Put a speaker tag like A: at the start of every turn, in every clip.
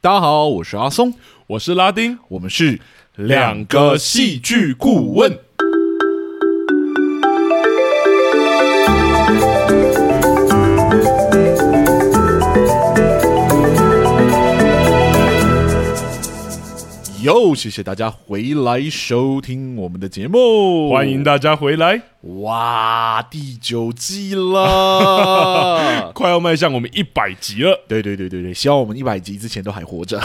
A: 大家好，我是阿松，
B: 我是拉丁，
A: 我们是
B: 两个戏剧顾问。
A: 哟，谢谢大家回来收听我们的节目，
B: 欢迎大家回来，。
A: 哇，第九季了
B: 快要迈向我们一百集了。
A: 对对对对对，希望我们一百集之前都还活着。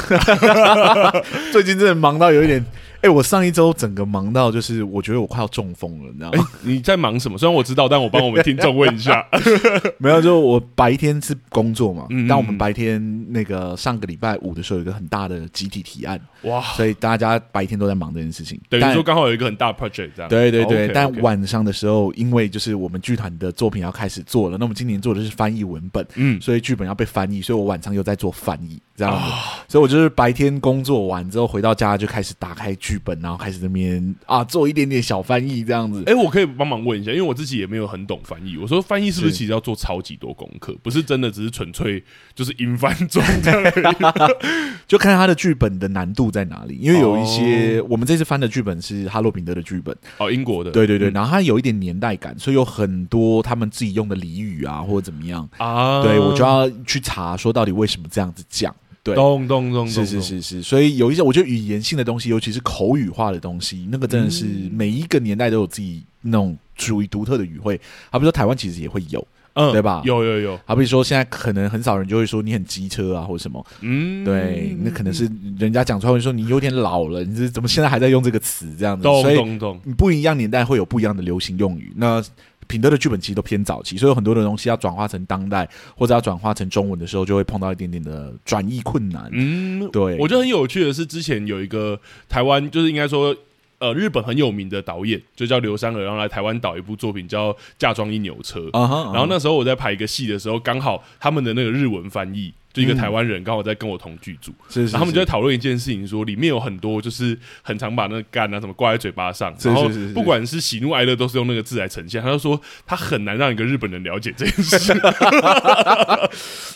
A: 最近真的忙到有一点，哎、我上一周整个忙到就是，我觉得我快要中风了，你知道吗？
B: 你在忙什么？虽然我知道，但我帮我们听众问一下。
A: 没有，就我白天是工作嘛，
B: 哎嗯
A: 但我们白天那个上个礼拜五的时候有一个很大的集体提案，
B: 哇，
A: 所以大家白天都在忙这件事情。
B: 等于
A: 但
B: 说刚好有一个很大 project 这样。哦
A: 对对对
B: OK，OK
A: 但晚上的时候，因为就是我们剧团的作品要开始做了，那我们今年做的是翻译文本，
B: 嗯
A: 所以剧本要被翻译，所以我晚上又在做翻译这样子，
B: 啊
A: 所以我就是白天工作完之后回到家就开始打开剧本，然后开始那边啊做一点点小翻译这样子。
B: 哎、我可以帮忙问一下，因为我自己也没有很懂翻译。我说翻译是不是
A: 是
B: 其实要做超级多功课？不是真的只是纯粹 就是英翻中这 样而已
A: 就看他的剧本的难度在哪里，因为有一些、
B: 哦
A: 我们这次翻的剧本是哈洛彼得的剧本，
B: 哦，英国的
A: 对对对，然后它有一点年代感，所以有很多他们自己用的俚语啊或者怎么样，
B: 啊，
A: 对我就要去查说到底为什么这样子讲，对。
B: 咚咚咚咚，
A: 是是是是，所以有一些我觉得语言性的东西，尤其是口语化的东西，那个真的是每一个年代都有自己那种属于独特的语汇。好比说台湾其实也会有，
B: 嗯
A: 对吧
B: 有有有，
A: 好比说现在可能很少人就会说你很机车啊或者什么，
B: 嗯，
A: 对，那可能是人家讲出来会说你有点老了，你是怎么现在还在用这个词这样子？
B: 咚
A: 所以
B: 咚咚，
A: 你不一样年代会有不一样的流行用语。那品德的剧本其实都偏早期，所以有很多的东西要转化成当代或者要转化成中文的时候，就会碰到一点点的转译困难。
B: 嗯，
A: 对，
B: 我觉得很有趣的是，之前有一个台湾，就是应该说。呃，日本很有名的导演就叫刘三儿，然后来台湾导一部作品叫《嫁妆一扭车》。
A: 啊哈，
B: 然后那时候我在排一个戏的时候，刚好他们的那个日文翻译，就一个台湾人刚好在跟我同剧组，
A: 是是是
B: 然后他们就在讨论一件事情说里面有很多就是很常把那个干啊什么挂在嘴巴上，
A: 是
B: 然后
A: 是是是
B: 不管是喜怒哀乐都是用那个字来呈现。他就说他很难让一个日本人了解这件 事，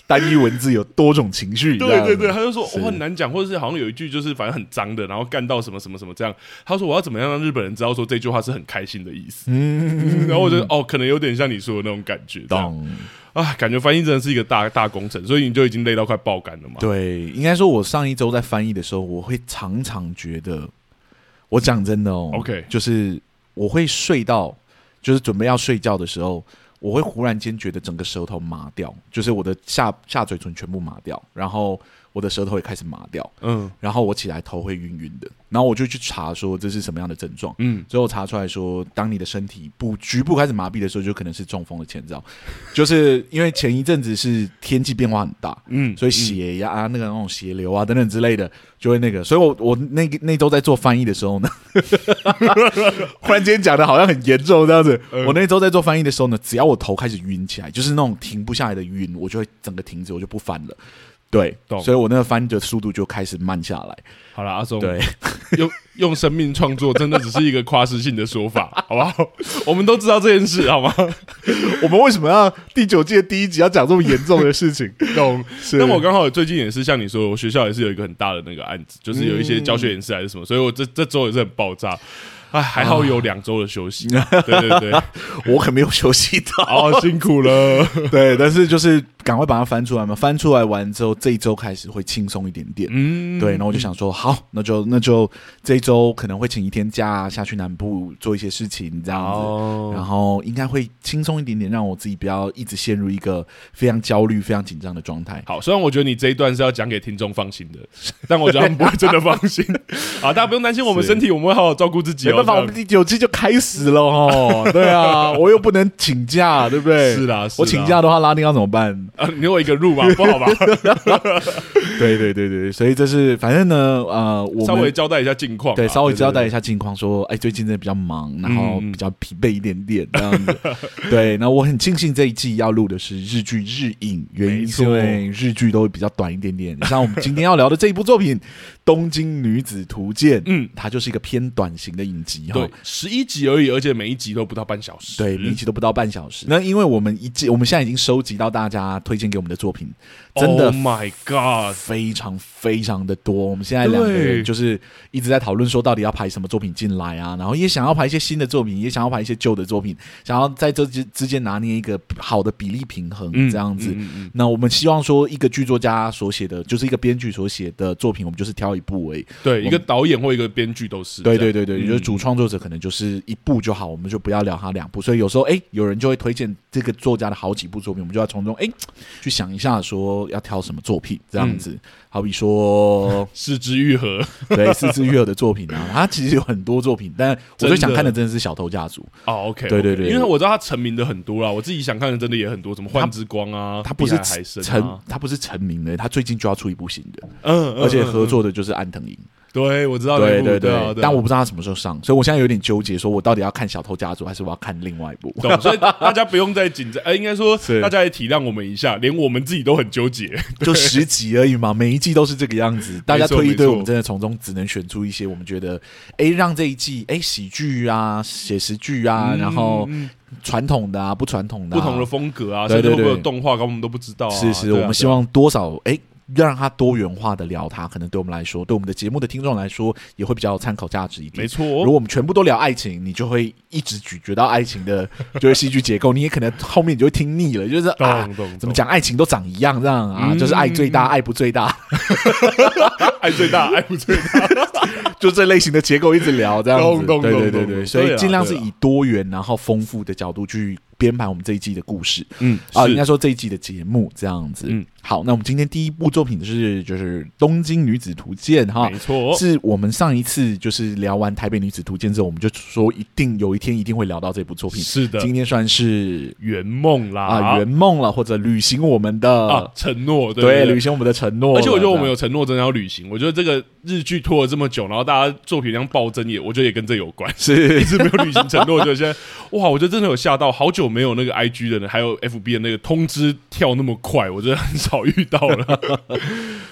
A: 单一文字有多种情绪，这
B: 对
A: 样
B: 对
A: 子
B: 对，他就说
A: 是
B: 我很难讲，或者是好像有一句就是反正很脏的，然后干到什么什么什么这样。他说我要怎么样让日本人知道说这句话是很开心的意思，嗯，然后我觉得哦，可能有点像你说的那种感觉，这样
A: 懂。
B: 啊，感觉翻译真的是一个大大工程，所以你就已经累到快爆肝了嘛。
A: 对，应该说，我上一周在翻译的时候，我会常常觉得，我讲真的哦
B: OK
A: 就是我会睡到，就是准备要睡觉的时候，我会忽然间觉得整个舌头麻掉，就是我的下下嘴唇全部麻掉，然后我的舌头也开始麻掉，
B: 嗯
A: 然后我起来头会晕晕的，然后我就去查说这是什么样的症状。
B: 嗯，
A: 最后查出来说，当你的身体不局部开始麻痹的时候，就可能是中风的前兆， 就是因为前一阵子是天气变化很大，
B: 嗯，
A: 所以
B: 嗯
A: 血压、啊、那个那种血流啊等等之类的，就会那个。所以我我那个那周在做翻译的时 候呢，忽然间讲的好像很严重这样子。
B: 嗯
A: 我那周在做翻译的时候呢，只要我头开始晕起来，就是那种停不下来的晕，我就会整个停止，我就不翻了。对
B: 懂，
A: 所以我那个翻译的速度就开始慢下来。
B: 好了，阿松，
A: 对，
B: 用用生命创作真的只是一个夸饰性的说法，好不好？我们都知道这件事，好吗？
A: 我们为什么要第九届第一集要讲这么严重的事 情？
B: 懂。
A: 是
B: 但我刚好最近也是像你说，我学校也是有一个很大的那个案子，就是有一些教学演示还是
A: 嗯
B: 什么，所以我这这周也是很爆炸。
A: 啊
B: 哎，还好有两周的 休息。对对对，
A: 我可没有休息到。
B: 哦，辛苦了。
A: 对，但是就是赶快把它翻出来嘛，翻出来完之后，这一周开始会轻松一点点。
B: 嗯，
A: 对，然后我就想说，好，那就那就这一周可能会请一天假下去南部做一些事情，这样子。然
B: 哦，
A: 后应该会轻松一点点，让我自己不要一直陷入一个非常焦虑、非常紧张的状态。
B: 好，虽然我觉得你这一段是要讲给听众放心的，但我觉得他们不会真的放 心啊，大家不用担心我们身体，我们会好好照顾自己
A: 没
B: 哦。
A: 办法，我
B: 这样
A: 们第九季就开始了 哦。对啊，我又不能请假，对不对？
B: 是啦，是啦
A: 我请假的话，拉丁要怎么 办？
B: 啊，你给我一个路吧，不好吧？
A: 对对对对，所以这是反正呢，呃，我们
B: 稍微交代一下近况啊，
A: 对，稍微交代一
B: 下。
A: 下近况，说，哎，最近真的比较忙，然后
B: 嗯
A: 比较疲惫一点点这样 子。对，那我很庆幸这一季要录的是日剧日影，原因是因为日剧都会比较短一点 点。像我们今天要聊的这一部作品《东京女子图鉴》，
B: 嗯，
A: 它就是一个偏短型的影集哈
B: 对。，十一集而已，而且每一集都不到半小时。
A: 对，每一集都不到半小时。那因为我们一季，我们现在已经收集到大家推荐给我们的作品，真的
B: Oh my God！
A: 非常非常的多。我们现在两个人
B: 对
A: 就是一直在讨论说，到底要排什么作品进来啊？然后也想要排一些新的作品，也想要排一些旧的作品，想要在这之之间拿捏一个好的比例平衡，
B: 嗯
A: 这样子。
B: 嗯嗯
A: 那我们希望说，一个剧作家所写的，就是一个编剧所写的作品，我们就是挑一部为
B: 嗯对，一个导演或一个编剧都是。
A: 对
B: 这
A: 对
B: 样
A: 对对，也就是
B: 嗯，
A: 主创作者可能就是一部就好，我们就不要聊他两部。所以有时候，哎，有人就会推荐这个作家的好几部作品，我们就要从中哎去想一下，说要挑什么作品这样子。好比说
B: 四肢愈合
A: 对四肢愈合的作品啊，他其实有很多作品，但我最想看的真的是《小偷家族》，
B: 哦，OK，
A: 对对对
B: 因为我知道他成名的很多啦，我自己想看的真的也很多，什么《幻之光》啊，
A: 他不是
B: 碧海海参
A: 成
B: 啊，
A: 他不是成名的，他最近就要出一部新的，
B: 嗯，嗯
A: 而且合，
B: 嗯
A: 作的就是安藤樱。
B: 嗯对我知道那
A: 对
B: 一部，
A: 对
B: 对啊，对啊
A: 但我不知道他什么时候上，所以我现在有点纠结，说我到底要看《小偷家族》还是我要看另外一部？
B: 懂，所以大家不用再紧张，呃，应该说
A: 是啊
B: 大家也体谅我们一下，连我们自己都很纠结。
A: 就十集而已嘛，每一季都是这个样子。大家推一
B: 没
A: 堆，
B: 错
A: 我们真的从中只能选出一些我们觉得，哎，让这一季，哎，喜剧啊，写实剧啊，然后
B: 嗯
A: 传统的啊，不传统的、
B: 不同的
A: 的，
B: 风格啊，
A: 对
B: 甚
A: 对
B: 至会不会有
A: 对
B: 动画，搞我们都不知道啊。
A: 是是，
B: 对啊
A: 我们希望多少，哎。要让它多元化的聊它，可能对我们来说，对我们的节目的听众来说，也会比较有参考价值一
B: 对啊没
A: 点。
B: 错
A: 如
B: 哦，
A: 果我们全部都聊爱情，你就会一直咀嚼到爱情的就是戏剧结构，你也可能后面你就会听腻了，就是啊，
B: 懂懂
A: 怎么？讲爱情都长一样这样啊，
B: 嗯
A: 就是爱最大，爱不最大，
B: 懂爱最 大，爱不最大。
A: 就这类型的结构一直聊这样子，
B: 懂懂
A: 对对
B: 懂
A: 对
B: 懂
A: 对，
B: 懂
A: 所
B: 对
A: 以
B: 啊
A: 尽量是
B: 对啊
A: 以多元然后丰富的角度去编排我们这一季的故事
B: 嗯
A: 啊，应该说这一季的节目这样子
B: 嗯。
A: 好，那我们今天第一部作品就是就是《东京女子图鉴》哈
B: 没，错，
A: 是我们上一次就是聊完《台北女子图鉴》之后，我们就说一定有一天一定会聊到这部作品。
B: 是的，
A: 今天算是
B: 圆梦啦
A: 啊圆梦了，或者履行我们
B: 啊
A: 的
B: 承诺，对
A: 对
B: 对
A: 履行我们的承诺了。
B: 而且我觉得我们
A: 这样，
B: 有承诺，真的要履行。我觉得这个日剧拖了这么久，然后大家作品量暴增也，我觉得也跟这有关
A: 是
B: 一直没有履行承诺。就现在，哇，我觉得真的有吓到，好久没有那个 IG 的人，还有 FB 的那个通知跳那么快，我觉得很少遇到了。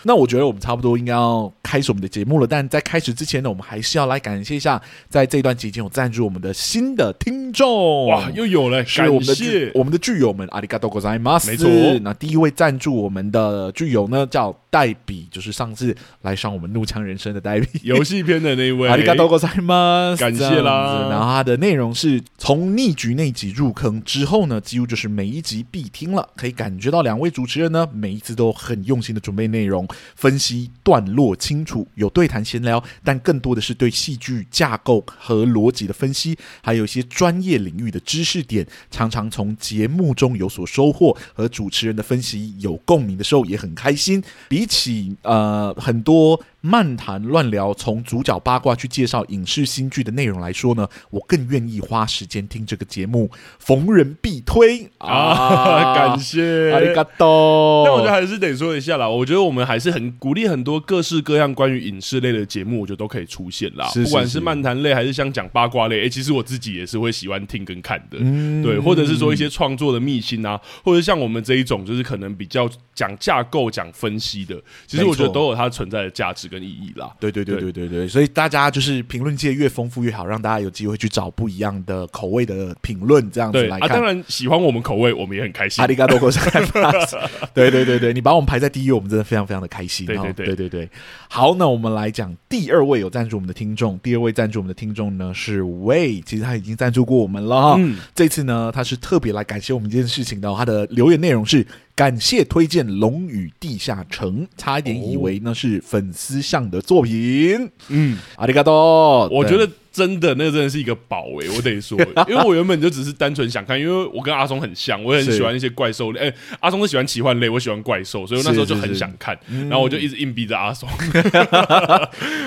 A: 那我觉得我们差不多应该要开始我们的节目了，但在开始之前呢，我们还是要来感谢一下，在这段期间有赞助我们的新的听众
B: 哇，又有了，
A: 是我
B: 感
A: 们的剧
B: 谢。
A: 我们的剧友们，阿里嘎多ございます。
B: 没错
A: 那第一位赞助我们的剧友呢，叫黛比，就是上次来上我们《怒呛人生》的黛比。
B: 游戏片的那一位，
A: 阿里嘎多ございます，
B: 感谢啦
A: 这样子然后它的内容是从逆局那集入坑之后呢，几乎就是每一集必听了，可以感觉到两位主持人呢，每一次都很用心的准备内容，分析段落清楚，有对谈闲聊，但更多的是对戏剧架构和逻辑的分析，还有一些专业领域的知识点，常常从节目中有所收获，和主持人的分析有共鸣的时候也很开心。比起呃很多漫谈乱聊，从主角八卦去介绍影视新剧的内容来说呢，我更愿意花时间听这个节目，逢人必推
B: 啊，感谢，
A: 阿里嘎多。
B: 但我觉得还是得说一下啦，我觉得我们还是很鼓励很多各式各样关于影视类的节目，我觉得都可以出现啦。
A: 是是
B: 不管
A: 是
B: 是漫谈类还是像讲八卦类，诶，其实我自己也是会喜欢听跟看的，
A: 嗯
B: 对，或者是说一些创作的秘辛啊，或者像我们这一种就是可能比较讲架构、讲分析的，其实
A: 没
B: 我觉得
A: 错
B: 都有它存在的价值跟意义啦。
A: 对对对对对对，所以大家就是评论界越丰富越好，让大家有机会去找不一样的口味的评论，这样子
B: 对
A: 来
B: 啊，
A: 看。
B: 当然喜欢我们口味，我们也很开心
A: 阿。里嘎多国山 对对对对，你把我们排在第一，我们真的非常非常的开心、哦。
B: 对对对
A: 对对对好，那我们来讲第二位有赞助我们的听众，第二位赞助我们的听众呢是 Way，其实他已经赞助过我们了哈、
B: 嗯
A: 这次呢，他是特别来感谢我们一件事情的哦、他的留言内容是。感谢推荐《龙与地下城》，差一点以为那是粉丝向的作品。
B: 嗯，
A: 阿里嘎多，
B: 我
A: 对
B: 觉得真的那个真的是一个宝诶、我 得说，因为我原本就只是单纯想看，因为我跟阿松很像，我也很
A: 是
B: 喜欢一些怪兽类，哎、阿松是喜欢奇幻类，我喜欢怪兽，所以我那时候
A: 是
B: 就是很
A: 是嗯
B: 想看，然后我就一直硬逼着 阿松，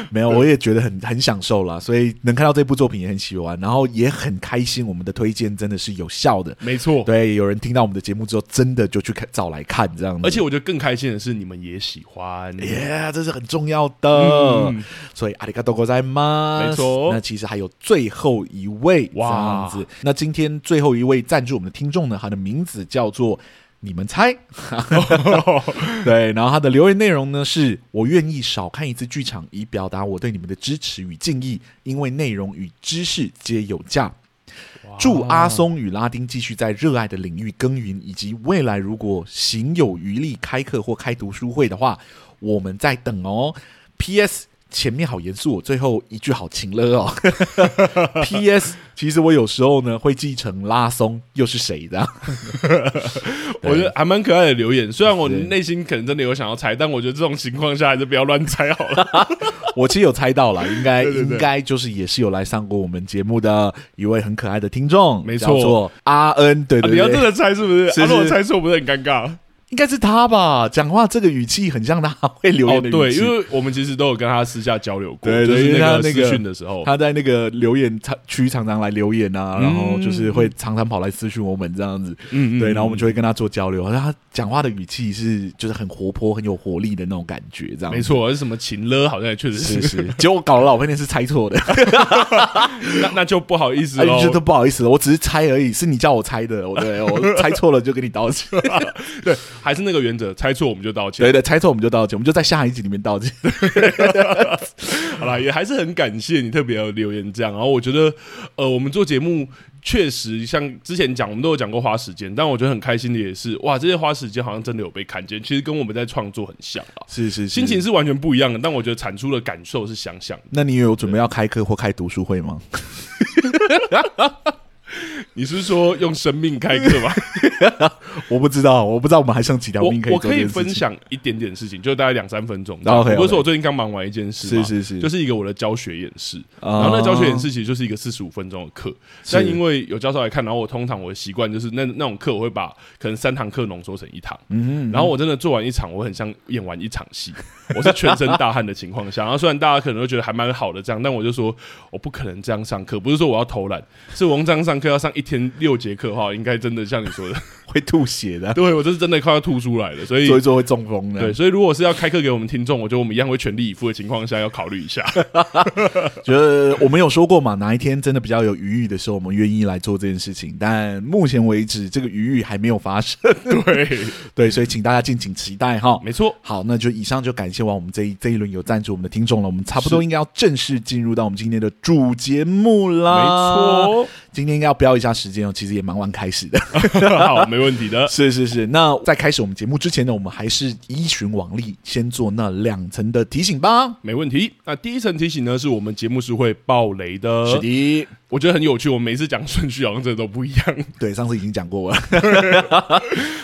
A: 没有，我也觉得很很享受啦，所以能看到这部作品也很喜欢，然后也很开心，我们的推荐真的是有效的。
B: 没错。
A: 对，有人听到我们的节目之后，真的就去看找来看这样子，
B: 而且我觉得更开心的是，你们也喜欢，
A: 耶这是很重要的。
B: 嗯
A: 所以阿里嘎多国在吗？
B: 没错
A: 那其实还有最后一位这样
B: 哇
A: 子。那今天最后一位赞助我们的听众呢，他的名字叫做。你们猜？ 对，然后他的留言内容呢是：我愿意少看一次剧场，以表达我对你们的支持与敬意，因为内容与知识皆有价。祝阿松与拉丁继续在热爱的领域耕耘，以及未来如果行有余力开课或开读书会的话，我们在等哦。P.S. 前面好严肃，我最后一句好情了哦。P.S. 其实我有时候呢会继承拉松又是谁的，
B: 我觉得还蛮可爱的留言。虽然我
A: 是
B: 内心可能真的有想要猜，但我觉得这种情况下还是不要乱猜好了。
A: 我其实有猜到了，应该
B: 对对对
A: 应该就是也是有来上过我们节目的一位很可爱的听众，
B: 没
A: 叫
B: 错
A: 做阿恩，对
B: 啊
A: 对
B: 你
A: 对，
B: 要真的猜是不是？
A: 是
B: 啊如果
A: 是
B: 猜错，不是很尴尬？
A: 应该是他吧？讲话这个语气很像他会留
B: 哦，
A: 言的语
B: 对，
A: 气
B: 因为我们其实都有跟他私下交流过，
A: 对
B: 就
A: 对因
B: 是
A: 为
B: 那
A: 他那
B: 私
A: 个
B: 讯的时候，
A: 他在那个留言常区常常来留言啊，
B: 嗯
A: 然后就是会常常跑来私讯我们这样子，
B: 嗯
A: 对，然后我们
B: 就
A: 就会跟他做交流。然后他讲话的语气是就是很活泼、很有活力的那种感觉，这样子
B: 没。错，是什么情了，好像也确实
A: 是是，结果搞了老半天是猜错的，
B: 那那就不好意思
A: 哎，
B: 喽
A: 觉。得不好意思，我只是猜而已，是你叫我猜的，我 对我猜错了就跟你道歉，
B: 对，还是那个原则，猜错我们就道歉
A: 对。对，猜错我们就道歉，我们就在下一集里面道歉，
B: 好啦，也还是很感谢你特别有留言这样。然啊后我觉得，呃，我们做节目确实像之前讲，我们都有讲过花时间，但我觉得很开心的也是，哇，这些花时间好像真的有被看见。其实跟我们在创作很像啊，
A: 是是
B: 心情。是完全不一样的，但我觉得产出的感受是相像的。
A: 那你有准备要开课或开读书会吗？
B: 你是说用生命开课吗？
A: 我不知道，我不知道我们还剩几条
B: 我
A: 命可以
B: 我
A: 做
B: 可
A: 这
B: 以
A: 件事
B: 分
A: 情啊
B: 享一点点事情，就大概两三分钟。
A: OK，OK
B: 我不是说我最近刚忙完一件事
A: 是
B: 吗？
A: 是是，啊
B: 就是是一个我的教学演示，
A: 然
B: 然后那教学演示其实就是一个四十五分钟的课，但因为有教授来看，然后我通常我的习惯就是那那种课我会把可能三堂课浓缩成一堂，
A: 嗯
B: 然后我真的做完一场，我很像演完一场 戏，我是全身大汗的情况下，然后虽然大家可能都觉得还蛮好的这样，但我就说我不可能这样上课，不是说我要偷懒，是我这样上课要上一天六节课的话，应该真的像你说的，
A: 会吐血的，
B: 对我这是真的快要吐出来了，所以
A: 做一做会中风的。
B: 对，，所以如果是要开课给我们听众，我觉得我们一样会全力以赴的情况下，要考虑 一下。
A: 觉得我们有说过嘛，哪一天真的比较有余裕的时候，我们愿意来做这件事情。但目前为止，这个余裕还没有发生。
B: 对，
A: 对，所以请大家敬请期待哈。
B: 没错，
A: 好，那就以上就感谢完我们这一这一轮有赞助我们的听众了，我们差不多
B: 是
A: 应该要正式进入到我们今天的主节目
B: 没
A: 啦。，
B: 错，
A: 今天应该要标一下时间哦，其实也蛮晚开始 的。
B: 好，没问题的。
A: 是是是，那在开始我们节目之前呢，我们还是依循往例，先做那两层的提醒吧。
B: 没问题。那第一层提醒呢，是我们节目是会爆雷的。
A: 是的，
B: 我觉得很有趣，我们每次讲顺序好像真的都不一样。
A: 对，上次已经讲过了。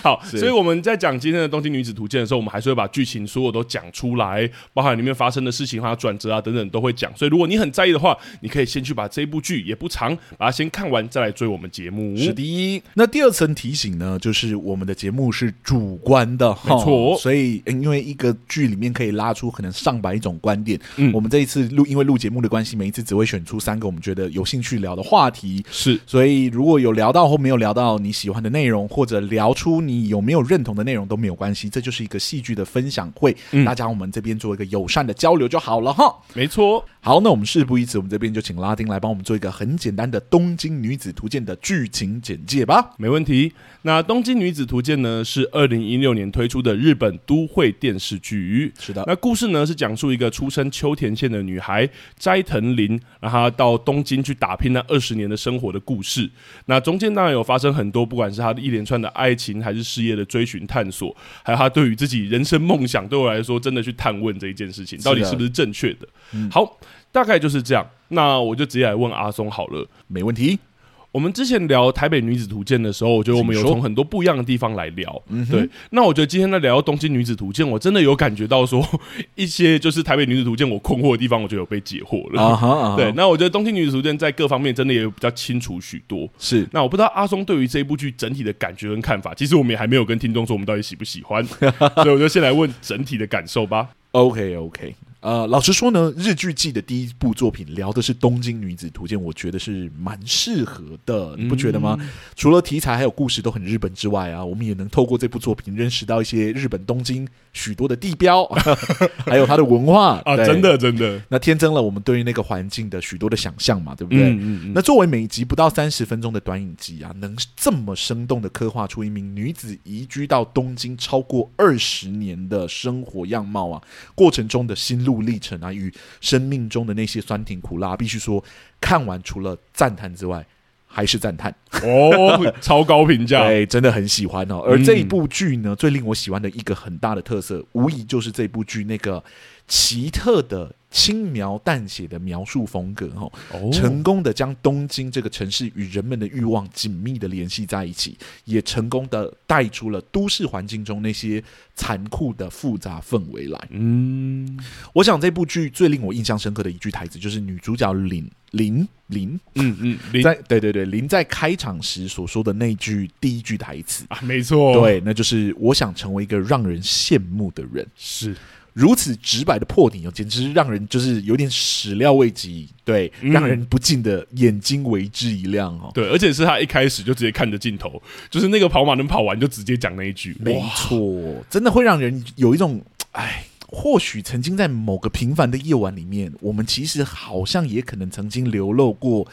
B: 好，所以我们在讲今天的《东京女子图鉴》的时候，我们还是会把剧情所有都讲出来，包含里面发生的事情啊、转折啊等等都会讲。所以如果你很在意的话，你可以先去把这部剧也不长，把它先看完，再来追我们节目。
A: 是的，那第二层提醒呢，就是我们的节目是主观的，哈
B: 没错
A: 所以嗯因为一个剧里面可以拉出可能上百种观点，
B: 嗯
A: 我们这一次录，因为录节目的关系，每一次只会选出三个我们觉得有兴趣聊的话题。
B: 是，
A: 所以，如果有聊到或没有聊到你喜欢的内容，或者聊出你有没有认同的内容都没有关系，这就是一个戏剧的分享会，
B: 嗯
A: 大家我们这边做一个友善的交流就好了哈。
B: 没错。
A: 好，那我们事不宜迟，我们这边就请拉丁来帮我们做一个很简单的《东京女子图鉴》的剧情简介吧。
B: 没问题。那《东京女子图鉴》呢，是二零一六年推出的日本都会电视剧。
A: 是的，
B: 那故事呢是讲述一个出身秋田县的女孩斋藤绫，让她到东京去打拼那二十年的生活的故事。那中间当然有发生很多，不管是她的一连串的爱情，还是事业的追寻探索，还有她对于自己人生梦想，对我来说真的去探问这一件事情，
A: 是的
B: 到底是不是正确的。好，大概就是这样。那我就直接来问阿松好了。
A: 没问 题。
B: 我们之前聊台北女子图鉴的时候，我觉得我们
A: 请
B: 有
A: 说嗯
B: 从很多不一样的地方来聊。对，那我觉得今天在聊东京女子图鉴，我真的有感觉到说一些就是台北女子图鉴我困惑的地方，我觉得有被解惑了。
A: 啊哈，啊哈
B: 对，，那我觉得东京女子图鉴在各方面真的也有比较清楚许多。
A: 是
B: 那我不知道阿松对于这一部剧整体的感觉跟看法，其实我们也还没有跟听众说我们到底喜不喜 欢，所以我就先来问整体的感受吧。
A: OK OK。呃，老实说呢，日剧季的第一部作品聊的是《东京女子图鉴》，我觉得是蛮适合的，你不觉得吗？除了题材还有故事都很日本之外啊，我们也能透过这部作品认识到一些日本东京许多的地标， 还有它的文 化
B: 啊，
A: 对
B: 真的真的，
A: 那天增了我们对于那个环境的许多的想象嘛，对不对？
B: 嗯嗯嗯，
A: 那作为每集不到三十分钟的短影集啊，能这么生动的刻画出一名女子移居到东京超过二十年的生活样貌啊，过程中的心路历程啊，与生命中的那些酸甜苦辣，必须说看完除了赞叹之外，还是赞叹，嗯
B: 哦，超高评价，
A: 对，哎真的很喜欢哦。而这一
B: 嗯
A: 部剧呢，最令我喜欢的一个很大的特色，无疑就是这部剧那个奇特的轻描淡写的描述风格哦，
B: 哦
A: 成功的将东京这个城市与人们的欲望紧密的联系在一起，也成功的带出了都市环境中那些残酷的复杂氛围来。
B: 嗯
A: 我想这部剧最令我印象深刻的一句台词，就是女主角林林林
B: 嗯嗯，林
A: 在对对对林在开场时所说的那句第一句台词。
B: 啊，没错，，
A: 对，那就是我想成为一个让人羡慕的人。
B: 是
A: 如此直白的破题哦，简直是让人就是有点始料未及，对，
B: 嗯
A: 让人不禁的眼睛为之一亮哦。
B: 对，而且是他一开始就直接看着镜头，就是那个跑马灯跑完就直接讲那一句，
A: 没
B: 哇，
A: 错，真的会让人有一种，哎，或许曾经在某个平凡的夜晚里面，我们其实好像也可能曾经流露过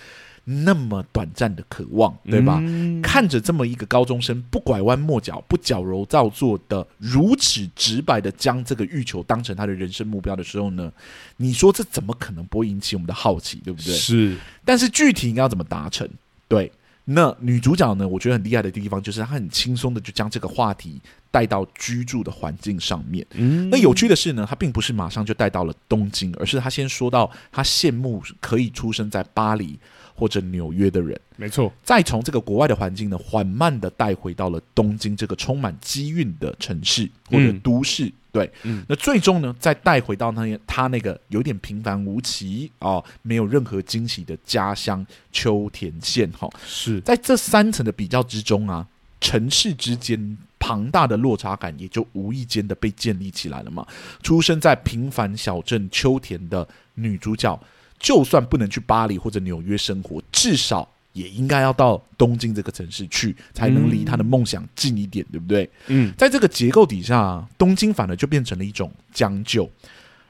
A: 那么短暂的渴望，对吧？
B: 嗯
A: 看着这么一个高中生不拐弯抹角、不矫揉造作的，如此直白的将这个欲求当成他的人生目标的时候呢，你说这怎么可能不会引起我们的好奇，对不对？
B: 是，
A: 但是具体应该要怎么达成？对，那女主角呢？我觉得很厉害的地方就是她很轻松的就将这个话题带到居住的环境上面。
B: 嗯
A: 那有趣的是呢，她并不是马上就带到了东京，而是她先说到她羡慕可以出生在巴黎或者纽约的人。
B: 没错，
A: 再从这个国外的环境呢，缓慢的带回到了东京这个充满机运的城市或者
B: 嗯
A: 都市。对，
B: 嗯
A: 那最终呢，再带回到那他那个有点平凡无奇哦，没有任何惊喜的家乡秋田县哈、
B: 是
A: 在这三层的比较之中啊，城市之间庞大的落差感也就无意间的被建立起来了嘛。出生在平凡小镇秋田的女主角，就算不能去巴黎或者纽约生活，至少。也应该要到东京这个城市去，才能离她的梦想近一点，对不对？
B: 嗯
A: 在这个结构底下啊，东京反而就变成了一种将就，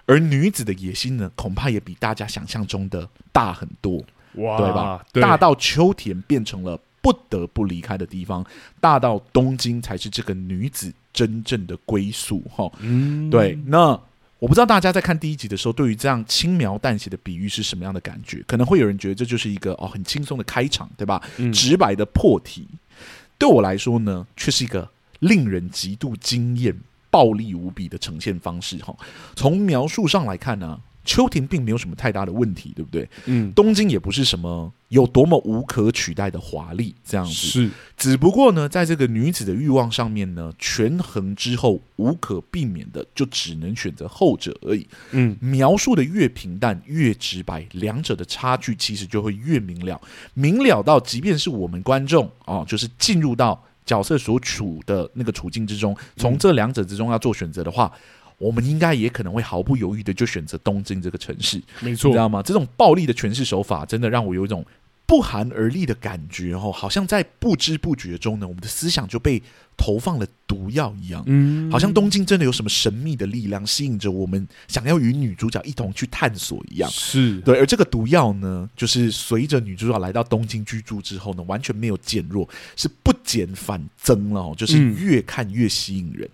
A: 而女子的野心呢，恐怕也比大家想象中的大很多。
B: 嗯哇，
A: 对吧？
B: 啊对
A: 大到秋田变成了不得不离开的地方，大到东京才是这个女子真正的归宿。哈，
B: 嗯
A: 对，那。我不知道大家在看第一集的时候，对于这样轻描淡写的比喻是什么样的感觉？可能会有人觉得这就是一个哦很轻松的开场，对吧？
B: 嗯
A: 直白的破题，对我来说呢，却是一个令人极度惊艳、暴力无比的呈现方式。哈，从描述上来看呢、秋田并没有什么太大的问题，对不对？
B: 嗯
A: 东京也不是什么有多么无可取代的华丽这样子，
B: 是
A: 只不过呢，在这个女子的欲望上面呢，权衡之后无可避免的就只能选择后者而已。
B: 嗯
A: 描述的越平淡越直白，两者的差距其实就会越明了，明了到即便是我们观众啊、哦，就是进入到角色所处的那个处境之中，从这两者之中要做选择的话。我们应该也可能会毫不犹豫的就选择东京这个城市，
B: 没
A: 你知
B: 错，
A: 道吗？这种暴力的诠释手法，真的让我有一种不寒而栗的感觉哦，好像在不知不觉中呢，我们的思想就被投放了毒药一样。
B: 嗯
A: 好像东京真的有什么神秘的力量吸引着我们，想要与女主角一同去探索一样。
B: 是
A: 对，而这个毒药呢，就是随着女主角来到东京居住之后呢，完全没有减弱，是不减反增了、哦，就是
B: 嗯
A: 越看越吸引人。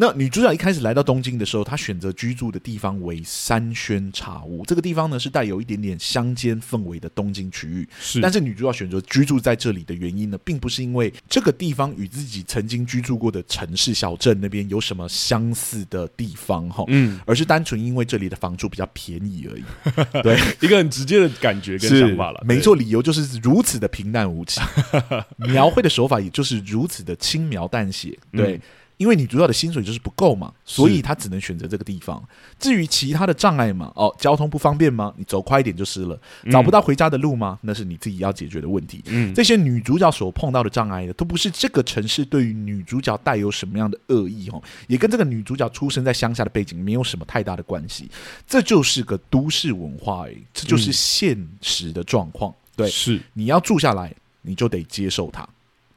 A: 那女主角一开始来到东京的时候，她选择居住的地方为山轩茶屋，这个地方呢是带有一点点乡间氛围的东京区域。
B: 是，
A: 但是女主角选择居住在这里的原因呢，并不是因为这个地方与自己曾经居住过的城市小镇那边有什么相似的地方哈，
B: 嗯，
A: 而是单纯因为这里的房租比较便宜而已。 对，
B: 一个很直接的感觉跟想法了，
A: 没
B: 对，
A: 错，理由就是如此的平淡无 奇，描绘的手法也就是如此的轻描淡写。对。
B: 嗯
A: 因为女主角的薪水就是不够嘛，所以她只能选择这个地方。至于其他的障碍嘛，哦，交通不方便吗？你走快一点就是了。找不到回家的路吗？那是你自己要解决的问题。
B: 嗯
A: 这些女主角所碰到的障碍呢，都不是这个城市对于女主角带有什么样的恶意哦，也跟这个女主角出生在乡下的背景没有什么太大的关系。这就是个都市文化而已，这就是
B: 嗯
A: 现实的状况。对，
B: 是
A: 你要住下来，你就得接受它，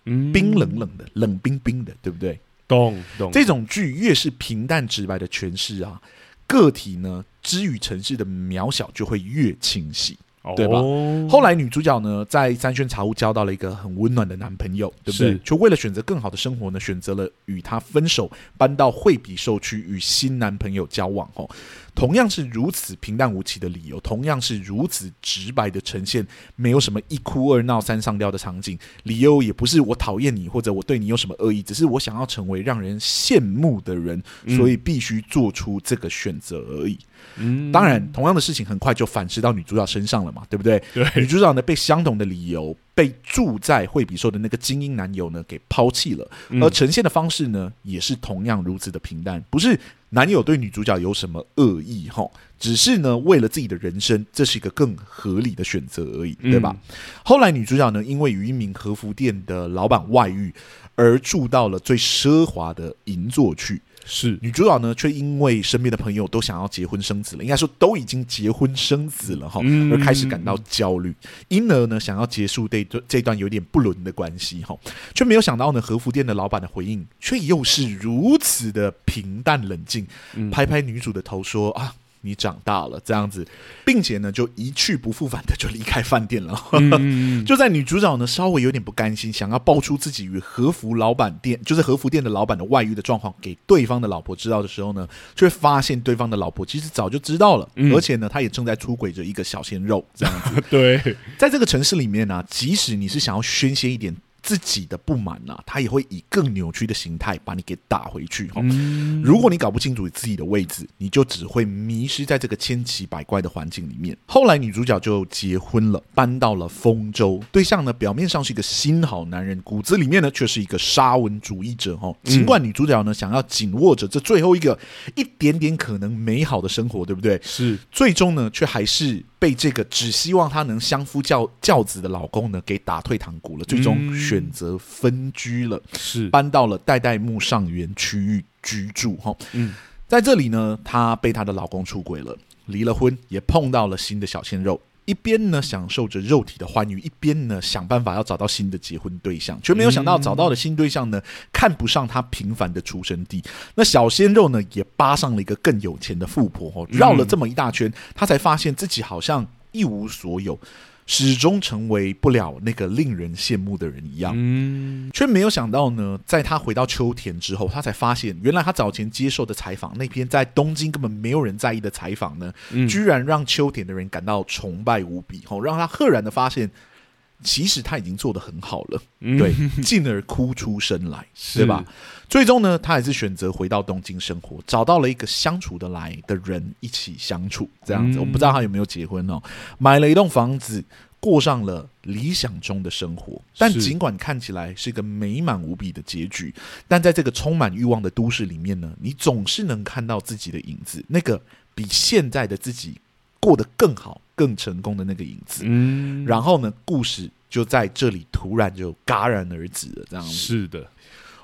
B: 嗯
A: 冰冷冷的，冷冰冰的，对不对？
B: 懂懂
A: 这种剧越是平淡直白的诠释啊，个体呢之于城市的渺小就会越清晰。对吧
B: 哦
A: 后来女主角呢，在三轩茶屋交到了一个很温暖的男朋友，对不对
B: 是？
A: 却为了选择更好的生活呢，选择了与他分手，搬到惠比寿区与新男朋友交往。哦，同样是如此平淡无奇的理由，同样是如此直白的呈现，没有什么一哭二闹三上吊的场景。理由也不是我讨厌你，或者我对你有什么恶意，只是我想要成为让人羡慕的人，
B: 嗯
A: 所以必须做出这个选择而已。
B: 嗯
A: 当然，同样的事情很快就反噬到女主角身上了嘛，对不对？女
B: 对，
A: 主角呢被相同的理由被住在惠比寿的那个精英男友呢给抛弃了，
B: 嗯
A: 而呈现的方式呢也是同样如此的平淡，不是男友对女主角有什么恶意哈，只是呢为了自己的人生，这是一个更合理的选择而已，
B: 嗯
A: 对吧？后来女主角呢因为与一名和服店的老板外遇。而住到了最奢华的银座去，
B: 是
A: 女主角呢，却因为身边的朋友都想要结婚生子了，应该说都已经结婚生子了哈，
B: 嗯
A: 而开始感到焦虑，因而呢，想要结束这段这段有点不伦的关系哈，却没有想到呢，和服店的老板的回应却又是如此的平淡冷静，
B: 嗯
A: 拍拍女主的头说啊。你长大了，这样子，并且呢，就一去不复返的就离开饭店了。
B: 嗯
A: 就在女主角呢稍微有点不甘心，想要爆出自己与和服老板店，就是和服店的老板的外遇的状况给对方的老婆知道的时候呢，却发现对方的老婆其实早就知道了，
B: 嗯
A: 而且呢，她也正在出轨着一个小鲜肉。这样，
B: 对，
A: 在这个城市里面呢、即使你是想要宣泄一点。自己的不满呐、他也会以更扭曲的形态把你给打回去、哦。
B: 嗯
A: 如果你搞不清楚自己的位置，你就只会迷失在这个千奇百怪的环境里面。后来女主角就结婚了，搬到了丰州，对象呢表面上是一个新好男人，骨子里面呢却是一个沙文主义者哦。尽管女主角呢想要紧握着这最后一个一点点可能美好的生活，对不对？
B: 是
A: 最终呢，却还是被这个只希望她能相夫教教子的老公呢给打退堂鼓了，最终
B: 嗯
A: 选择分居了。
B: 是，
A: 搬到了代代木上园区域居住哈。
B: 嗯
A: 在这里呢，她被她的老公出轨了，离了婚，也碰到了新的小鲜肉。一边呢享受着肉体的欢愉，一边呢想办法要找到新的结婚对象，却没有想到找到的新对象呢看不上她平凡的出生地。那小鲜肉呢也扒上了一个更有钱的富婆哦，绕了这么一大圈，她才发现自己好像一无所有，始终成为不了那个令人羡慕的人一样。
B: 嗯
A: 却没有想到呢，在他回到秋田之后，他才发现，原来他早前接受的采访那篇在东京根本没有人在意的采访呢，
B: 嗯
A: 居然让秋田的人感到崇拜无比，吼、让他赫然的发现，其实他已经做得很好了，
B: 嗯
A: 对，进而哭出声来，对吧？最终呢，他还是选择回到东京生活，找到了一个相处得来的人一起相处，这样子。
B: 嗯
A: 我不知道他有没有结婚哦，买了一栋房子，过上了理想中的生活。但
B: 是
A: 尽管看起来是个美满无比的结局，但在这个充满欲望的都市里面呢，你总是能看到自己的影子，那个比现在的自己过得更好、更成功的那个影子。
B: 嗯，
A: 然后呢，故事就在这里突然就戛然而止了，这样子。
B: 是的，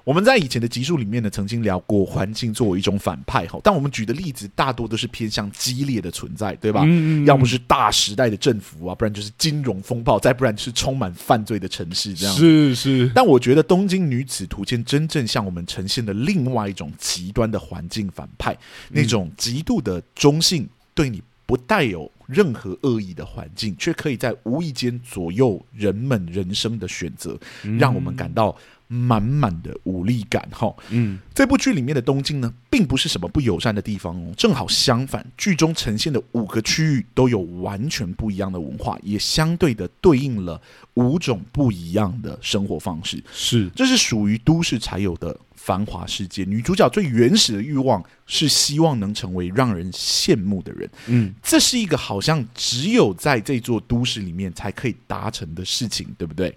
A: 我们在以前的集数里面呢，曾经聊过环境作为一种反派哈，但我们举的例子大多都是偏向激烈的存在，对吧？
B: 嗯
A: 要不是大时代的政府啊，不然就是金融风暴，再不然就是充满犯罪的城市这样。
B: 是是，
A: 但我觉得《东京女子图鉴》真正向我们呈现的另外一种极端的环境反派，那种极度的中性，对你不带有任何恶意的环境，却可以在无意间左右人们人生的选择，让我们感到满满的无力感。哈，
B: 嗯
A: 这部剧里面的东京呢，并不是什么不友善的地方哦，正好相反，剧中呈现的五个区域都有完全不一样的文化，也相对的对应了五种不一样的生活方式。
B: 是
A: 这是属于都市才有的繁华世界。女主角最原始的欲望是希望能成为让人羡慕的人，
B: 嗯
A: 这是一个好像只有在这座都市里面才可以达成的事情，对不对？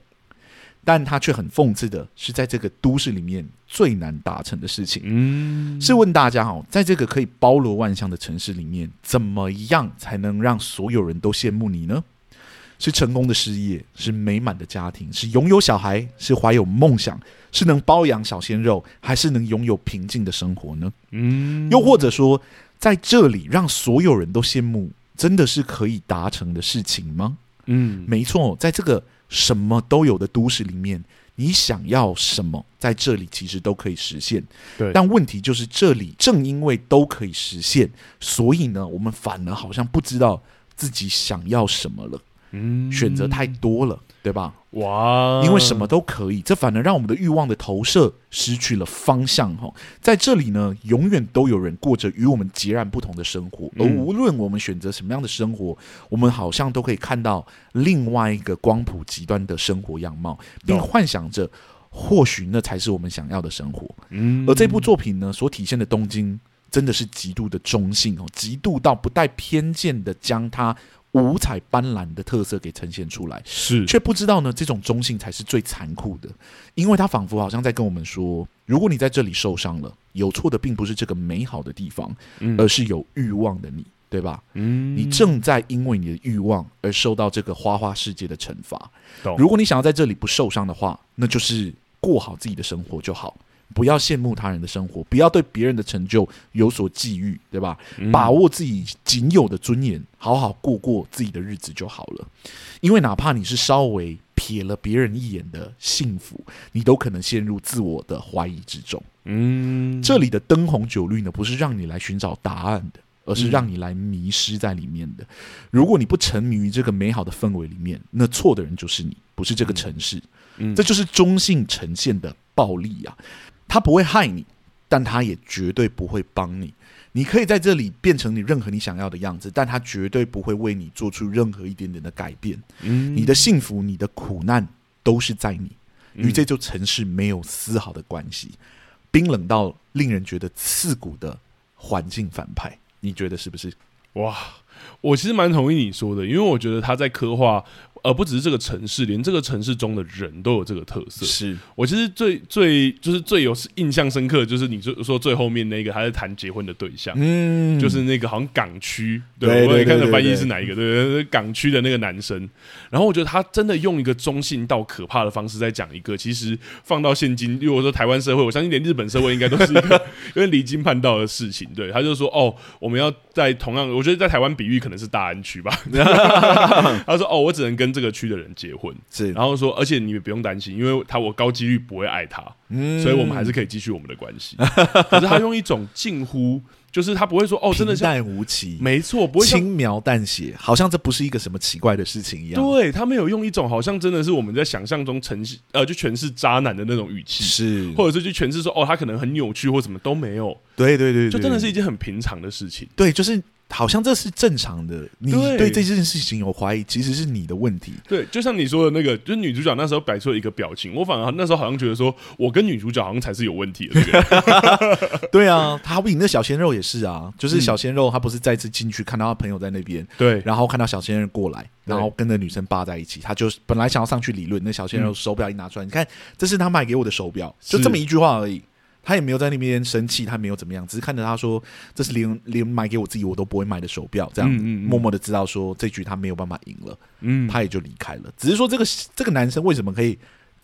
A: 但她却很讽刺的是，在这个都市里面最难达成的事情。
B: 嗯
A: 试问大家哦，在这个可以包罗万象的城市里面，怎么样才能让所有人都羡慕你呢？是成功的事业，是美满的家庭，是拥有小孩，是怀有梦想，是能包养小鲜肉，还是能拥有平静的生活呢？
B: 嗯
A: 又或者说，在这里让所有人都羡慕，真的是可以达成的事情吗？
B: 嗯
A: 没错，在这个什么都有的都市里面，你想要什么，在这里其实都可以实现。
B: 对
A: 但问题就是这里正因为都可以实现，所以呢，我们反而好像不知道自己想要什么了。
B: 嗯
A: 选择太多了，对吧？
B: 哇，
A: 因为什么都可以，这反而让我们的欲望的投射失去了方向哈。在这里呢，永远都有人过着与我们截然不同的生活，而
B: 嗯
A: 无论我们选择什么样的生活，我们好像都可以看到另外一个光谱极端的生活样貌，并
B: 懂
A: 幻想着或许那才是我们想要的生活。
B: 嗯？
A: 而这部作品呢，所体现的东京真的是极度的中性哦，极度到不带偏见的将它五彩斑斓的特色给呈现出来。
B: 是
A: 却不知道呢，这种中性才是最残酷的，因为它仿佛好像在跟我们说，如果你在这里受伤了，有错的并不是这个美好的地方，
B: 嗯
A: 而是有欲望的你，对吧？
B: 嗯
A: 你正在因为你的欲望而受到这个花花世界的惩罚
B: 懂。
A: 如果你想要在这里不受伤的话，那就是过好自己的生活就好，不要羡慕他人的生活，不要对别人的成就有所觊觎，对吧？把握自己仅有的尊严，好好过过自己的日子就好了。因为哪怕你是稍微瞥了别人一眼的幸福，你都可能陷入自我的怀疑之中。
B: 嗯
A: 这里的灯红酒绿呢，不是让你来寻找答案的，而是让你来迷失在里面的。如果你不沉迷于这个美好的氛围里面，那错的人就是你，不是这个城市。
B: 嗯
A: 这就是中性呈现的暴力啊！它不会害你，但它也绝对不会帮你。你可以在这里变成你任何你想要的样子，但它绝对不会为你做出任何一点点的改变。
B: 嗯
A: 你的幸福、你的苦难都是在你，
B: 嗯
A: 与这座城市没有丝毫的关系。冰冷到令人觉得刺骨的环境反派，你觉得是不是？
B: 哇，我其实蛮同意你说的，因为我觉得他在刻画，呃，不只是这个城市，连这个城市中的人都有这个特色。
A: 是，
B: 我其实最最就是最有印象深刻，的就是你说说最后面那个他在谈结婚的对象。
A: 嗯
B: 就是那个好像港区，对
A: 对
B: 我
A: 对对
B: 也看的翻译
A: 对
B: 是哪一个，对对对，港区的那个男生。然后我觉得他真的用一个中性到可怕的方式在讲一个，其实放到现今，如果说台湾社会，我相信连日本社会应该都是一个 有点离经叛道的事情。对，他就说哦，我们要在同样，我觉得在台湾比喻可能是大安 区吧。他说哦，我只能跟这个区的人结婚，
A: 是，
B: 然后说，哦而且你们不用担心，因为他我高几率不会爱他。
A: 嗯
B: 所以我们还是可以继续我们的关系。可是他用一种近乎，就是他不会说哦，真的
A: 平
B: 像
A: 淡无奇，
B: 没错，不会像
A: 轻描淡写，好像这不是一个什么奇怪的事情一样。
B: 对他没有用一种好像真的是我们在想象中呈现呃，就诠释渣男的那种语气。
A: 是，
B: 或者是去诠释说哦，他可能很扭曲或什么都没有，
A: 对对对，
B: 就真的是一
A: 对
B: 件很平常的事情。
A: 对，就是好像这是正常的。你
B: 对
A: 对这件事情有怀疑，其实是你的问题。
B: 对，就像你说的那个，就是女主角那时候摆出了一个表情，我反而那时候好像觉得说，我跟女主角好像才是有问题的 那个。
A: 对啊，他好比那小鲜肉也是啊，
B: 嗯
A: 就是小鲜肉他不是再次进去看到他朋友在那边，
B: 对，
A: 然后看到小鲜肉过来，
B: 对
A: 然后跟那女生扒在一起，他就本来想要上去理论，那小鲜肉手表一拿出来，你看这是他买给我的手表，
B: 是
A: 就这么一句话而已。他也没有在那边生气，他没有怎么样，只是看着他说：“这是连连买给我自己我都不会买的手表。”这样子，
B: 嗯嗯嗯
A: 默默的知道说这局他没有办法赢了，
B: 嗯，
A: 他也就离开了。只是说这个这个男生为什么可以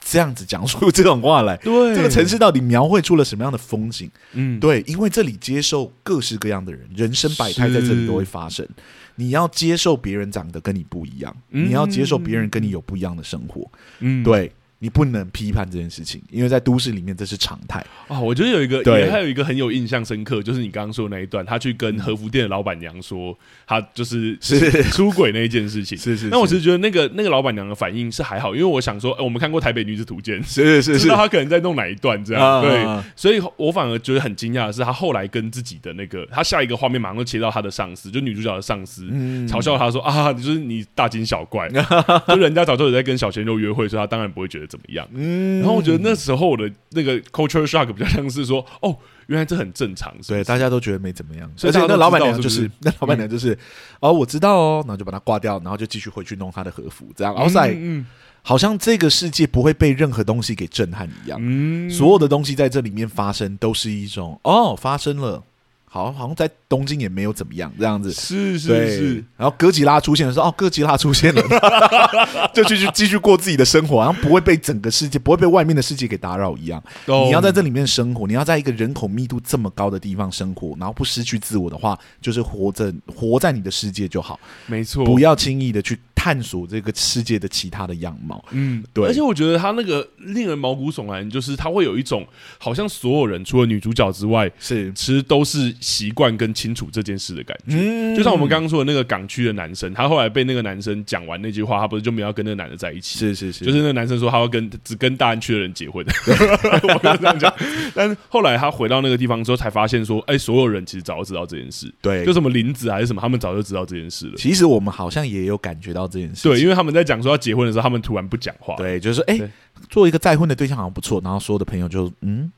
A: 这样子讲出这种话来？
B: 对
A: 这个城，市到底描绘出了什么样的风景？
B: 嗯，
A: 对，因为这里接受各式各样的人，人生百态在这里都会发生。你要接受别人长得跟你不一样，
B: 嗯
A: 你要接受别人跟你有不一样的生活，
B: 嗯，
A: 对你不能批判这件事情，因为在都市里面这是常态。
B: 啊，我觉得有一个，
A: 对嗯
B: 也还有一个很有印象深刻，就是你刚刚说的那一段，他去跟和服店的老板娘说，他就是
A: 是
B: 出轨那一件事情。
A: 是是
B: 那我其实觉得那个那个老板娘的反应是还好，因为我想说，呃我们看过《台北女子图鉴》，
A: 是是
B: 知道嗯她可能在弄哪一段这样，
A: 啊
B: 对，所以我反而觉得很惊讶的是，她后来跟自己的那个，她下一个画面马上就切到她的上司，就女主角的上司，
A: 嗯
B: 嘲笑她说啊，就是你大惊小 怪，就人家早就有在跟小鲜肉约会，所以她当然不会觉得怎么样。
A: 嗯
B: 然后我觉得那时候我的那个 culture shock 比较像是说，哦，原来这很正常，是不
A: 对
B: 是
A: 大家都觉得没怎么样，
B: 所以
A: 而且
B: 大家都
A: 那老板娘就是
B: 知道是
A: 那老板娘就是、哦，我知道哦，然后就把它挂掉，然后就继续回去弄她的和服，这样 outside、
B: 嗯
A: 好像这个世界不会被任何东西给震撼一样。
B: 嗯，
A: 所有的东西在这里面发生，都是一种哦，发生了，好，好像在东京也没有怎么样这样子。
B: 是是
A: 对，
B: 是，
A: 然后哥吉拉出现的时候，哦，哥吉拉出现了， 就继续继续过自己的生活，然后不会被整个世界，不会被外面的世界给打扰一样。
B: 懂
A: 你要在这里面生活，你要在一个人口密度这么高的地方生活，然后不失去自我的话，就是活着活在你的世界就好，
B: 没错，
A: 不要轻易的去探索这个世界的其他的样貌。
B: 嗯，
A: 对
B: 而且我觉得他那个令人毛骨悚然，就是他会有一种好像所有人除了女主角之外，
A: 是，
B: 其实都是习惯跟清楚这件事的感觉。
A: 嗯
B: 就像我们刚刚说的那个港区的男生，他后来被那个男生讲完那句话，他不是就没有要跟那个男的在一起？
A: 是是是，
B: 就是那个男生说他要跟只跟大安区的人结婚，我就这样讲。但是后来他回到那个地方之后，才发现说，哎、所有人其实早就知道这件事，
A: 对，
B: 就什么林子还是什么，他们早就知道这件事了。
A: 其实我们好像也有感觉到这件事情。
B: 对，因为他们在讲说要结婚的时候，他们突然不讲话。
A: 对，就是说，哎、
B: 对
A: 做一个再婚的对象好像不错。然后所有的朋友就，嗯，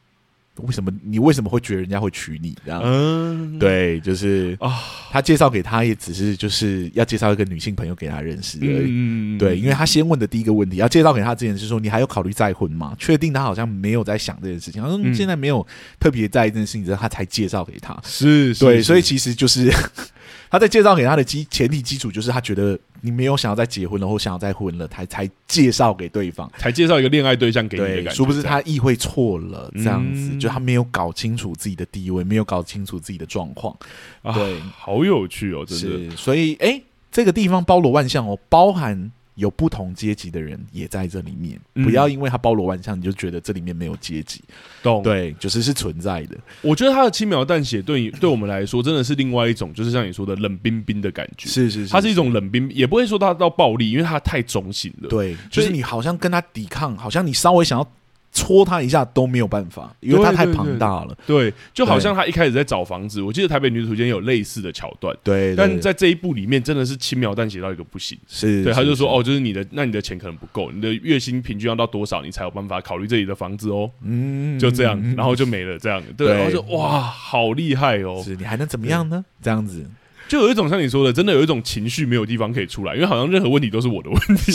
A: 为什么你为什么会觉得人家会娶你？这样，
B: 嗯，
A: 啊对，就是
B: 啊
A: 他介绍给他也只是就是要介绍一个女性朋友给他认识而已。
B: 嗯，嗯
A: 对，因为他先问的第一个问题，要介绍给他之前是说，你还有考虑再婚吗？确定他好像没有在想这件事情，他说
B: 嗯
A: 现在没有特别在意这件事情之后，他才介绍给他。
B: 是，是
A: 对，
B: 是
A: 所以其实就是 他在介绍给他的基前提基础，就是他觉得你没有想要再结婚了，或想要再婚了，才才介绍给对方。
B: 才介绍一个恋爱对象给你的
A: 对，
B: 感觉，
A: 殊不知
B: 这样
A: 他意会错了，这样子、
B: 嗯
A: 就他没有搞清楚自己的地位，没有搞清楚自己的状况。
B: 啊
A: 对，
B: 好有趣哦，真的。
A: 是，所以哎、诶这个地方包罗万象哦，包含有不同阶级的人也在这里面。
B: 嗯
A: 不要因为他包罗万象，你就觉得这里面没有阶级。
B: 懂，
A: 对，就是是存在的。
B: 我觉得他的轻描淡写对你对我们来说真的是另外一种，就是像你说的冷冰冰的感觉。
A: 是是是，
B: 它是一种冷冰，也不会说它到暴力，因为它太中性了。，
A: 对，就是
B: 所以
A: 你好像跟他抵抗，好像你稍微想要戳他一下都没有办法，因为他
B: 对
A: 太
B: 对
A: 庞
B: 对
A: 大了。
B: 对，就好像他一开始在找房子，我记得《台北女子图鉴》有类似的桥段，
A: 对，
B: 但
A: 对
B: 在这一部里面真的是轻描淡写到一个不行。
A: 是，
B: 对，他
A: 是
B: 就说，
A: 是
B: 哦，就是你的，那你的钱可能不够，你的月薪平均要到多少，你才有办法考虑这里的房子哦，
A: 嗯
B: 就这样，
A: 嗯嗯
B: 然后就没了，这样，对，
A: 对
B: 然后就哇，好厉害哦，
A: 是你还能怎么样呢？这样子，
B: 就有一种像你说的，真的有一种情绪没有地方可以出来，因为好像任何问题都是我的问题，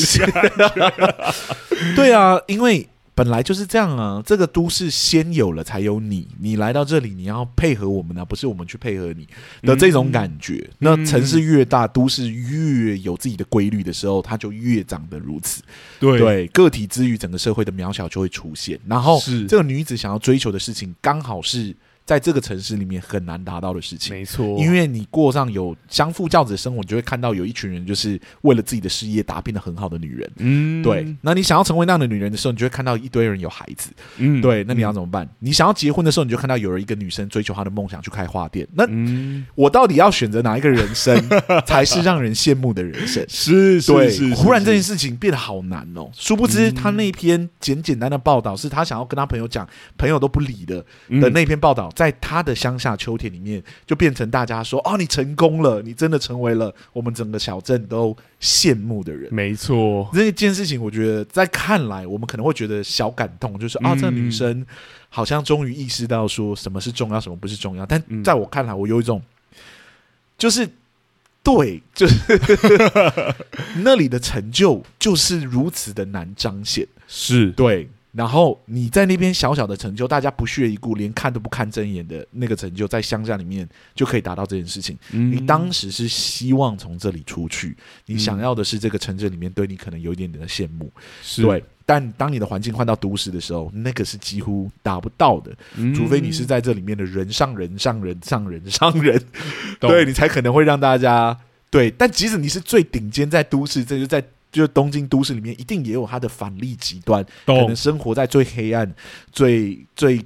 A: 对啊，因为本来就是这样啊，这个都市先有了才有你，你来到这里你要配合我们啊，不是我们去配合你
B: 嗯
A: 的这种感觉。那城市越大，都市越有自己的规律的时候，它就越长得如此。
B: 对
A: 对个体之余，整个社会的渺小就会出现。然后
B: 是
A: 这个女子想要追求的事情，刚好是在这个城市里面很难达到的事情。
B: 没错，
A: 因为你过上有相夫教子的生活，你就会看到有一群人就是为了自己的事业打拼的很好的女人。
B: 嗯
A: 对，，那你想要成为那样的女人的时候，你就会看到一堆人有孩子。
B: 嗯
A: 对，那你要
B: 么？
A: 怎么办？你想要结婚的时候，你就看到有人一个女生追求她的梦想去开花店。那
B: 嗯，
A: 我到底要选择哪一个人生才是让人羡慕的人生？
B: 是
A: 对
B: 是是，，嗯
A: 忽然这件
B: 事
A: 事情变得好难哦。殊不知，他那篇简简单的报道是他想要跟他朋友讲，朋友都不理的的
B: 嗯
A: 那篇报道，在他的乡下秋天里面，就变成大家说：“哦，你成功了，你真的成为了我们整个小镇都羡慕的人。”
B: 没错，
A: 这件事情，我觉得在看来，我们可能会觉得小感动，就是啊，
B: 嗯
A: 这个女生好像终于意识到说什么是重要，什么不是重要。但
B: 嗯
A: 在我看来，我有一种就是对， 就是那里的成就就是如此的难彰显。
B: 是
A: 对，然后你在那边小小的成就，大家不屑一顾，连看都不看真眼的那个成就，在乡下里面就可以达到这件事情。你
B: 你
A: 当时是希望从这里出去，你
B: 嗯
A: 想要的是这个城镇里面对你可能有一点点的羡慕，
B: 是
A: 对。但当你的环境换到都市的时候，那个是几乎达不到的，
B: 嗯
A: 除非你是在这里面的人上人上人上人上人，
B: 懂
A: 对你才可能会让大家对。但即使你是最顶尖在都市，这就在就是东京都市里面，一定也有它的反例极端，可
B: 懂
A: 能生活在最黑暗、最最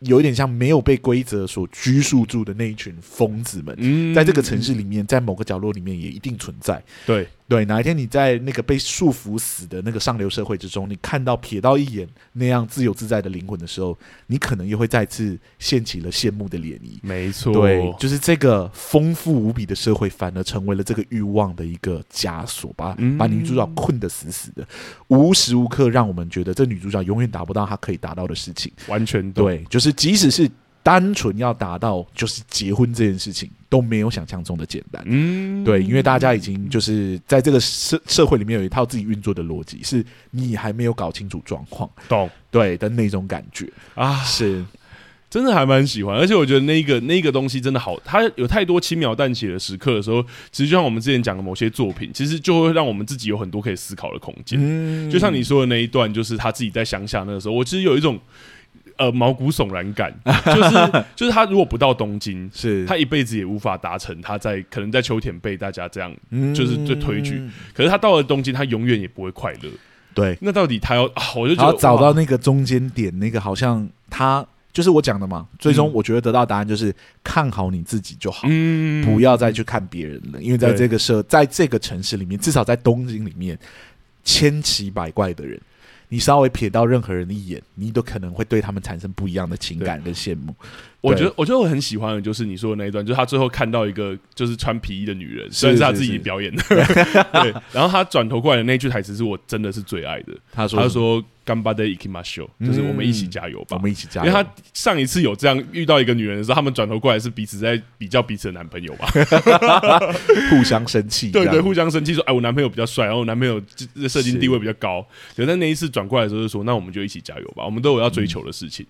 A: 有一点像没有被规则所拘束住的那一群疯子们。
B: 嗯
A: 在这个城市里面，在某个角落里面也一定存在。
B: 对
A: 对，哪一天你在那个被束缚死的那个上流社会之中，你看到瞥到一眼那样自由自在的灵魂的时候，你可能又会再次掀起了羡慕的涟漪。
B: 没错，
A: 对，就是这个丰富无比的社会，反而成为了这个欲望的一个枷锁，把
B: 嗯
A: 把女主角困得死死的，无时无刻让我们觉得这女主角永远达不到她可以达到的事情。
B: 完全懂，
A: 对，就是即使是单纯要达到就是结婚这件事情，都没有想象中的简单。
B: 嗯
A: 对，因为大家已经就是在这个社社会里面有一套自己运作的逻辑，是你还没有搞清楚状况，
B: 懂
A: 对的那种感觉。
B: 啊，
A: 是，
B: 真的还蛮喜欢，而且我觉得那一个那一个东西真的好，它有太多轻描淡写的时刻的时候，其实就像我们之前讲的某些作品，其实就会让我们自己有很多可以思考的空间。
A: 嗯
B: 就像你说的那一段，就是他自己在乡下那个时候，我其实有一种呃毛骨悚然 感，就是就是他如果不到东京，
A: 是
B: 他一辈子也无法达成他在可能在秋田被大家这样，
A: 嗯
B: 就是就推举，可是他到了东京，他永远也不会快乐。
A: 对，
B: 那到底他要啊？我就
A: 然
B: 觉
A: 后
B: 得
A: 找到
B: 哇
A: 那个中间点，那个好像他就是我讲的嘛，最终
B: 嗯
A: 我觉得得到答案就是看好你自己就好。
B: 嗯
A: 不要再去看别人了，因为在
B: 对
A: 这个社，在这个城市里面，至少在东京里面，千奇百怪的人，你稍微瞥到任何人一眼，你都可能会对他们产生不一样的情感跟羡慕。
B: 我
A: 对
B: 觉得，我觉得我很喜欢的就是你说的那一段，就是他最后看到一个就是穿皮衣的女人，
A: 是
B: 虽然是他
A: 是
B: 自己
A: 是
B: 表演的， 对。然后他转头过来的那句台词是我真的是最爱的，
A: 他
B: 他就说干巴的 i k i m a s h o 就是我们一起加油：“
A: 嗯我
B: 吧。
A: 们一起加
B: 因
A: 油。”
B: 为他上一次有这样遇到一个女人的时候，他们转头过来是彼此在比较彼此的男朋友 吧？
A: 互相生气，
B: 对
A: 这
B: 对，
A: 样
B: 互相生气说：“哎，我男朋友比较帅，然后我男朋友这这社经地位比较高。”可是在那一次转过来的时候，就说：“那我们就一起加油吧，我们都有要追求的事情。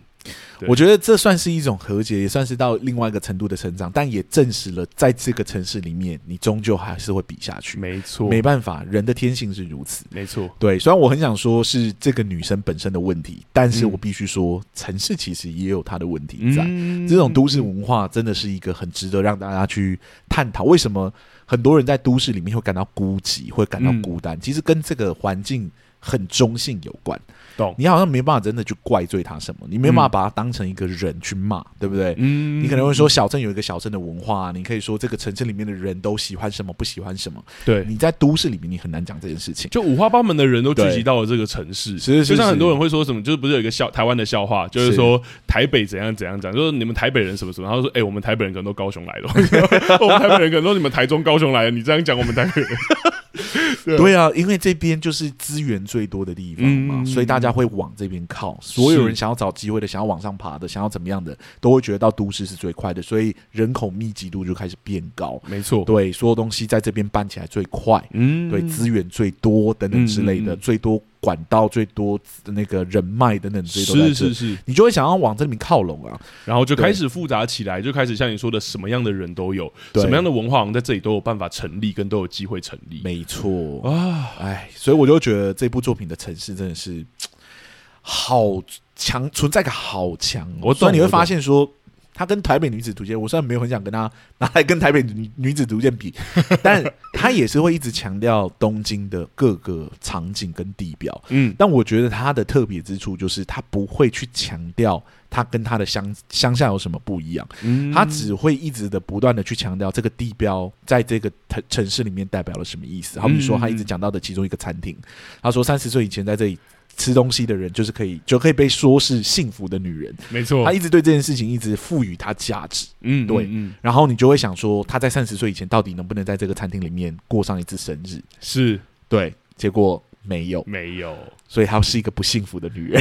B: 对
A: 我觉得这算是一种和解，也算是到另外一个程度的成长，但也证实了，在这个城市里面，你终究还是会比下去。
B: 没
A: 嗯
B: 错，
A: 没办法，人的天性是如此。
B: 没错，
A: 对，虽然我很想说是这个女生本身的问题，但是
B: 嗯
A: 我必须说，城市其实也有它的问题在。
B: 嗯
A: 这种都市文化真的是一个很值得让大家去探讨，为什么很多人在都市里面会感到孤寂，会感到
B: 嗯
A: 孤单，其实跟这个环境很中性有关。
B: 懂
A: 你好像没办法真的去怪罪他什么，你没办法把他当成一个人去骂，对不对？
B: 嗯
A: 你可能会说小镇有一个小镇的文化、你可以说这个城市里面的人都喜欢什么，不喜欢什么。
B: 对，
A: 你在都市里面，你很难讲这件事情。
B: 就五花八门的人都聚
A: 对
B: 集到了这个城市，
A: 是是
B: 就像
A: 是
B: 很多人会说什么，就是不是有一个笑台湾的笑话，就是
A: 是
B: 说台北怎样怎样讲，就是你们台北人什么什么，然后说哎、我们台北人可能都高雄来的， 我们台北人可能都你们台中、高雄来的，你这样讲我们台北人，
A: 对啊，因为这边就是资源最多的地方嘛，
B: 嗯
A: 所以大家会往这边靠。所有人想要找机会的，想要往上爬的，想要怎么样的，都会觉得到都市是最快的，所以人口密集度就开始变高。
B: 没错，
A: 对，所有东西在这边办起来最快，
B: 嗯
A: 对，资源最多等等之类的，
B: 嗯嗯嗯
A: 最多管道、最多那个人脉等等这些都在
B: 是
A: 这。
B: 是是，
A: 你就会想要往这里面靠拢啊，
B: 然后就开始复杂起来，就开始像你说的，什么样的人都有，
A: 对
B: 什么样的文化好像在这里都有办法成立，跟都有机会成立
A: 没错，
B: 啊，
A: 哎，所以我就觉得这部作品的城市真的是好强，存在感好强、哦。
B: 我懂
A: 虽然你会
B: 我懂
A: 发现说，他跟台北女子图鉴，我虽然没有很想跟他 拿来跟台北女女子图鉴比， 但他也是会一直强调东京的各个场景跟地标。
B: 嗯，
A: 但我觉得他的特别之处就是，他不会去强调他跟他的乡乡下有什么不一样，
B: 嗯
A: 他只会一直的不断的去强调这个地标在这个城城市里面代表了什么意思。好比说，他一
B: 嗯
A: 直讲到的其中一个餐厅，他说三十岁以前在这里吃东西的人，就是可以就可以被说是幸福的女人。
B: 没错，
A: 他一直对这件事情一直赋予它价值，
B: 嗯
A: 对
B: 嗯嗯
A: 然后你就会想说，他在三十岁以前到底能不能在这个餐厅里面过上一次生日？
B: 是
A: 对，结果没有，
B: 没有，
A: 所以她是一个不幸福的 女人。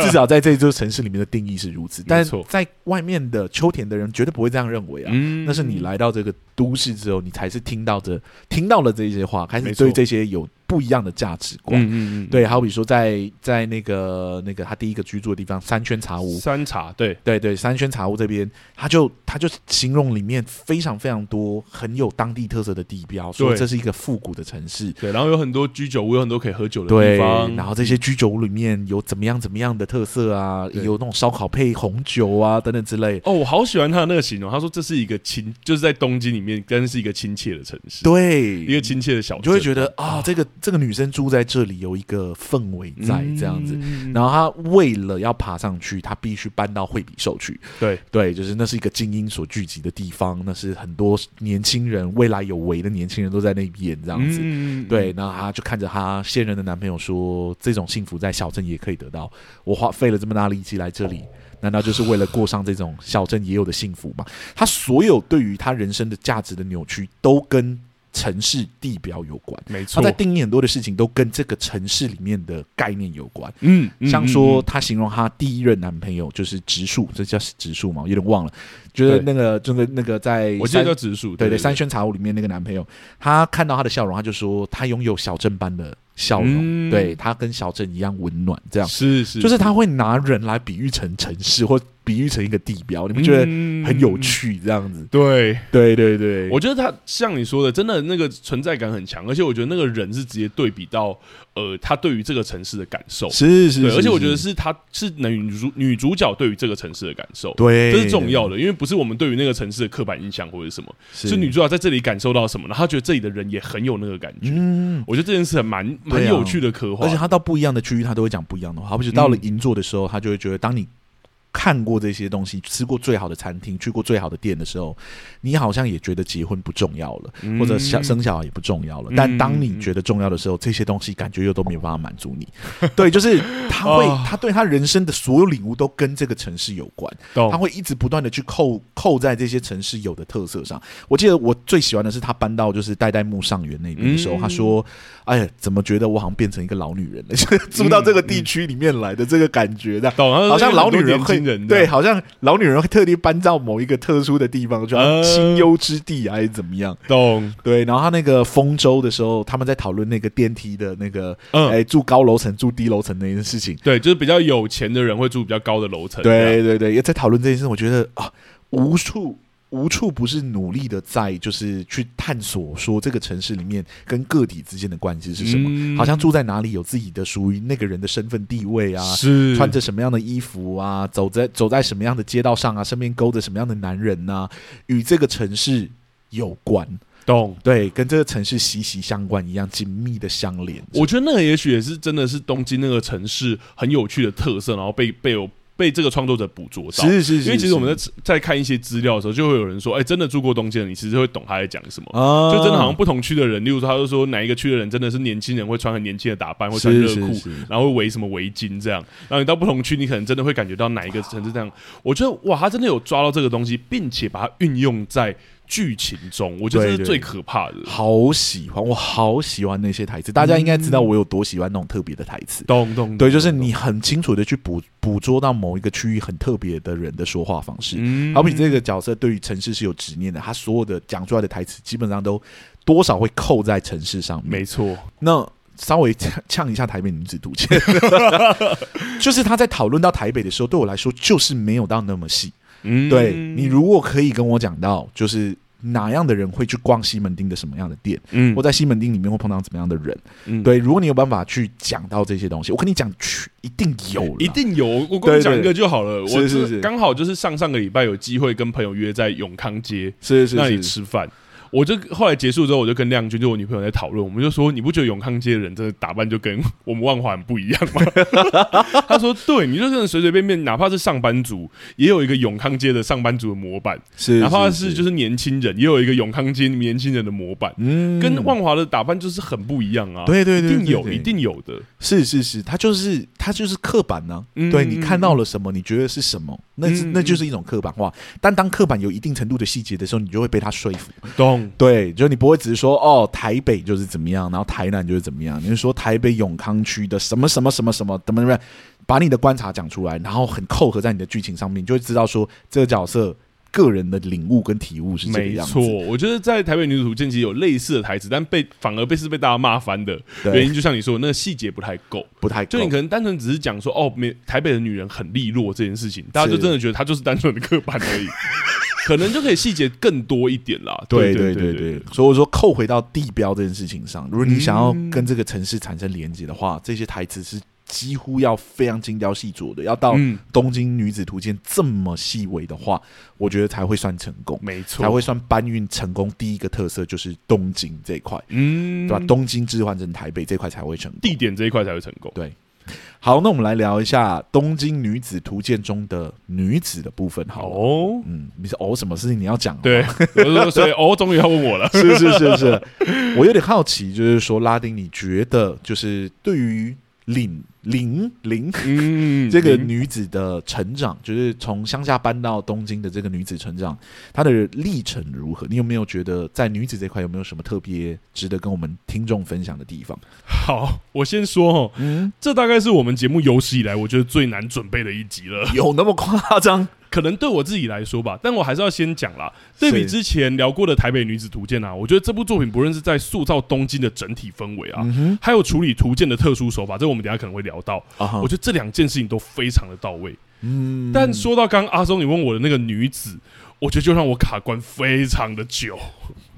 A: 至少在这座城市里面的定义是如此，但
B: 没错
A: 在外面的秋田的人绝对不会这样认为啊。
B: 嗯
A: 那是你来到这个都市之后，你才是听到这听到了这些话，开
B: 没
A: 始
B: 错
A: 对这些有不一样的价值观。
B: 嗯嗯嗯，
A: 对，好比说在在那个那个他第一个居住的地方三圈茶屋，
B: 三茶对，
A: 对对，三圈茶屋这边，他就他就形容里面非常非常多很有当地特色的地标，说
B: 对
A: 这是一个复古的城市。
B: 对，然后有很多居酒屋，有很多可以喝酒的
A: 对
B: 地，方。
A: 然后这些居酒屋里面有怎么样怎么样的特色啊，
B: 对
A: 有那种烧烤配红酒啊等等之类。
B: 哦，我好喜欢他的那个形容，他说这是一个亲，就是在东京里面，但是一个亲切的城市，
A: 对，
B: 一个亲切的小镇，
A: 你就会觉得啊、这个这个女生住在这里有一个氛围
B: 嗯
A: 在这样子。然后她为了要爬上去，她必须搬到惠比寿去。
B: 对
A: 对，就是那是一个精英所聚集的地方，那是很多年轻人、未来有为的年轻人都在那边这
B: 这
A: 样子。
B: 子
A: 对，然后她就看着她现任的男朋友说：“这种幸福在小镇也可以得到，我花费了这么大力气来这里，难道就是为了过上这种小镇也有的幸福吗？”她所有对于她人生的价值的扭曲，都跟城市地标有关。
B: 没错
A: 他在，定义很多的事情都跟这个城市里面的概念有关。
B: 嗯嗯
A: 像
B: 嗯
A: 说，
B: 嗯
A: 她形容她第一任男朋友就是植树，这叫植树嘛，有点忘了，就是那个，就是那个在
B: 嗯我记得
A: 三
B: 叫植树，
A: 对
B: 对
A: 对三轩茶屋里面那个男朋友，他看到她的笑容，他就说他拥有小镇般的笑容，
B: 嗯
A: 对他跟小镇一样温暖，这样
B: 是是，
A: 就是他会拿人来比喻成城市，或比喻成一个地标，你们觉得
B: 嗯
A: 很有趣这样子？
B: 对，
A: 对对对，
B: 我觉得他像你说的，真的那个存在感很强，而且我觉得那个人是直接对比到呃，他对于这个城市的感受，
A: 是是
B: 对，
A: 是，
B: 而且我觉得是他是女主女主角对于这个城市的感受，
A: 对，
B: 这是重要的，因为不是我们对于那个城市的刻板印象或者什么，
A: 是，
B: 是女主角在这里感受到什么，然后她觉得这里的人也很有那个感觉。
A: 嗯。
B: 我觉得这件事很蛮蛮
A: 对啊
B: 有趣的嗯刻画
A: 而且，他到不一样的区域，他都会讲不一样的话。好比是到了银座的时候，他就会觉得，当你看过这些东西，吃过最好的餐厅，去过最好的店的时候，你好像也觉得结婚不重要了，
B: 嗯
A: 或者小生小孩也不重要了。
B: 嗯
A: 但当你觉得重要的时候，这些东西感觉又都没有办法满足你。对，就是他会
B: 哦，
A: 他对他人生的所有领悟都跟这个城市有关。他
B: 懂
A: 会一直不断的去扣扣在这些城市有的特色上。我记得我最喜欢的是他搬到就是代代木上园那边的时候，
B: 嗯
A: 他说：“哎呀，怎么觉得我好像变成一个老女人了？ 就是住到这个地区里面来的这个感觉的。”
B: 懂，
A: 好像老女人
B: 嗯很
A: 会
B: 多年轻人
A: 对，
B: 这样
A: 好像老女人会特地搬到某一个特殊的地方，就
B: 呃
A: 清幽之地还是怎么样？
B: 懂，
A: 对，然后他那个丰州的时候，他们在讨论那个电梯的那个，
B: 嗯，
A: 哎，住高楼层住低楼层那件事情。
B: 对，就是比较有钱的人会住比较高的楼层，这样，
A: 对对对，也在讨论这件事，我觉得啊，无处无处不是努力的在就是去探索，说这个城市里面跟个体之间的关系是什么，
B: 嗯
A: 好像住在哪里有自己的属于那个人的身份地位啊。
B: 是
A: 穿着什么样的衣服啊，走在走在什么样的街道上啊，身边勾着什么样的男人呐、与这个城市有关，
B: 懂。
A: 对，跟这个城市息息相关一样，紧密的相连。
B: 我觉得那个也许也是真的是东京那个城市很有趣的特色，然后被被有被这个创作者捕捉到。
A: 是是是，
B: 因为其实
A: 是
B: 我们在在看一些资料的时候，就会有人说，哎、真的住过东京的，你其实会懂他在讲什么。
A: 啊，
B: 就真的好像不同区的人，例如说，他就说哪一个区的人真的是年轻人会穿很年轻的打扮，会穿热
A: 是是
B: 裤，
A: 是
B: 然后会围什么围巾这样。然后你到不同区，你可能真的会感觉到哪一个城市这样。我觉得哇，他真的有抓到这个东西，并且把它运用在剧情中，我觉得这是
A: 对对
B: 最可怕的。
A: 好喜欢，我好喜欢那些台词。大家应该知道我有多喜欢那种特别的台词。
B: 懂懂，
A: 对，就是
B: 懂，
A: 你很清楚的去捕捕捉到某一个区域很特别的人的说话方式。
B: 嗯
A: 好比这个角色对于城市是有执念的，他所有的讲出来的台词基本上都多少会扣在城市上面
B: 没。错，
A: 那稍微呛呛一下台北女子读 者，就是他在讨论到台北的时候，对我来说就是没有到那么细。
B: 嗯
A: 对你如果可以跟我讲到，就是哪样的人会去逛西门町的什么样的店。
B: 嗯
A: 或在西门町里面会碰到怎么样的人？
B: 嗯，
A: 对，如果你有办法去讲到这些东西，我跟你讲，去一定有啦，
B: 一定有，我光讲一个就好了。
A: 对对是
B: 我
A: 是
B: 这
A: 是
B: 刚好就是上上个礼拜有机会跟朋友约在永康街
A: 是是
B: 那里
A: 是
B: 吃饭。我就后来结束之后，我就跟亮君，就我女朋友在讨论，我们就说，你不觉得永康街的人真的打扮就跟我们万华很不一样吗？ 他说，对，你就真的随随便便，哪怕是上班族，也有一个永康街的上班族的模板，
A: 是，
B: 哪怕是就是年轻人，也有一个永康街年轻人的模板，
A: 嗯
B: 跟万华的打扮就是很不一样啊。
A: 对对
B: 一
A: 对，
B: 定
A: 对
B: 有，
A: 对
B: 一定有的。
A: 是是是，他就是他就是刻板呢、
B: 嗯
A: 对你看到了什么，你觉得是什么，那是
B: 嗯
A: 那就是一种刻板化。但当刻板有一定程度的细节的时候，你就会被他说服。
B: 懂，
A: 对，就你不会只是说哦，台北就是怎么样，然后台南就是怎么样，你是说台北永康区的什么什么什么什么怎么怎么样，把你的观察讲出来，然后很扣合在你的剧情上面，你就会知道说这个角色个人的领悟跟体悟是这个
B: 没
A: 样子。
B: 错，我觉得在《台北女子图鉴》其实有类似的台词，但被反而被是被大家骂翻的原
A: 对，
B: 因，就像你说，那个细节不太够。
A: 不太够
B: 就你可能单纯只是讲说，哦，没台北的女人很利落这件事情，大家就是真的觉得她就是单纯的刻板而已， 可能就可以细节更多一点啦。
A: 对对
B: 对对
A: 对对，所以我说扣回到地标这件事情上，如果你想要
B: 嗯
A: 跟这个城市产生连接的话，这些台词是几乎要非常精雕细琢的，要到《
B: 嗯，
A: 东京女子图鉴》这么细微的话，我觉得才会算成功。
B: 没错，
A: 才会算搬运成功。第一个特色就是东京这一块，
B: 嗯，
A: 对吧？东京置换成台北这块才会成
B: 地
A: 功。
B: 点这一块才会成功。
A: 好，那我们来聊一下《东京女子图鉴》中的女子的部分。好了，
B: 哦，
A: 嗯，你是哦什么事情你要讲？
B: 对，，我就说所以哦，终于要问我了。
A: 是是是是， 我有点好奇，就是说拉丁，你觉得就是对于领领领
B: 嗯，
A: 这个
B: 嗯
A: 女子的成长，就是从乡下搬到东京的这个女子成长，她的历程如何？你有没有觉得在女子这块有没有什么特别值得跟我们听众分享的地方？
B: 好，我先说哦，
A: 嗯，
B: 这大概是我们节目有史以来我觉得最难准备的一集了。
A: 有那么夸张？
B: 可能对我自己来说吧，但我还是要先讲啦。对比
A: 是
B: 之前聊过的《台北女子图鉴》啊，我觉得这部作品不论是在塑造东京的整体氛围啊，
A: 嗯哼，
B: 还有处理图鉴的特殊手法，这我们等一下可能会聊到。
A: 啊哈
B: 我觉得这两件事情都非常的到位。
A: 嗯
B: 但说到刚刚阿松你问我的那个女子，我觉得就让我卡关非常的久。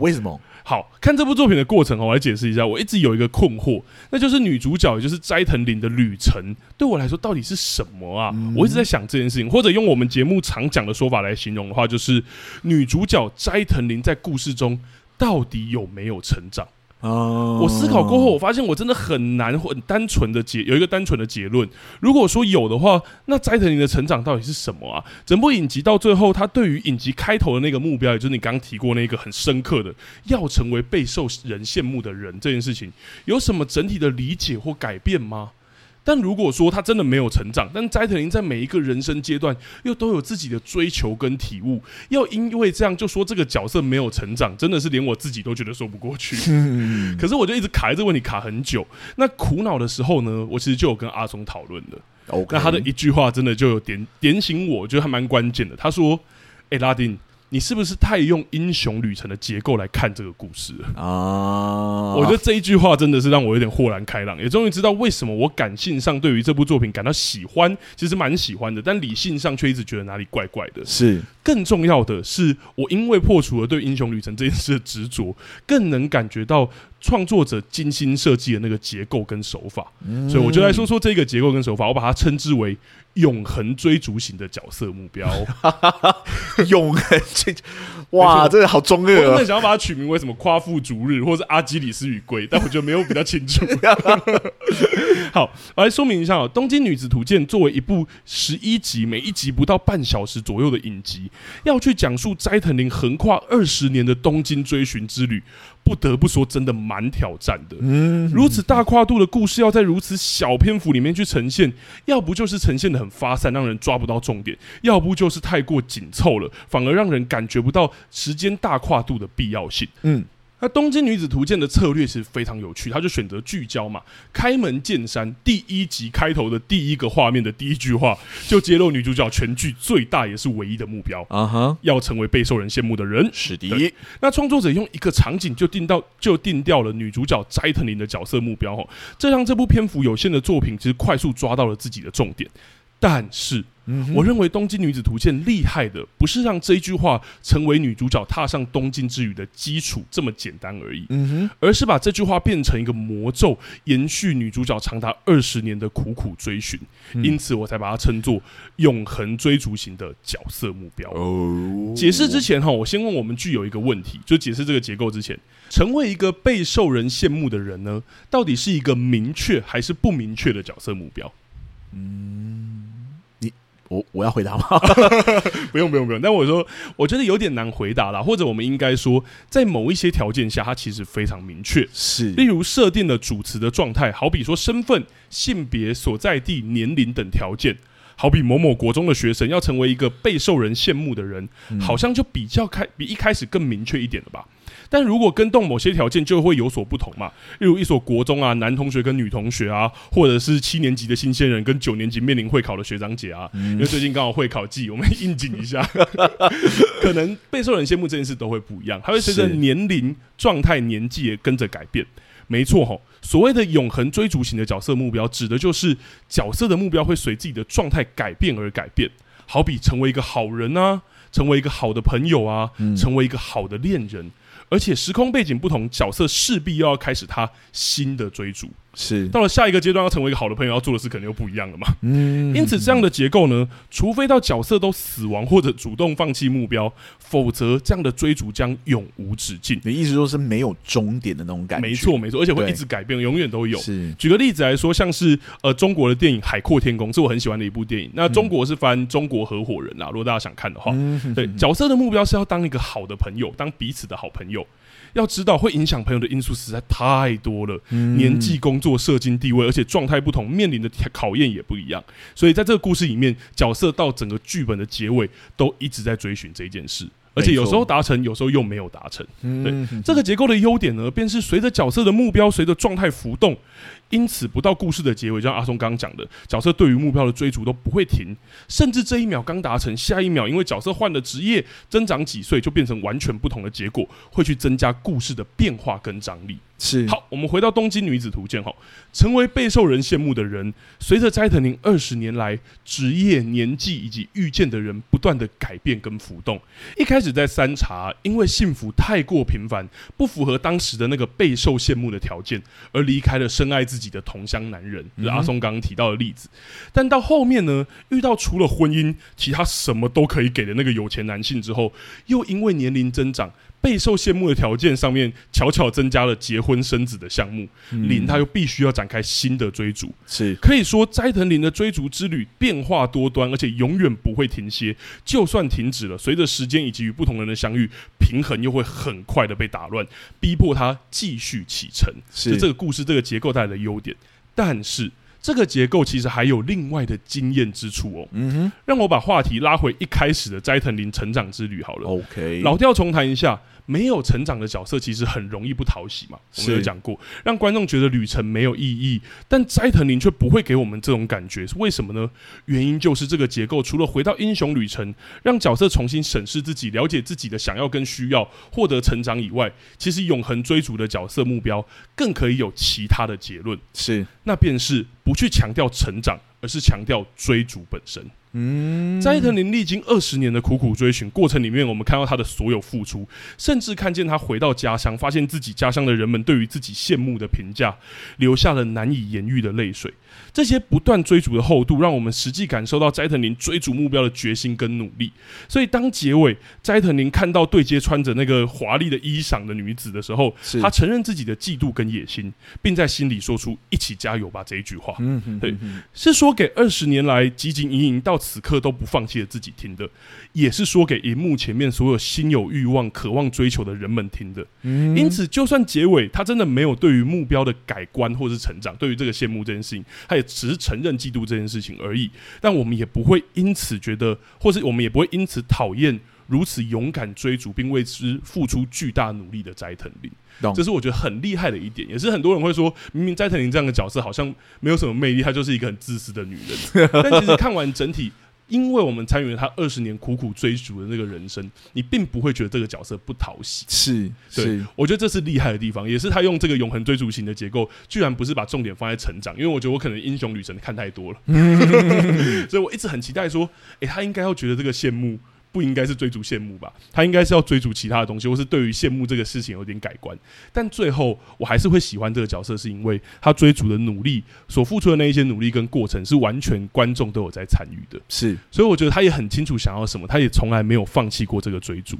A: 为什么？
B: 好看这部作品的过程哦，我来解释一下。我一直有一个困惑，那就是女主角，也就是斋藤绫的旅程，对我来说到底是什么啊？
A: 嗯
B: 我一直在想这件事情，或者用我们节目常讲的说法来形容的话，就是女主角斋藤绫在故事中到底有没有成长？
A: 哦
B: 我思考过后，我发现我真的很难很单纯的结有一个单纯的结论。如果说有的话，那斋藤绫的成长到底是什么啊？整部影集到最后，他对于影集开头的那个目标，也就是你刚刚提过那个很深刻的要成为备受人羡慕的人这件事情，有什么整体的理解或改变吗？但如果说他真的没有成长，但斋藤绫在每一个人生阶段又都有自己的追求跟体悟，要因为这样就说这个角色没有成长，真的是连我自己都觉得说不过去。
A: 嗯
B: 可是我就一直卡在这个问题卡很久。那苦恼的时候呢，我其实就有跟阿松讨论的。
A: ，OK，
B: 那他的一句话真的就有点点醒我，觉得还蛮关键的。他说：“哎、拉丁，你是不是太用英雄旅程的结构来看这个故事了？”
A: 啊，
B: 我觉得这一句话真的是让我有点豁然开朗，也终于知道为什么我感性上对于这部作品感到喜欢，其实蛮喜欢的，但理性上却一直觉得哪里怪怪的。
A: 是
B: 更重要的是，我因为破除了对英雄旅程这件事的执着，更能感觉到创作者精心设计的那个结构跟手法。所以我就来说说这个结构跟手法，我把它称之为永恒追逐型的角色目标。我
A: 永恒这，哇，这个好中二
B: 原
A: 哦
B: 本想要把它取名为什么“夸父逐日”或是“阿基里斯与龟”，但我觉得没有比较清楚。好，我来说明一下哦，《东京女子图鉴》作为一部十一集，每一集不到半小时左右的影集，要去讲述斋藤绫横跨二十年的东京追寻之旅，不得不说真的蛮挑战的。
A: 嗯，
B: 如此大跨度的故事要在如此小篇幅里面去呈现，要不就是呈现的很发散，让人抓不到重点；要不就是太过紧凑了，反而让人感觉不到时间大跨度的必要性。
A: 嗯，
B: 那《东京女子图鉴》的策略是非常有趣，他就选择聚焦嘛，开门见山，第一集开头的第一个画面的第一句话就揭露女主角全剧最大也是唯一的目标。
A: 啊哈，
B: 要成为备受人羡慕的人，
A: 史
B: 对，那创作者用一个场景就定到就定掉了女主角斋藤绫的角色目标哦，这让这部篇幅有限的作品其实快速抓到了自己的重点。但是，
A: 嗯
B: 我认为《东京女子图鉴》厉害的不是让这一句话成为女主角踏上东京之旅的基础这么简单而已，
A: 嗯哼，
B: 而是把这句话变成一个魔咒，延续女主角长达二十年的苦苦追寻。
A: 嗯
B: 因此，我才把它称作永恒追逐型的角色目标。
A: 哦，
B: 解释之前哈，我先问我们具有一个问题，就解释这个结构之前，成为一个备受人羡慕的人呢，到底是一个明确还是不明确的角色目标？
A: 我我要回答吗？
B: 不用不用不用。但我说，我觉得有点难回答啦，或者我们应该说，在某一些条件下，它其实非常明确。
A: 是
B: 例如设定了主词的状态，好比说身份、性别、所在地、年龄等条件。好比某某国中的学生要成为一个备受人羡慕的人，好像就比较开比一开始更明确一点了吧？但如果跟动某些条件，就会有所不同嘛。例如一所国中啊，男同学跟女同学啊，或者是七年级的新鲜人跟九年级面临会考的学长姐啊，因为最近刚好会考季，我们应景一下，可能备受人羡慕这件事都会不一样，它会随着
A: 是
B: 年龄、状态、年纪也跟着改变。没错吼，所谓的永恒追逐型的角色目标，指的就是角色的目标会随自己的状态改变而改变。好比成为一个好人啊，成为一个好的朋友啊，
A: 嗯
B: 成为一个好的恋人。而且时空背景不同，角色势必又要开始他新的追逐。
A: 是，
B: 到了下一个阶段，要成为一个好的朋友，要做的事可能又不一样了嘛。
A: 嗯
B: 因此，这样的结构呢，除非到角色都死亡或者主动放弃目标，否则这样的追逐将永无止境。
A: 你的意思说是没有终点的那种感觉？
B: 没错，，没错，而且会
A: 对
B: 一直改变，永远都有。
A: 是
B: 举个例子来说，像是呃中国的电影《海阔天空》是我很喜欢的一部电影。
A: 嗯
B: 那中国是翻《中国合伙人》啊啦，如果大家想看的话，哦
A: 嗯
B: 对角色的目标是要当一个好的朋友，当彼此的好朋友。要知道，会影响朋友的因素实在太多了，
A: 嗯
B: 年纪、工作、社经地位，而且状态不同，面临的考验也不一样。所以，在这个故事里面，角色到整个剧本的结尾都一直在追寻这件事，而且有时候达成，有时候又没有达成。
A: 对
B: 这个结构的优点呢，便是随着角色的目标，随着状态浮动，因此，不到故事的结尾，就像阿松刚刚讲的，角色对于目标的追逐都不会停，甚至这一秒刚达成，下一秒因为角色换了职业、增长几岁，就变成完全不同的结果，会去增加故事的变化跟张力。
A: 是
B: 好，我们回到东京女子图鉴哈，成为备受人羡慕的人。随着斋藤绫二十年来职业、年纪以及遇见的人不断的改变跟浮动，一开始在三茶，因为幸福太过平凡，不符合当时的那个备受羡慕的条件，而离开了深爱自己的同乡男人，就是阿松刚刚提到的例子。但到后面呢，遇到除了婚姻，其他什么都可以给的那个有钱男性之后，又因为年龄增长，备受羡慕的条件上面悄悄增加了结婚生子的项目，林他又必须要展开新的追逐。
A: 嗯是
B: 可以说，斋藤林的追逐之旅变化多端，而且永远不会停歇。就算停止了，随着时间以及与不同人的相遇，平衡又会很快的被打乱，逼迫他继续启程。
A: 是
B: 就这个故事这个结构带来的优点。但是这个结构其实还有另外的经验之处哦。
A: 嗯哼
B: 让我把话题拉回一开始的斋藤林成长之旅好了。
A: ，OK，
B: 老调重弹一下，没有成长的角色其实很容易不讨喜嘛。我们有
A: 是
B: 讲过，让观众觉得旅程没有意义，但斋藤林却不会给我们这种感觉，是为什么呢？原因就是这个结构除了回到英雄旅程，让角色重新审视自己、了解自己的想要跟需要，获得成长以外，其实永恒追逐的角色目标更可以有其他的结论，
A: 是
B: 那便是不去强调成长，而是强调追逐本身。
A: 嗯，
B: 斋藤林历经二十年的苦苦追寻过程里面，我们看到他的所有付出，甚至看见他回到家乡，发现自己家乡的人们对于自己羡慕的评价，留下了难以言喻的泪水。这些不断追逐的厚度，让我们实际感受到斋藤林追逐目标的决心跟努力。所以，当结尾斋藤林看到对街穿着那个华丽的衣裳的女子的时候，
A: 是
B: 他承认自己的嫉妒跟野心，并在心里说出“一起加油吧”这一句话。
A: 嗯哼
B: 对
A: 嗯哼
B: 是说给二十年来汲汲营营到此刻都不放弃的自己听的，也是说给荧幕前面所有心有欲望、渴望追求的人们听的。
A: 嗯
B: 因此，就算结尾他真的没有对于目标的改观或是成长，对于这个羡慕这件事情，他也只是承认嫉妒这件事情而已。但我们也不会因此觉得，或是我们也不会因此讨厌如此勇敢追逐并为之付出巨大努力的斋藤林。
A: 懂
B: 这是我觉得很厉害的一点，也是很多人会说，明明斋藤绫这样的角色好像没有什么魅力，她就是一个很自私的女 人。但其实看完整体，因为我们参与了她二十年苦苦追逐的那个人生，你并不会觉得这个角色不讨喜。
A: 是
B: 对
A: 是
B: 我觉得这是厉害的地方，也是他用这个永恒追逐型的结构，居然不是把重点放在成长，因为我觉得我可能英雄旅程看太多了， 所以我一直很期待说，诶、他应该要觉得这个羡慕不应该是追逐羡慕吧，他应该是要追逐其他的东西，或是对于羡慕这个事情有点改观。但最后我还是会喜欢这个角色，是因为他追逐的努力所付出的那一些努力跟过程是完全观众都有在参与的，
A: 是
B: 所以我觉得他也很清楚想要什么，他也从来没有放弃过这个追逐，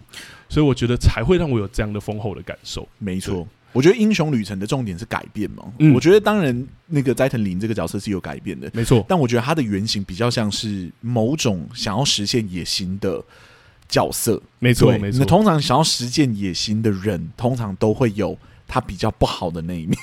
B: 所以我觉得才会让我有这样的丰厚的感受。
A: 没错。我觉得英雄旅程的重点是改变嘛，
B: 嗯
A: 我觉得当然那个斋藤林这个角色是有改变的，
B: 没错，
A: 但我觉得他的原型比较像是某种想要实现野心的角色。
B: 没错，
A: 对，
B: 没
A: 那
B: 错。
A: 通常想要实践野心的人，通常都会有他比较不好的那 一面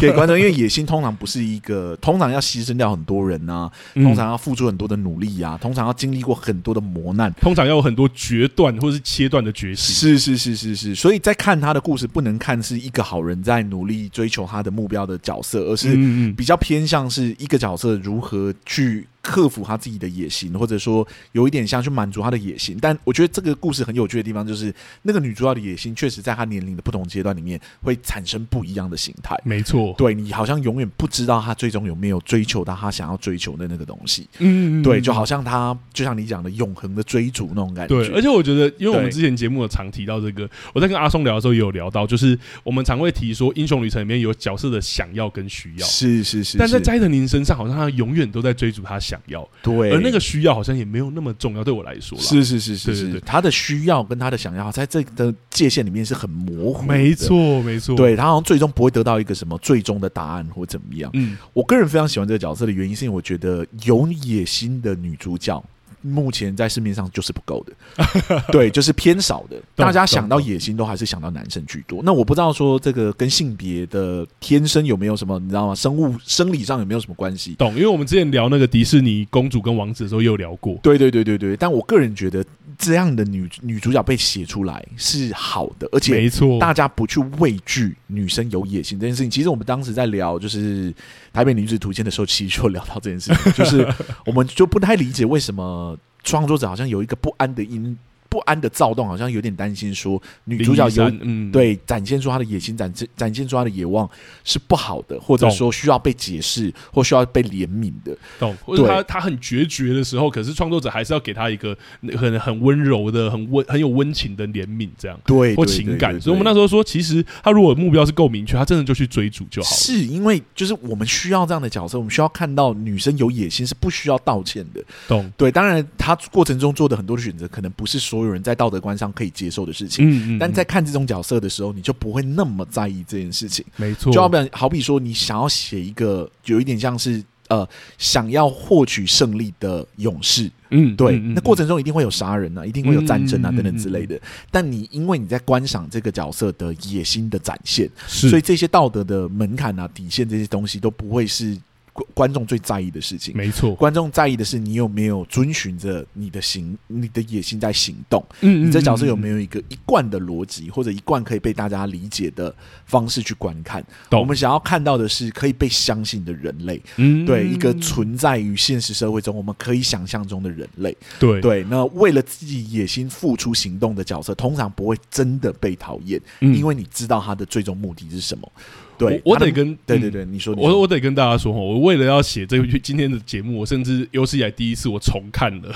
A: 给观众，因为野心通常不是一个，通常要牺牲掉很多人啊，
B: 嗯
A: 通常要付出很多的努力啊，通常要经历过很多的磨难。
B: 通常要有很多决断或是切断的决心。
A: 是是是是是，所以在看他的故事，不能看是一个好人在努力追求他的目标的角色，而是
B: 嗯嗯
A: 比较偏向是一个角色如何去克服他自己的野心，或者说有一点像去满足他的野心。但我觉得这个故事很有趣的地方就是，那个女主角的野心确实在她年龄的不同阶段里面会产生不一样的形态。
B: 没错。
A: 对你好像永远不知道她最终有没有追求到她想要追求的那个东西。
B: 嗯，嗯嗯
A: 对，就好像她就像你讲的永恒的追逐那种感觉。
B: 对，而且我觉得，因为我们
A: 对
B: 之前节目有常提到这个，我在跟阿松聊的时候也有聊到，就是我们常会提说，英雄旅程里面有角色的想要跟需要，
A: 是是是，
B: 但在
A: 是
B: 斋藤林身上，好像他永远都在追逐他想要，
A: 对
B: 而那个需要好像也没有那么重要，对我来说啦。
A: 是是是是
B: 对对对
A: 是，他的需要跟他的想要在这个界限里面是很模糊。
B: 没。错，没错。，
A: 对他好像最终不会得到一个什么最终的答案或怎么样。
B: 嗯，
A: 我个人非常喜欢这个角色的原因，是因为我觉得有野心的女主角目前在市面上就是不够的，对，就是偏少的。大家想到野心都还是想到男生居多。那我不知道说这个跟性别的天生有没有什么，你知道吗？生物生理上有没有什么关系？
B: 懂，因为我们之前聊那个迪士尼公主跟王子的时候，也有聊过。
A: 对对对对对，但我个人觉得这样的女女主角被写出来是好的，而且
B: 没错，
A: 大家不去畏惧女生有野心这件事情。其实我们当时在聊就是《台北女子图鉴》的时候，其实就聊到这件事 情，就是我们就不太理解为什么创作者好像有一个不安的因。不安的躁动，好像有点担心，说女主角
B: 林一
A: 有
B: 山嗯，
A: 对展现出她的野心，展现展现出她的野望是不好的，或者
B: 懂
A: 说需要被解释或需要被怜悯的。
B: 懂，或者
A: 对
B: 他他很决绝的时候，可是创作者还是要给他一个很很温柔的、很温很有温情的怜悯这样
A: 对，
B: 或
A: 对
B: 情
A: 对
B: 感。
A: 对
B: 所以我们
A: 对
B: 那时候说，其实他如果目标是够明确，他真的就去追逐就好了。
A: 是因为就是我们需要这样的角色，我们需要看到女生有野心是不需要道歉的。
B: 懂，
A: 对，当然她过程中做的很多的选择，可能不是所有人在道德观上可以接受的事情。
B: 嗯嗯，
A: 但
B: 嗯
A: 在看这种角色的时候，你就不会那么在意这件事情。
B: 没错，
A: 就要不然，好比说你想要写一个有一点像是呃想要获取胜利的勇士，
B: 嗯，
A: 对，
B: 嗯嗯
A: 那过程中一定会有杀人啊，一定会有战争啊、
B: 嗯嗯嗯
A: 等等之类的。但你因为你在观赏这个角色的野心的展现，
B: 是，
A: 所以这些道德的门槛啊、底线这些东西都不会是观观众最在意的事情。
B: 没错，
A: 观众在意的是你有没有遵循着你的行、你的野心在行动，
B: 嗯
A: 你这角色有没
B: 有
A: 有一个一贯的逻辑或者一贯可以被大家理解的方式去观看？
B: 懂？
A: 我们想要看到的是可以被相信的人类，
B: 嗯
A: 对一个存在于现实社会中我们可以想象中的人类。
B: 对
A: 对，那为了自己野心付出行动的角色，通常不会真的被讨厌，
B: 嗯
A: 因为你知道他的最终目的是什么。对，
B: 我我
A: 他的
B: 得跟
A: 对
B: 嗯
A: 对对，你说，你
B: 我
A: 说
B: 我得跟大家说哈，我为了要写这个今天的节目，我甚至有史以来第一次我重看 了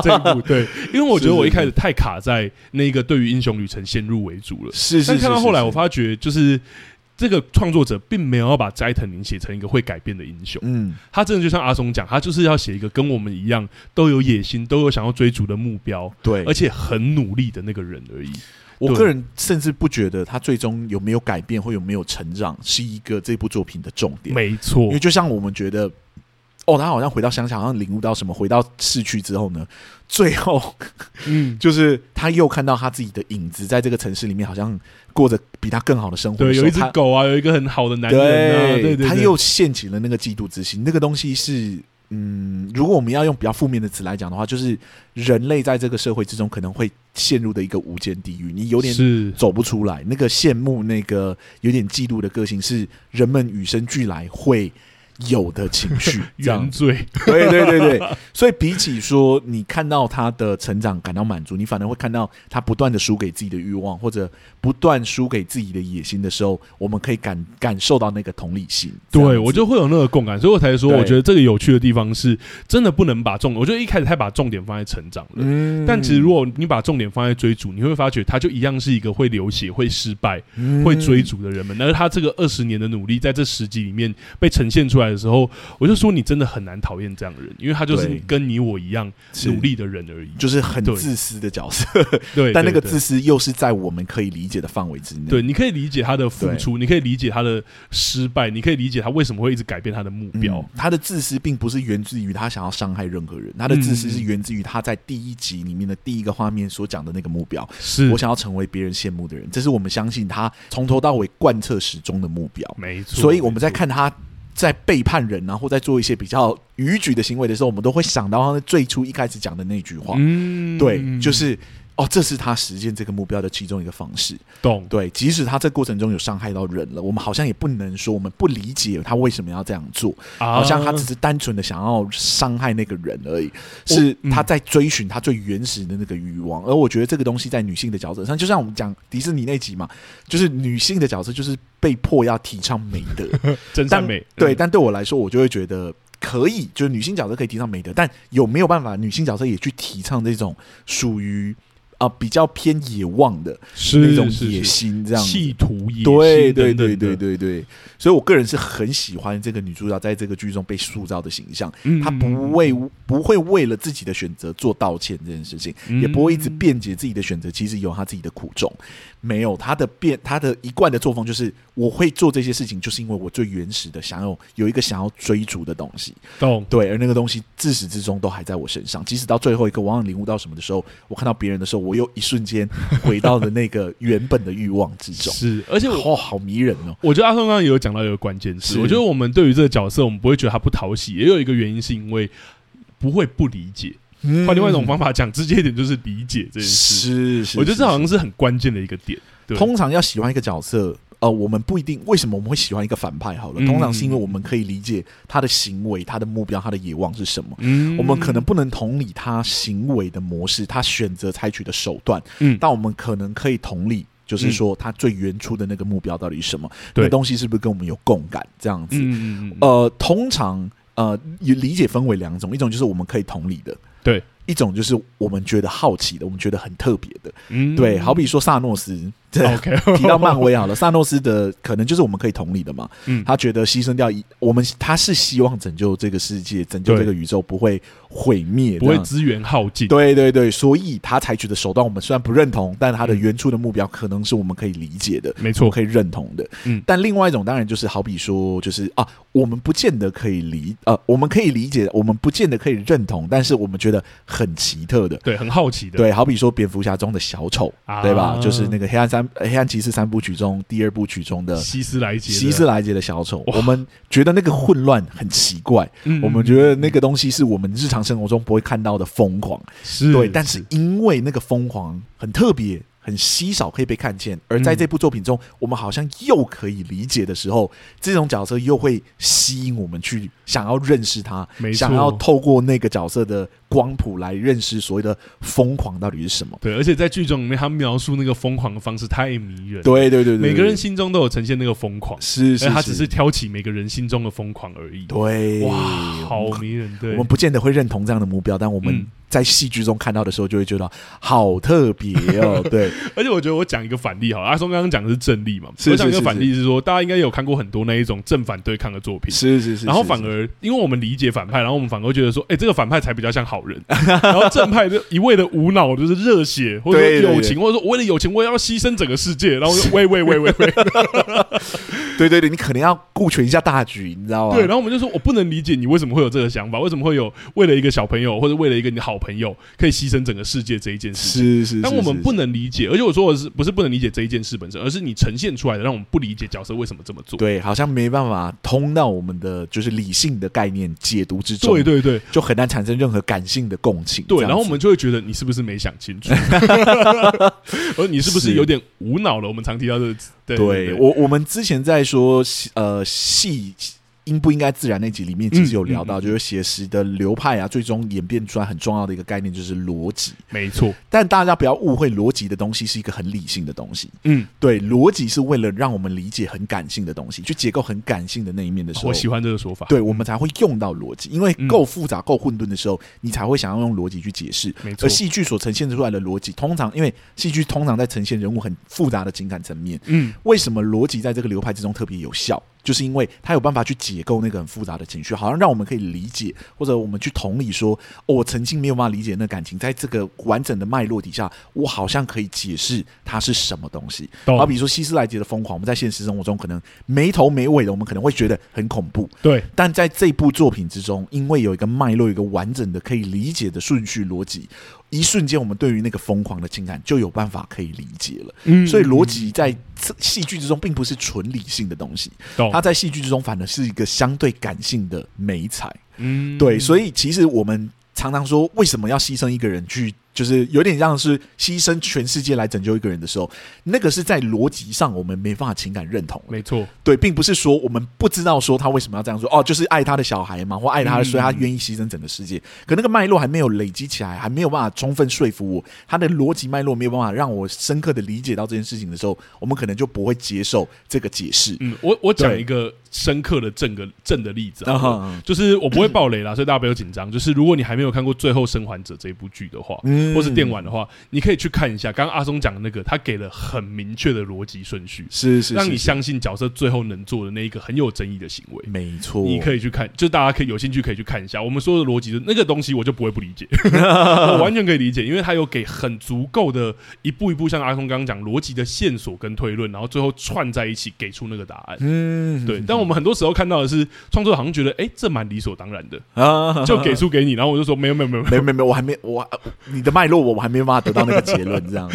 B: 这一部，对，因为我觉得我一开始太卡在那个对于英雄旅程先入为主了，
A: 是是
B: 但
A: 是，
B: 看到
A: 是
B: 后来
A: 是
B: 我发觉就是。这个创作者并没有要把斋藤林写成一个会改变的英雄，
A: 嗯，
B: 他真的就像阿松讲，他就是要写一个跟我们一样都有野心、都有想要追逐的目标，
A: 对，
B: 而且很努力的那个人而已。
A: 我
B: 对
A: 个人甚至不觉得他最终有没有改变或有没有成长是一个这部作品的重点，
B: 没错
A: 因为，就像我们觉得，哦，他好像回到乡下，好像领悟到什么，回到市区之后呢，最后
B: 嗯，
A: 就是他又看到他自己的影子在这个城市里面，好像过着比他更好的生活的
B: 对，
A: 时
B: 有
A: 候。
B: 一只
A: 他
B: 狗啊，有一个很好的男
A: 对
B: 人啊，对对对，
A: 他又陷起了那个嫉妒之心，那个东西是。嗯，如果我们要用比较负面的词来讲的话，就是人类在这个社会之中可能会陷入的一个无间地狱，你有点
B: 是
A: 走不出来。那个羡慕、那个有点嫉妒的个性，是人们与生俱来会有的情 绪。这样
B: 原，罪，
A: 对对对对。所以比起说你看到他的成长感到满足，你反而会看到他不断的输给自己的欲望，或者不断输给自己的野心的时候，我们可以感感受到那个同理心。这样
B: 对
A: 子
B: 我就会有那个共感，所以我才说，
A: 对
B: 我觉得这个有趣的地方是，真的不能把重，我觉得一开始太把重点放在成长了。
A: 嗯
B: 但其实，如果你把重点放在追逐，你会发觉他就一样是一个会流血、会失败、
A: 嗯
B: 会追逐的人们。但是他这个二十年的努力，在这十集里面被呈现出来的时候，我就说你真的很难讨厌这样的人，因为他就是
A: 对
B: 跟你我一样
A: 是
B: 努力的人而已。
A: 就是很
B: 对
A: 自私的角色，
B: 对，
A: 但那
B: 对
A: 个
B: 对
A: 自私又是在我们可以理解的范围之内。
B: 对，你可以理解他的付
A: 对
B: 出，你可以理解他的失败，你可以理解他为什么会一直改变他的目标。
A: 嗯他的自私并不是源自于他想要伤害任何人，他的自私是源自于他在第一集里面的第一个画面所讲的那个目标。
B: 是，
A: 我想要成为别人羡慕的人，这是我们相信他从头到尾贯彻始终的目标。
B: 没错。
A: 所以我们在
B: 没错，
A: 看他在背叛人啊，或在做一些比较逾矩的行为的时候，我们都会想到他最初一开始讲的那句话，
B: 嗯
A: 对，就是。哦，这是他实现这个目标的其中一个方式。
B: 懂，
A: 对，即使他在过程中有伤害到人了，我们好像也不能说我们不理解他为什么要这样做。好
B: 好
A: 像他只是单纯的想要伤害那个人而已，是
B: 嗯
A: 他在追寻他最原始的那个欲望。而我觉得这个东西在女性的角色上，就像我们讲迪士尼那集嘛，就是女性的角色就是被迫要提倡美 德，
B: 真善
A: 但
B: 美，
A: 对，
B: 嗯
A: 但对我来说，我就会觉得。可以，就是女性角色可以提倡美德，但有没有办法女性角色也去提倡这种属于啊、比较偏野望的
B: 是
A: 那种
B: 是
A: 野
B: 是
A: 心这样子？
B: 企图野心
A: 对对
B: 等
A: 对
B: 等
A: 对
B: 的，
A: 对对，所以我个人是很喜欢这个女主角在这个剧中被塑造的形象，
B: 嗯
A: 她不为不会为了自己
B: 嗯
A: 的选择做道歉这件事情，也不会一直辩解自己的选择其实有她自己的苦衷，没有，他的变，他的一贯的作风就是，我会做这些事情，就是因为我最原始的想要有一个想要追逐的东西，
B: 懂
A: 对，而那个东西自始至终都还在我身上，即使到最后一个我忘了领悟到什么的时候，我看到别人的时候，我又一瞬间回到了那个原本的欲望之中，
B: 是，而且我。
A: 哦，好迷人哦，
B: 我觉得阿松刚刚也有讲到一个关键词，
A: 是
B: 我觉得我们对于这个角色，我们不会觉得他不讨喜，也有一个原因是因为不会不理解。
A: 嗯
B: 换另外一种方法讲，直接一点就是理解这件事。
A: 是，是
B: 我觉得这好
A: 是
B: 像是很关键的一个点。对
A: 通常要喜欢一个角色，呃，我们不一定为什么我们会喜欢一个反派。好了，
B: 嗯
A: 通常是因为我们可以理解他的行为、他的目标、他的野望是什么。
B: 嗯
A: 我们可能不能同理他行为的模式，他选择采取的手段，
B: 嗯
A: 但我们可能可以同理。就是说，他最原初的那个目标到底是什么？
B: 对
A: 那东西是不是跟我们有共感？这样子，
B: 嗯嗯嗯
A: 呃，通常呃，也理解分为两种，一种就是我们可以同理的，
B: 对；
A: 一种就是我们觉得好奇的，我们觉得很特别的，
B: 嗯
A: 对。好比说萨诺斯，对，
B: OK
A: 提到漫威好了，萨诺斯的可能就是我们可以同理的嘛。
B: 嗯
A: 他觉得牺牲掉一，我们他是希望拯救这个世界，拯救
B: 对
A: 这个宇宙不会毁灭，
B: 不会
A: 这样。
B: 资源耗尽。
A: 对对对，所以他采取的手段我们虽然不认同，但
B: 嗯
A: 他的原初的目标可能是我们可以理解的，
B: 没
A: 我
B: 错
A: 们，可以认同的。
B: 嗯
A: 但另外一种当然就是好比说，就是啊，我们不见得可以理呃，我们可以理解，我们不见得可以认同，但是我们觉得很奇特的。
B: 对，很好奇的。
A: 对，好比说蝙蝠侠中的小丑，
B: 啊
A: 对吧？就是那个黑暗三呃黑暗骑士三部曲中第二部曲中的
B: 希斯莱杰的，
A: 希斯莱杰的小丑，
B: 哇
A: 我们觉得那个混乱很奇怪，
B: 嗯，
A: 我们觉得那个东西是我们日常生活中不会看到的疯狂，
B: 是
A: 对。但是因为那个疯狂很特别。很稀少可以被看见，而在
B: 嗯
A: 这部作品中，我们好像又可以理解的时候，这种角色又会吸引我们去想要认识他，
B: 没错
A: 想要透过那个角色的光谱来认识所谓的疯狂到底是什么。
B: 对，而且在剧中里面，他描述那个疯狂的方式太迷人了。
A: 对对对对，
B: 每个人
A: 对
B: 心中都有呈现那个疯狂，
A: 是是，
B: 而他只是挑起每个人心中的疯狂而已。
A: 对
B: 哇，
A: 我
B: 好
A: 们
B: 迷人！
A: 我
B: 对
A: 们，不见得会认同这样的目标，但我们
B: 嗯
A: 在戏剧中看到的时候，就会觉得好特别 哦。对，
B: 而且我觉得我讲一个反例好了，阿松刚刚讲的是正例嘛，
A: 是
B: 我讲一
A: 是
B: 个
A: 是
B: 反例是说，大家应该有看过很多那一种正反对抗的作品。
A: 是是是
B: 然后反而，因为我们理解反派，然后我们反而会觉得说，哎、这个反派才比较像好人，然后正派就一味的无脑，就是热血或者
A: 对
B: 说
A: 对
B: 友情，或者说我为了友情我也要牺牲整个世界，然后 就喂喂喂喂喂，
A: 对对对，你可能要顾全一下大局，你知道吗？
B: 对，然后我们就说，我不能理解你为什么会有这个想法，为什么会有为了一个小朋友或者为了一个你的好朋友可以牺牲整个世界这一件事情。
A: 是是，
B: 但
A: 是
B: 我们
A: 是
B: 不能理解，而且我说的是不是不能理解这一件事本身，而是你呈现出来的让我们不理解角色为什么这么做。
A: 对，好像没办法通到我们的就是理性的概念解读之中，
B: 对对对
A: 就很难产生任何感性的共情。
B: 对，
A: 这样
B: 然后我
A: 子
B: 们就会觉得你是不是没想 清楚，而你是不是
A: 是
B: 有点无脑了？我们常提到这个词，对对
A: 对
B: 对
A: 我我们之前在说呃戏应不应该自然那集里面，
B: 嗯
A: 其实有聊到，就是写实的流派啊，最终演变出来很重要的一个概念就是逻辑。
B: 没错，
A: 但大家不要误会，逻辑的东西是一个很理性的东西。
B: 嗯，
A: 对，逻辑是为了让我们理解很感性的东西，去解构很感性的那一面的时候
B: 哦我，喜欢这个说法，
A: 对我们才会用到逻辑。因为
B: 嗯
A: 够复杂、够混沌的时候，你才会想要用逻辑去解释。
B: 没错
A: 而，戏剧所呈现出来的逻辑，通常因为戏剧通常在呈现人物很复杂的情感层面，
B: 嗯，
A: 为什么逻辑在这个流派之中特别有效？就是因为它有办法去解构那个很复杂的情绪，好像让我们可以理解，或者我们去同理说，哦，我曾经没有办法理解那感情，在这个完整的脉络底下，我好像可以解释它是什么东西。
B: 懂
A: 好比说希斯莱杰的疯狂，我们在现实生活中可能没头没尾的，我们可能会觉得很恐怖，
B: 对，
A: 但在这部作品之中，因为有一个脉络，有一个完整的可以理解的顺序逻辑，一瞬间我们对于那个疯狂的情感就有办法可以理解了。
B: 嗯
A: 所以逻辑在这戏剧之中并不是纯理性的东西，
B: 懂
A: 它，在戏剧之中反而是一个相对感性的美彩。
B: 嗯
A: 对，所
B: 以
A: 以其实我们常常说，为什么要牺牲一个人去，就是有点像是牺牲全世界来拯救一个人的时候，那个是在逻辑上我们没办法情感认同的。
B: 没错，
A: 对，并不是说我们不知道说他为什么要这样做哦，就是爱他的小孩嘛，或爱他的，
B: 嗯
A: 所以他愿意牺牲整个世界。可那个脉络还没有累积起来，还没有办法充分说服我，他的逻辑脉络没有办法让我深刻的理解到这件事情的时候，我们可能就不会接受这个解释。
B: 嗯，我我讲
A: 对
B: 一个深刻的正个正的例子啊，
A: 啊哈
B: 就是我不会爆雷啦，所以大家不要紧张。就是如果你还没有看过《最后生还者》这一部剧的话，
A: 嗯嗯
B: 或是电玩的话，你可以去看一下。刚刚阿松讲的那个，他给了很明确的逻辑顺序，
A: 是是，
B: 让你
A: 想，
B: 相信角色最后能做的那一个很有争议的行为。
A: 没错，
B: 你可以去看，就大家可以有兴趣可以去看一下。我们说的逻辑的那个东西，我就不会不 理解，我完全可以理解，因为他有给很足够的一步一步，像阿松刚刚讲逻辑的线索跟推论，然后最后串在一起给出那个答案。
A: 嗯，
B: 对，但我们很多时候看到的是创作者好像觉得，哎、这蛮理所当然 的，
A: 啊，
B: 就给出给你，然后我就说没有没 有没有，
A: 没没没，我还没我你的脉络我我还没办法得到那个结论， 这样。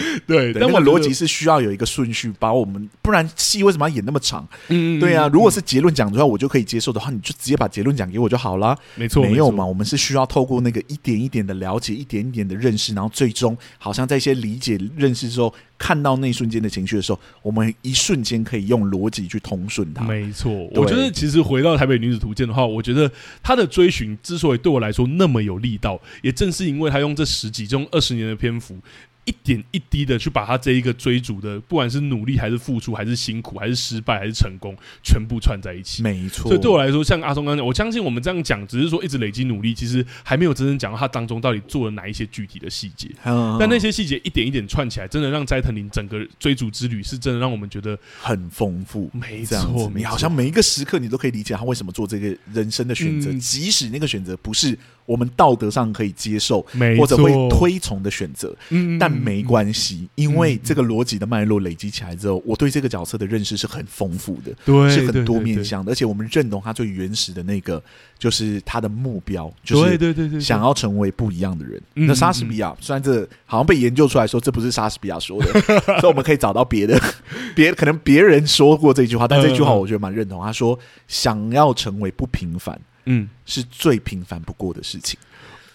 A: 对
B: 对，但
A: 那个
B: 我觉
A: 逻
B: 得
A: 辑，是需要有一个顺序，把我们不然戏为什么要演那么长？
B: 嗯
A: 对啊，，如果是结论讲出来我就可以接受的话，你就直接把结论讲给我就好啦。
B: 没错，
A: 没有嘛？
B: 错，
A: 我们是需要透过那个一点一点的了解，一点一点的认识，然后最终好像在一些理解、认识之后，看到那一瞬间的情绪的时候，我们一瞬间可以用逻辑去通顺它。
B: 没错，
A: 对
B: 我觉得其实回到台北女子图鉴的话，我觉得她的追寻之所以对我来说那么有力道，也正是因为她用这十几中二十年的篇幅，一点一滴的去把她这一个追逐的，不管是努力还是付出，还是辛苦，还是失败，还是成功，全部串在一起。
A: 没错，
B: 所以对我来说，像阿松刚刚讲，我相信我们这样讲，只是说一直累积努力，其实还没有真正讲到他当中到底做了哪一些具体的细节。
A: 嗯，
B: 但那些细节一点一点串起来，真的让斋藤林整个追逐之旅是真的让我们觉得
A: 很丰富。
B: 没
A: 这样子
B: 错，，没
A: 你
B: 错
A: 好像每一个时刻，你都可以理解他为什么做这个人生的选择，
B: 嗯
A: 即使那个选择不是我们道德上可以接受
B: 没
A: 或者
B: 错
A: 会，推崇的选择，
B: 嗯
A: 但没关系，因为这个逻辑的脉络累积起来之后，我对这个角色的认识是很丰富的。
B: 对
A: 是很多面，
B: 对
A: 向的，而且我们认同他最原始的那个，就是他的目标，就
B: 对对
A: 是
B: 对对对，
A: 想
B: 要
A: 要成为不一样的人。
B: 嗯
A: 那莎士比亚虽然这好像被研究出来说这不是莎士比亚说 的，所以我们可以找到别的， 别可能别人说过这句话，但这句话
B: 嗯嗯
A: 我觉得蛮认同。他说想要成为不平凡。
B: 嗯
A: 是最平凡不过的事情，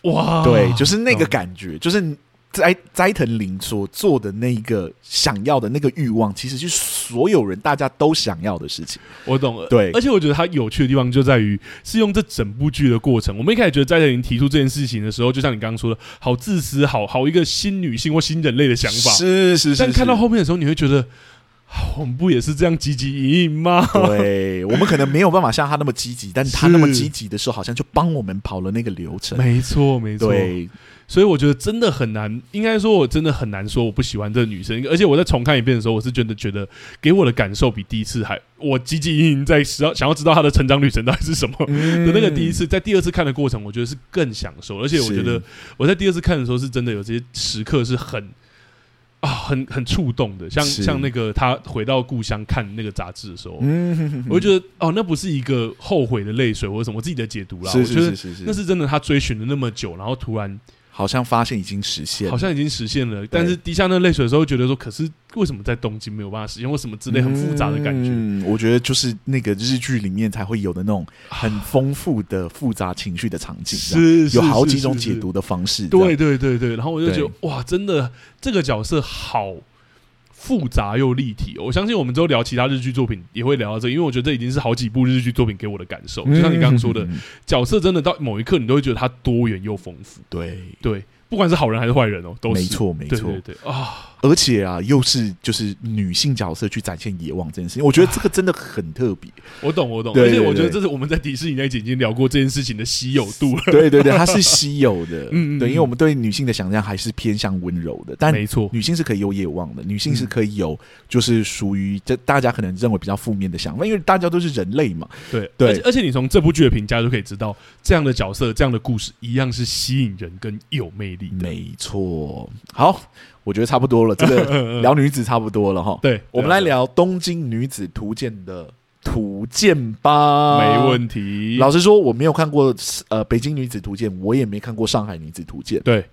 B: 哇，
A: 对，就是那个
B: 懂
A: 感觉，就是斋斋藤林所做的那一个想要的那个欲望，其实是所有人大家都想要的事情。
B: 我懂了。
A: 对
B: 而且我觉得它有趣的地方就在于是用这整部剧的过程。我们一开始觉得斋藤林提出这件事情的时候，就像你刚刚说的，好自私，好好一个新女性或新人类的想法。
A: 是是是
B: 但看
A: 是
B: 到后面的时候，你会觉得，啊我们不也是这样积极营营 吗？
A: 对我们可能没有办法像他那么积极，但他那么
B: 是
A: 积极的时候，好像就帮我们跑了那个流程。
B: 没错，没错。
A: 对，
B: 所以我觉得真的很难，应该说我真的很难说我不喜欢这个女生。而且我在重看一遍的时候，我是真的觉得给我的感受比第一次还，我积极营营在想要想要知道她的成长旅程到底 是什么。
A: 的
B: 的那个第一次，在第二次看的过程，我觉得是更享受，而且我
A: 是
B: 觉得我在第二次看的时候，是真的有这些时刻是很啊，很很触动的，像
A: 是
B: 像那个他回到故乡看那个杂志的时候，
A: 嗯，
B: 我就觉得哦，那不是一个后悔的泪水或者什么，我自己的解读啦，
A: 是是
B: 我觉
A: 是
B: 得
A: 是是，
B: 那是真的，他追寻了那么久，然后突然
A: 好像发现已经实现了，
B: 好像已经实现了，但是滴下那泪水的时候，觉得说，可是为什么在东京没有办法实现，或什么之类很复杂的感觉，
A: 嗯，我觉得就是那个日剧里面才会有的那种很丰富的复杂情绪的场景，这样
B: 是是
A: 有好几
B: 是
A: 种
B: 是
A: 解
B: 是
A: 读的方式。这
B: 对
A: 样，
B: 对对对，然后我就觉得
A: 对
B: 哇，真的这个角色好复杂又立体、哦。我相信我们之后聊其他日剧作品也会聊到这个，因为我觉得这已经是好几部日剧作品给我的感受。就像你刚刚说的，
A: 嗯，
B: 角色真的到某一刻，你都会觉得他多元又丰富。
A: 对，
B: 对，不管是好人还是坏人哦，都是
A: 没。错没
B: 对
A: 错
B: 对。对啊，
A: 而且啊，又是就是女性角色去展现野望这件事情，我觉得这个真的很特 别。
B: 我懂我懂，
A: 对
B: 而且
A: 对
B: 我觉得
A: 对
B: 这是我们在迪士尼那一集已经聊过这件事情的稀有度了。
A: 对对对，它是稀有的，
B: 嗯嗯
A: 对，
B: 嗯
A: 因为我们对女性的想象还是偏向温柔的，但
B: 没错，嗯
A: 女性是可以有野望的，女性是可以有就是属于这大家可能认为比较负面的想法，因为大家都是人类嘛，
B: 对
A: 对
B: 而且而且你从这部剧的评价就可以知道，这样的角色、这样的故事一样是吸引人跟有魅力的。
A: 没错。好，我觉得差不多了，这 个聊女子差不多了哈，
B: 对，
A: 嗯我们
B: 对啊
A: 来
B: 对
A: 聊《东京女子图鉴》的图鉴吧，
B: 没问题。
A: 老实说，我没有看过呃《北京女子图鉴》，我也没看过《上海女子图鉴》，
B: 对，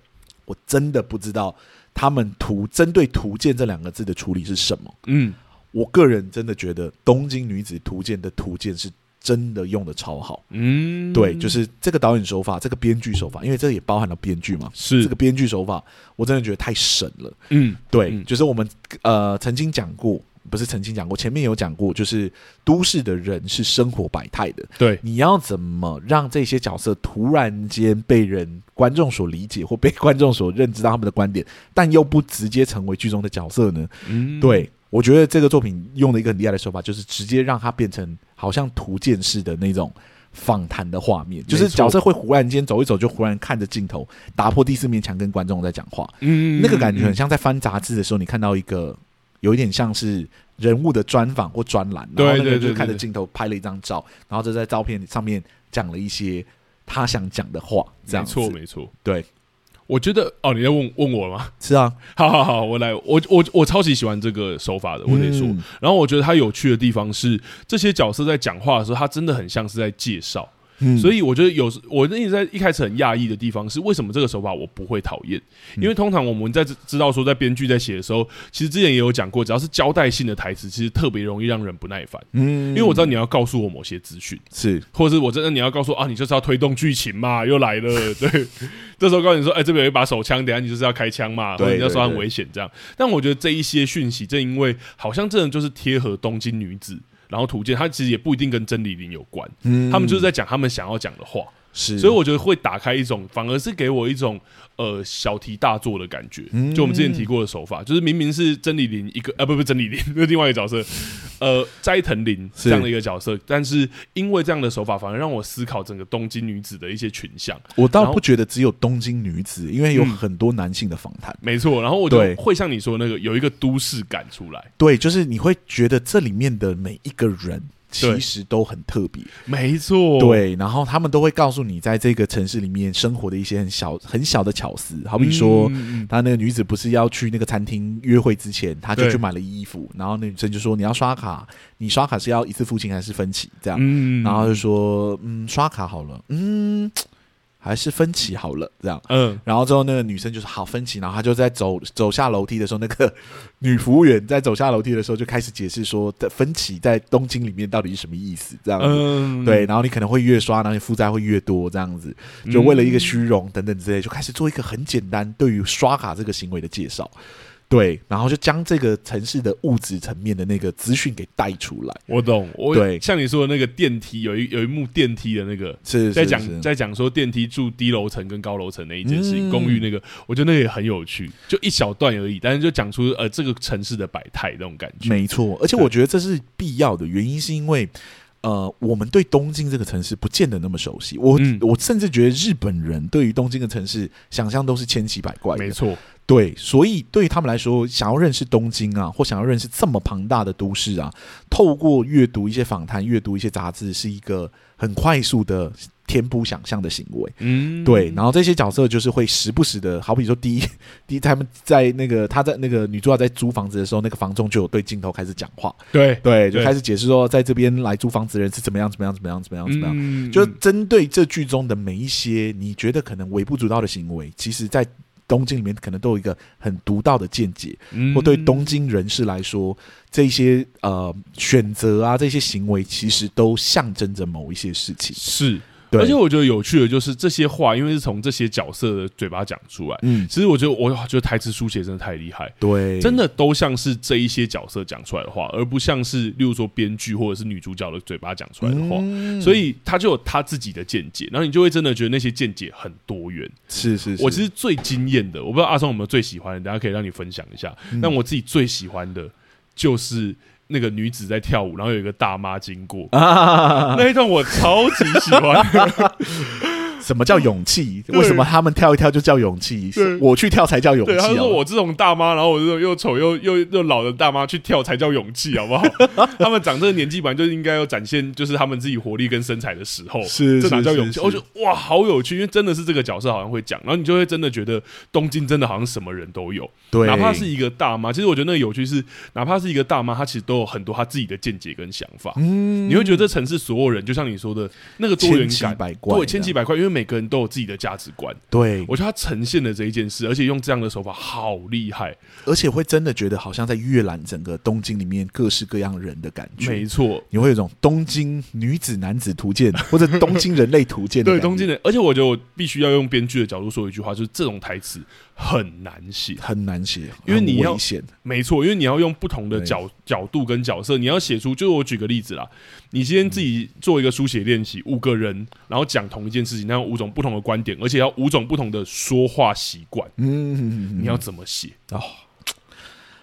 A: 我真的不知道他们图针对“图鉴”这两个字的处理是什么。
B: 嗯，
A: 我个人真的觉得《东京女子图鉴》的“图鉴”是真的用的超好。
B: 嗯，
A: 对，就是这个导演手法，这个编剧手法，因为这也包含了编剧嘛。
B: 是
A: 这个编剧手法，我真的觉得太神了。
B: 嗯，
A: 对，
B: 嗯
A: 就是我们呃曾经讲过，不是曾经讲过，前面有讲过，就是都市的人是生活百态的，
B: 对，
A: 你要怎么让这些角色突然间被人观众所理解，或被观众所认知到他们的观点，但又不直接成为剧中的角色呢？
B: 嗯，
A: 对我觉得这个作品用了一个很厉害的手法，就是直接让它变成好像图鉴式的那种访谈的画面，就
B: 没
A: 是
B: 错
A: 角色会忽然间走一走，就忽然看着镜头，打破第四面墙，跟观众在讲话。
B: 嗯
A: 那个感觉很像在翻杂志的时候，你看到一个有一点像是人物的专访或专栏，然后那
B: 对
A: 个
B: 对
A: 人就
B: 对
A: 看着
B: 对
A: 镜头拍了一张照，然后就在照片上面讲了一些他想讲的话，这
B: 没
A: 样
B: 错
A: 子。
B: 没错。
A: 对，
B: 我觉得哦，你在问问我了吗？
A: 是啊，
B: 好好好，我来，我我我超级喜欢这个手法的，我得说。
A: 嗯
B: 然后我觉得它有趣的地方是，这些角色在讲话的时候，他真的很像是在介绍。
A: 嗯
B: 所以我觉得有时我一直在一开始很讶异的地方是，为什么这个手法我不会讨厌？
A: 嗯
B: 因为通常我们在知知道说，在编剧在写的时候，其实之前也有讲过，只要是交代性的台词，其实特别容易让人不耐烦。
A: 嗯
B: 因为我知道你要告诉我某些资讯，
A: 是
B: 或者是我真的你要告诉我啊，你就是要推动剧情嘛，又来了， 对。这时候告诉你说，哎、这边有一把手枪，等一下你就是要开枪嘛，或
A: 对
B: 者你要说
A: 对
B: 很危险这样。但我觉得这一些讯息，正因为好像真的就是贴合东京女子，然后图鉴，它其实也不一定跟真理林有关，
A: 嗯
B: 他们就是在讲他们想要讲的话，
A: 是，
B: 所以我觉得会打开一种，反而是给我一种呃小题大做的感觉。
A: 嗯
B: 就我们之前提过的手法，就是明明是真理林一个，呃，不不，真理林是另外一个角色，呃，斋藤林
A: 是
B: 这样的一个角色，但是因为这样的手法，反而让我思考整个东京女子的一些群像。
A: 我
B: 然
A: 倒
B: 后
A: 不觉得只有东京女子，因为有
B: 嗯
A: 很多男性的访谈。
B: 没错，然后我就
A: 对
B: 会像你说那个有一个都市感出来，
A: 对，就是你会觉得这里面的每一个人其
B: 对
A: 实都很特别，
B: 没错，，
A: 对，然后他们都会告诉你，在这个城市里面生活的一些很小很小的巧思，好比说。
B: 嗯
A: 她那个女子不是要去那个餐厅约会之前，她就
B: 对
A: 去买了衣服，然后那女生就说你要刷卡，你刷卡是要一次付清还是分期这样？
B: 嗯
A: 然后就说嗯刷卡好了，嗯还是分期好了这样。
B: 嗯，
A: 然后之后那个女生就是好分歧，然后她就在走走下楼梯的时候，那个女服务员在走下楼梯的时候就开始解释说，的分歧在东京里面到底是什么意思，这样子。
B: 嗯，
A: 对，然后你可能会越刷，然后你负债会越多，这样子，
B: 嗯，
A: 就为了一个虚荣等等之类，就开始做一个很简单对于刷卡这个行为的介绍，对，然后就将这个城市的物质层面的那个资讯给带出来，
B: 我懂，我
A: 对
B: 像你说的那个电梯，有一有一幕电梯的那个，
A: 是
B: 在
A: 是是
B: 讲在讲说电梯住低楼层跟高楼层的一件事情，
A: 嗯
B: 公寓那个，我觉得那个也很有趣，就一小段而已，但是就讲出呃这个城市的百态那种感觉。
A: 没错，而且
B: 对
A: 我觉得这是必要的原因，是因为呃，我们对东京这个城市不见得那么熟悉。我、
B: 嗯
A: 我甚至觉得日本人对于东京的城市想象都是千奇百怪
B: 没
A: 的，
B: 错，
A: 对，所以对于他们来说，想要认识东京啊，或想要认识这么庞大的都市啊，透过阅读一些访谈、阅读一些杂志，是一个很快速的填补想象的行为。
B: 嗯，
A: 对，然后这些角色就是会时不时的，好比说第一，第一他们在那个他在那个女主角在租房子的时候，那个房东就有对镜头开始讲话，
B: 对，
A: 对，
B: 对
A: 就开始解释说在这边来租房子的人是怎么样怎么样怎么样怎么样怎么样，
B: 嗯
A: 就针对这剧中的每一些你觉得可能微不足道的行为，其实在东京里面可能都有一个很独到的见解，
B: 嗯
A: 或对东，京人士来说，这些呃选择啊，这些行为其实都象征着某一些事情
B: 嗯，是，
A: 对，
B: 而且我觉得有趣的就是这些话，因为是从这些角色的嘴巴讲出来。
A: 嗯，
B: 其实我觉得，我觉得台词书写真的太厉害，
A: 对，
B: 真的都像是这一些角色讲出来的话，而不像是例如说编剧或者是女主角的嘴巴讲出来的话。
A: 嗯
B: 所以他就有他自己的见解，然后你就会真的觉得那些见解很多元。
A: 是是是，
B: 我其实最惊艳的，我不知道阿松有没有最喜欢的，等下可以让你分享一下。
A: 嗯
B: 但我自己最喜欢的就是那个女子在跳舞，然后有一个大妈经过，
A: 啊，
B: 那一段我超级喜欢。
A: 什么叫勇气？
B: 对
A: 为什么他们跳一跳就叫勇气
B: 对？
A: 我去跳才叫勇气
B: 对，他说
A: 哦。
B: 我这种大妈，然后我这种又丑又又又老的大妈去跳才叫勇气，好不好？ 他们长这个年纪本来就应该要展现就是他们自己活力跟身材的时候，
A: 是
B: 这哪
A: 是
B: 叫
A: 是
B: 勇气？
A: 是
B: 我觉得哇，好有趣，因为真的是这个角色好像会讲，然后你就会真的觉得东京真的好像什么人都有，
A: 对，
B: 哪怕是一个大妈，其实我觉得那个有趣是，哪怕是一个大妈，她其实都有很多她自己的见解跟想法。
A: 嗯
B: 你会觉得这城市所有人，就像你说的那个多元
A: 千奇
B: 感，
A: 百怪，
B: 对，千奇百怪，因为每个人都有自己的价值观。
A: 对，
B: 我觉得他呈现了这一件事，而且用这样的手法好厉害，
A: 而且会真的觉得好像在阅览整个东京里面各式各样人的感
B: 没
A: 觉。
B: 错。
A: 你会有一种东京女子男子图鉴或者东京人类图 鉴的
B: 对
A: 感觉
B: 东京人，而且我觉得我必须要用编剧的角度说一句话，就是这种台词很难 写。
A: 很难写，
B: 因为你
A: 很
B: 要
A: 危险。
B: 没错，因为你要用不同的
A: 对
B: 角角度跟角色，你要写出。就我举个例子啦，你今天
A: 嗯
B: 自己做一个书写练习，五个人，然后讲同一件事情，那有五种不同的观点，而且要五种不同的说话习惯，
A: 嗯，
B: 你要怎么写？
A: 哦，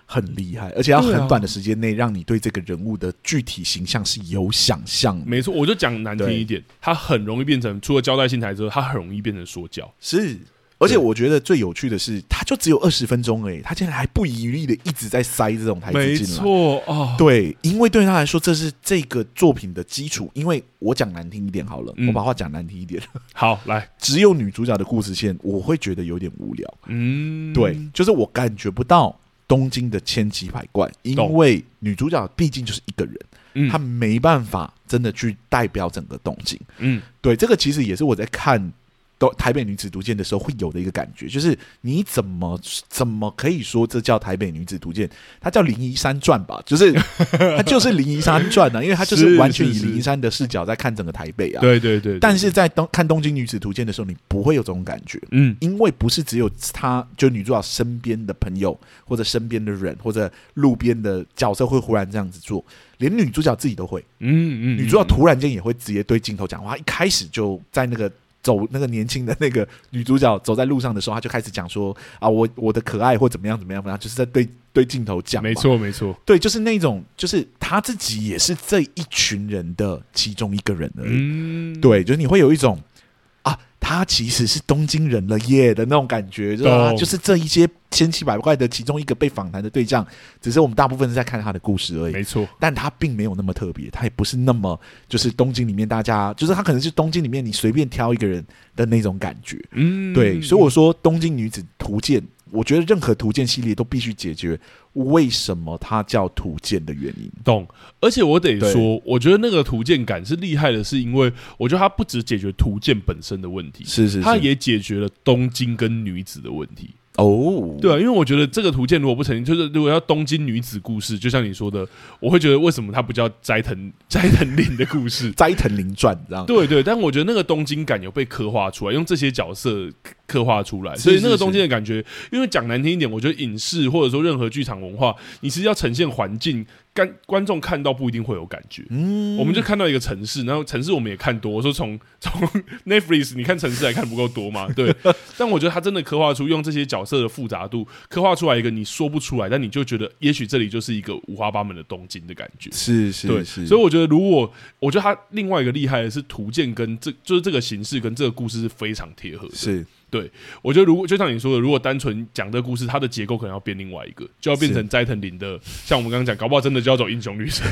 A: 很厉害，而且要
B: 对啊
A: 很短的时间内让你对这个人物的具体形象是有想象的。
B: 没错，我就讲难听一点，它很容易变成除了交代性台之后，它很容易变成说教。
A: 是，而且
B: 对
A: 我觉得最有趣的是，他就只有二十分钟而已，他竟然还不遗余力的一直在塞这种台
B: 没
A: 词进来。
B: 错哦，
A: 对，因为对他来说，这是这个作品的基础。因为我讲难听一点好了，
B: 嗯
A: 我把话讲难听一点，
B: 好来，
A: 只有女主角的故事线，我会觉得有点无聊。
B: 嗯，
A: 对，就是我感觉不到东京的千奇百怪，因
B: 懂
A: 为女主角毕竟就是一个人，
B: 嗯，
A: 她没办法真的去代表整个东京。
B: 嗯
A: 对，这个其实也是我在看。都台北女子图鉴的时候会有的一个感觉，就是你怎么怎么可以说这叫台北女子图鉴？它叫灵夷山传吧，就是 它就是灵夷山传啊，因为它就是
B: 是
A: 完全以
B: 是是
A: 灵夷山的视角在看整个台北啊。
B: 对对对，
A: 但
B: 对
A: 是在东看东京女子图鉴的时候，你不会有这种感觉。
B: 嗯
A: 因为不是只有她，就女主角身边的朋友，或者身边的人，或者路边的角色会忽然这样子做，连女主角自己都会。
B: 嗯嗯，
A: 女主角
B: 嗯
A: 突然间也会直接对镜头讲话，一开始就在那个。走那个年轻的那个女主角走在路上的时候，她就开始讲说啊，我我的可爱或怎么样怎么样，怎么样，就是在对对镜头讲。
B: 没，错没错，
A: 对，就是那种，就是她自己也是这一群人的其中一个人而已。
B: 嗯，
A: 对，就是你会有一种啊，他其实是东京人了耶的那种感觉，就是他
B: 懂
A: 就是这一些千奇百怪的其中一个被访谈的对象，只是我们大部分是在看他的故事而已。
B: 没错，
A: 但他并没有那么特别，他也不是那么就是东京里面大家，就是他可能是东京里面你随便挑一个人的那种感觉。
B: 嗯，
A: 对，所以我说《东京女子图鉴》，我觉得任何图鉴系列都必须解决为什么它叫图鉴的原因。
B: 懂，而且我得
A: 对
B: 说，我觉得那个图鉴感是厉害的，是因为我觉得它不只解决图鉴本身的问题，
A: 是是
B: 它也解决了东京跟女子的问题。
A: 哦，
B: 对啊，因为我觉得这个图鉴如果不成立，就是如果要东京女子故事，就像你说的，我会觉得为什么它不叫斋藤斋藤令的故事？
A: 斋藤林传这样。
B: 对对，但我觉得那个东京感有被刻画出来，用这些角色刻画出来，所以
A: 是
B: 那个
A: 是
B: 东京的感觉，因为讲难听一点，我觉得影视或者说任何剧场文化，你其实要呈现环境，观观众看到不一定会有感觉。
A: 嗯
B: 我们就看到一个城市，然后城市我们也看多。我说从从 Netflix 你看城市还看不够多嘛？ 对，但我觉得他真的刻画出用这些角色的复杂度，刻画出来一个你说不出来，但你就觉得也许这里就是一个五花八门的东京的感觉。
A: 是
B: 对，
A: 是是，
B: 所以我觉得，如果我觉得他另外一个厉害的是图鉴跟这就是这个形式跟这个故事是非常贴合的。
A: 是
B: 我觉得如果就像你说的，如果单纯讲这个故事，它的结构可能要变另外一个，就要变成斋藤林的，像我们刚刚讲，搞不好真的就要走英雄旅程。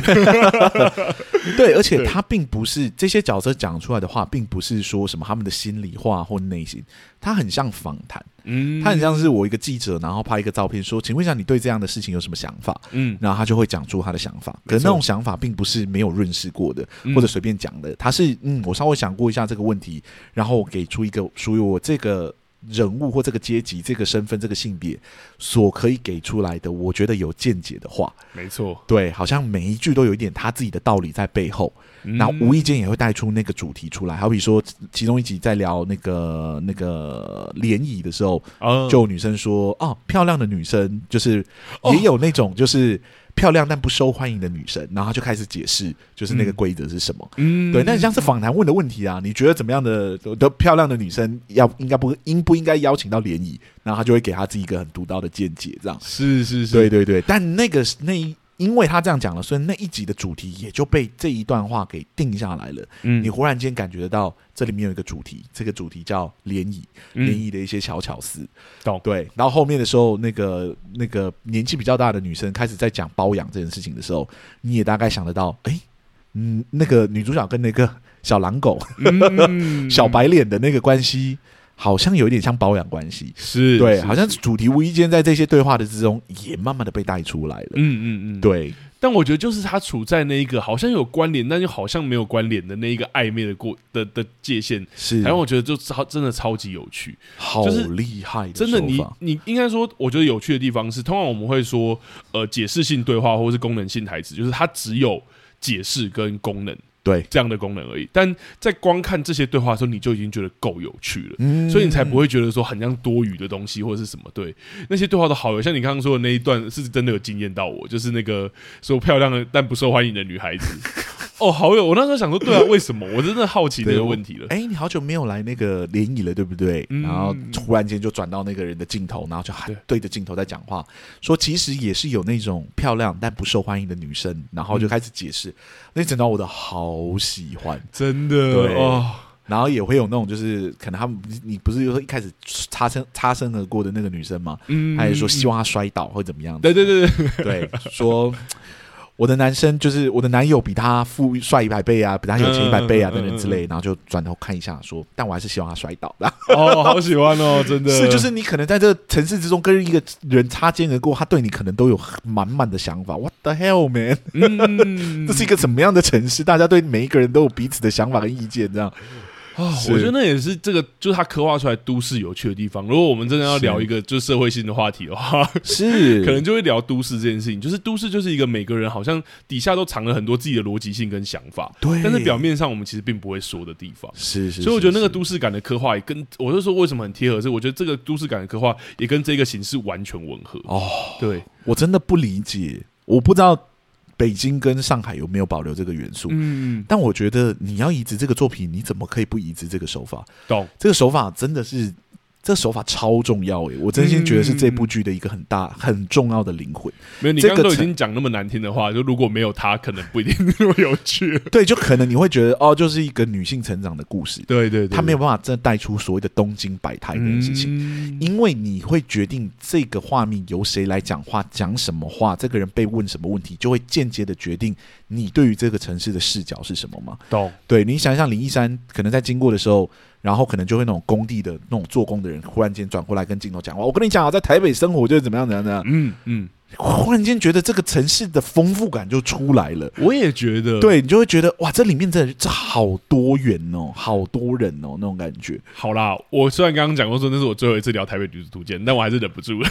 A: 对，而且
B: 对
A: 他并不是这些角色讲出来的话，并不是说什么他们的心里话或内心，他很像访谈，
B: 嗯
A: 他很像是我一个记者，然后拍一个照片说，请问一下你对这样的事情有什么想法？
B: 嗯，
A: 然后他就会讲出他的想法，可
B: 没错
A: 是那种想法并不是没有润饰过的，
B: 嗯
A: 或者随便讲的，他是嗯，我稍微想过一下这个问题，然后我给出一个属于我这个人物或这个阶级、这个身份、这个性别所可以给出来的，我觉得有见解的话，
B: 没错。
A: 对，好像每一句都有一点他自己的道理在背后，然后无意间也会带出那个主题出来。好比说，其中一集在聊那个那个联谊的时候，
B: 嗯
A: 就有女生说：“哦，漂亮的女生就是
B: 哦
A: 也有那种就是漂亮但不受欢迎的女生。”然后她就开始解释，就是那个规则是什么。
B: 嗯
A: 对，那像是访谈问的问题啊，你觉得怎么样的的漂亮的女生要应该不应不应该邀请到联谊？然后她就会给她自己一个很独到的见解，这样。
B: 是是是，
A: 对对对，但那个是那一，因为他这样讲了，所以那一集的主题也就被这一段话给定下来了。
B: 嗯
A: 你忽然间感觉得到这里面有一个主题，这个主题叫联谊，
B: 嗯
A: 联谊的一些小巧思。
B: 懂
A: 对，然后后面的时候，那个那个年纪比较大的女生开始在讲包养这件事情的时候，你也大概想得到，哎，嗯，那个女主角跟那个小狼狗、
B: 嗯
A: 小白脸的那个关系，好像有一点像包养关系。
B: 是，
A: 对，
B: 是
A: 好像主题无意间在这些对话的之中，也慢慢的被带出来了。
B: 嗯嗯嗯，。
A: 对，
B: 但我觉得就是他处在那一个好像有关联，但又好像没有关联的那一个暧昧的过的的界限，
A: 是，
B: 然后我觉得就超真的超级有趣。
A: 好
B: 就是
A: 厉害的手
B: 真
A: 法，
B: 的你，你应该说，我觉得有趣的地方是，通常我们会说，呃，解释性对话或是功能性台词，就是它只有解释跟功能
A: 对，
B: 这样的功能而已。但在光看这些对话的时候，你就已经觉得够有趣了。
A: 嗯
B: 所以你才不会觉得说很像多余的东西或者是什么。对，那些对话都好有，像你刚刚说的 那一段是真的有惊艳到我，就是那个说漂亮的但不受欢迎的女孩子。哦，好有，我那时候想说，对啊，为什么？我真的好奇这个问题 了。
A: 哎、你好久没有来那个联谊了，对不对？
B: 嗯
A: 然后突然间就转到那个人的镜头，然后就喊
B: 对
A: 对着镜头在讲话，说其实也是有那种漂亮但不受欢迎的女生，然后
B: 嗯
A: 就开始解释，那整到我的好喜欢，
B: 真的
A: 对
B: 哦，
A: 然后也会有那种就是可能他们你不是说一开始擦身擦身而过的那个女生吗？
B: 嗯
A: 还是说希望她摔倒或怎么样的？
B: 对对对对，
A: 对，说我的男生就是我的男友比他富帅一百倍啊，比他有钱一百倍啊，
B: 嗯嗯嗯
A: 等等之类，然后就转头看一下说，但我还是希望他摔倒的。
B: 哦，好喜欢哦，真的
A: 是，就是你可能在这个城市之中跟一个人擦肩而过，他对你可能都有满满的想法。What the hell, man？
B: 嗯
A: 这是一个怎么样的城市？大家对每一个人都有彼此的想法跟意见，这样
B: 哦，
A: 是
B: 我觉得那也是这个，就是他刻画出来都市有趣的地方。如果我们真的要聊一个就是社会性的话题的话，
A: 是
B: 可能就会聊都市这件事情。就是都市就是一个每个人好像底下都藏了很多自己的逻辑性跟想法，
A: 对，
B: 但是表面上我们其实并不会说的地方。
A: 是是，
B: 所以我觉得那个
A: 是
B: 都市感的刻画也跟我就说为什么很贴合，是我觉得这个都市感的刻画也跟这个形式完全吻合。
A: 哦，
B: 对，
A: 我真的不理解，我不知道北京跟上海有没有保留这个元素。
B: 嗯，
A: 但我觉得你要移植这个作品，你怎么可以不移植这个手法？
B: 懂。
A: 这个手法真的是，这个手法超重要诶、我真心觉得是这
B: 嗯
A: 部剧的一个很大、很重要的灵魂。
B: 没有，你
A: 这
B: 刚
A: 个
B: 刚都已
A: 层
B: 经讲那么难听的话，就如果没有他，可能不一定那么有趣。
A: 对，就可能你会觉得哦，就是一个女性成长的故事，
B: 对对对，嗯
A: 她没有办法真的带出所谓的东京百态这件事情。
B: 情
A: 因为你会决定这个画面由谁来讲话、讲什么话，这个人被问什么问题，就会间接的决定你对于这个城市的视角是什么嘛？
B: 懂。
A: 对你想想，林一山可能在经过的时候，然后可能就会那种工地的那种做工的人，忽然间转过来跟镜头讲话。我跟你讲啊，在台北生活就是怎么样怎么样怎么样，
B: 嗯嗯，
A: 忽然间觉得这个城市的丰富感就出来了。
B: 我也觉得，，
A: 对你就会觉得哇，这里面真的这好多元哦，好多人哦，那种感觉。
B: 好啦，我虽然刚刚讲过说那是我最后一次聊台北女子图鉴，但我还是忍不住了。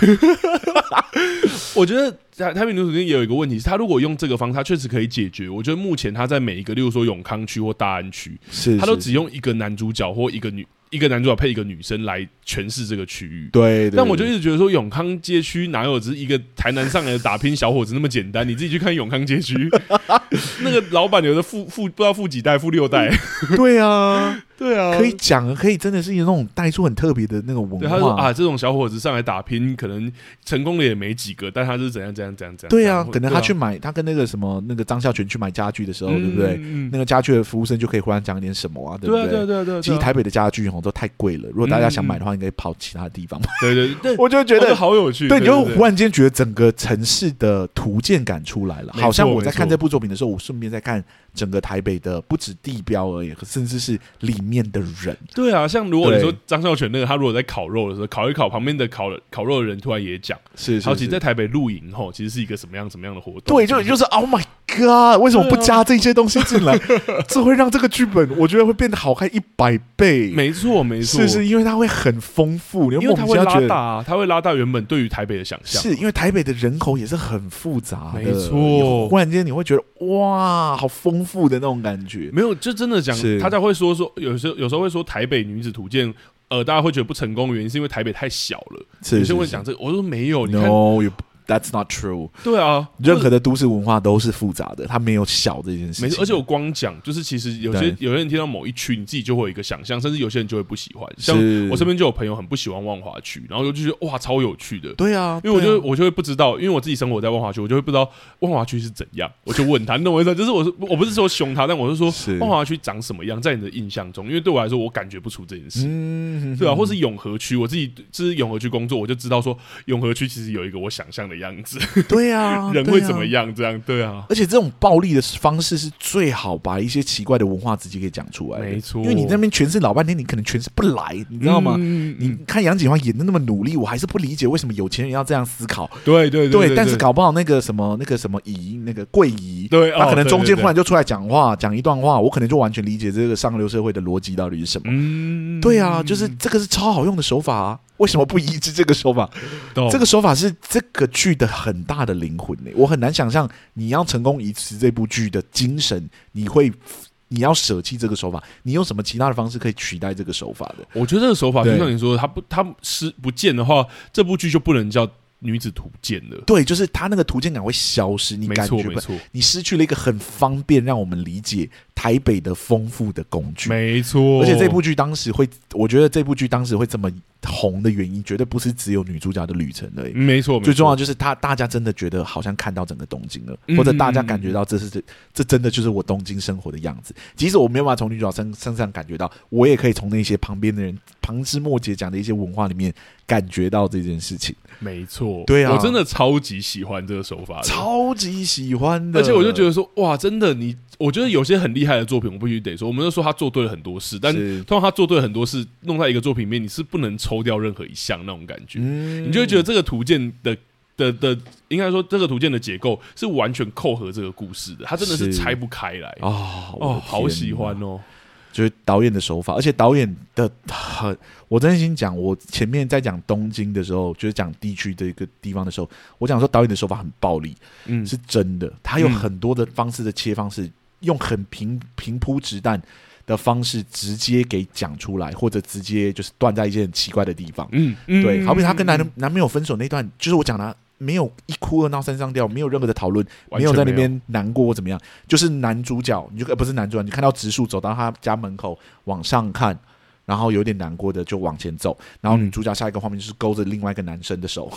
B: 我觉得台台北女子图鉴也有一个问题，是它如果用这个方式，它确实可以解决。我觉得目前它在每一个，例如说永康区或大安区，
A: 是，
B: 它都
A: 是
B: 只用一个男主角或一个女一个男主角配一个女生来诠释这个区域。
A: 对，对
B: 但我就
A: 对
B: 一直觉得说，永康街区哪有只是一个台南上来的打拼小伙子那么简单？你自己去看永康 街区，那个老板有的富富不知道富几代，富六代，
A: 对 啊，
B: 对啊
A: 可以讲，可以真的是有那种带出很特别的那种文
B: 对，
A: 化。
B: 他说啊，这种小伙子上来打拼，可能成功的也没几个，但他是怎样怎样怎样怎样。
A: 对啊
B: 怎样，
A: 可能他去
B: 对啊
A: 买，他跟那个什么那个张孝全去买家具的时候，对不对？
B: 嗯嗯
A: 那个家具的服务生就可以忽然讲一点什么啊，对不
B: 对啊对啊对啊对啊，
A: 其实台北的家具哦都太贵了，如果大家想
B: 嗯
A: 买的话，应该跑其他 地方吧。
B: 对对对，
A: 我就觉
B: 哦这
A: 得，
B: 好有趣，
A: 对，你就
B: 对
A: 忽然间觉得整个城市的图鉴感出来了，
B: 没错
A: 好像我在看
B: 没错
A: 这部作品的时候，我顺便在看整个台北的不止地标而已，甚至是里面的人。
B: 对啊，像如果你
A: 对
B: 说张孝全那个，他如果在烤肉的时候烤一烤，旁边的烤烤肉的人突然也讲，
A: 是，
B: 好，其实在台北露营吼，其实是一个什么样什么样的活动？
A: 对，就就是 Oh my God，为什么不加这些东西进来？
B: 啊
A: 这会让这个剧本我觉得会变得好看一百倍。
B: 没错没错，
A: 是是，因为它会很丰富，你会
B: 因为
A: 莫
B: 他
A: 名
B: 会
A: 其妙
B: 拉
A: 觉
B: 大
A: 得。
B: 啊，他会拉大原本对于台北的想象。
A: 是因为台北的人口也是很复杂的，
B: 没错
A: 你忽然间你会觉得哇，好丰富的那种感觉。
B: 没有，就真的讲
A: 是，
B: 大家会说说，有时候有时候会说台北女子图鉴，呃，大家会觉得不成功的原因是因为台北太小了。
A: 是
B: 有些人会
A: 是是
B: 讲这个，哦我说没有，你看，
A: No, you, that's not true。
B: 对啊，
A: 任何
B: 或者
A: 的都市文化都是复杂的，它没有小这件事
B: 没
A: 情。
B: 事，而且我光讲，就是其实有些
A: 对
B: 有些人听到某一区，你自己就会有一个想象，甚至有些人就会不喜欢。像
A: 是
B: 我身边就有朋友很不喜欢万华区，然后我就觉得哇，超有趣的。
A: 对啊，
B: 因为我
A: 对
B: 就
A: 啊
B: 我就会不知道，因为我自己生活在万华区，我就会不知道万华区是怎样，我就问他，你懂我意思吗？就是我是我不是说凶他，但我是说
A: 是
B: 万华区长什么样，在你的印象中，因为对我来说，我感觉不出这件事。
A: 嗯，
B: 对啊，或是永和区，我自己就是永和区工作，我就知道说永和区其实有一个我想象的样子，
A: 对啊，
B: 人
A: 对
B: 会
A: 啊
B: 怎么？样？这样对啊，
A: 而且这种暴力的方式是最好把一些奇怪的文化直接给讲出来的，
B: 没错
A: 因为你那边诠释老半天，你可能诠释不来，你知道吗？
B: 嗯
A: 你看杨锦华演的那么努力，我还是不理解为什么有钱人要这样思考。
B: 对对对，
A: 但是搞不好那个什么那个什么姨，那个桂姨，
B: 对，
A: 他
B: 哦
A: 可能中间
B: 对对
A: 忽然就出来讲话，讲一段话，我可能就完全理解这个上流社会的逻辑到底是什么。
B: 嗯，
A: 对啊，就是这个是超好用的手法啊，为什么不移植这个手法？
B: 懂
A: 这个手法是这个剧的很大的灵魂呢、欸我很难想象你要成功移植这部剧的精神，你会你要舍弃这个手法，你用什么其他的方式可以取代这个手法的？
B: 我觉得这个手法就
A: 对
B: 像你说的，他不他失不见的话，这部剧就不能叫女子图鉴了。
A: 对，就是它那个图鉴感会消失，你
B: 没
A: 感
B: 错，
A: 觉
B: 没
A: 不，
B: 错，
A: 你失去了一个很方便让我们理解台北的丰富的工具。
B: 没错。
A: 而且这部剧当时会，我觉得这部剧当时会这么红的原因，绝对不是只有女主角的旅程而已。
B: 嗯没错，
A: 最重要
B: 没错
A: 就是他，大家真的觉得好像看到整个东京了，
B: 嗯
A: 或者大家感觉到这是这这真的就是我东京生活的样子。即使我没有办法从女主角身身上感觉到，我也可以从那些旁边的人旁枝末节讲的一些文化里面感觉到这件事情，
B: 没错，
A: 对啊
B: 我真的超级喜欢这个手法的，
A: 超级喜欢的。
B: 而且我就觉得说，哇，真的你，我觉得有些很厉害的作品，我必须得说，我们都说他做对了很多事，但
A: 是
B: 通常他做对了很多事，弄在一个作品里面，你是不能抽掉任何一项那种感觉，
A: 嗯
B: 你就会觉得这个图鉴的。的的，应该说这个图鉴的结构是完全扣合这个故事的，它真的是
A: 是
B: 拆不开来。
A: 啊、我的
B: 哦，好
A: 天
B: 喜
A: 哪
B: 欢哦！
A: 就是导演的手法，而且导演的很，我真心讲，我前面在讲东京的时候，就是讲地区这个地方的时候，我讲说导演的手法很暴力，
B: 嗯，
A: 是真的，他有
B: 嗯
A: 很多的方式的切方式，用很平平铺直弹的方式直接给讲出来，或者直接就是断在一些很奇怪的地方。
B: 嗯，嗯
A: 对，好比他跟男
B: 嗯
A: 人男朋友分手那段，就是我讲的啊。没有一哭二闹三上吊，没有任何的讨论，
B: 完
A: 没
B: 全
A: 有在那边难过或怎么样，就是男主角，你就呃不是男主角，你看到植树走到他家门口往上看，然后有点难过的就往前走，然后
B: 嗯
A: 女主角下一个画面就是勾着另外一个男生的手，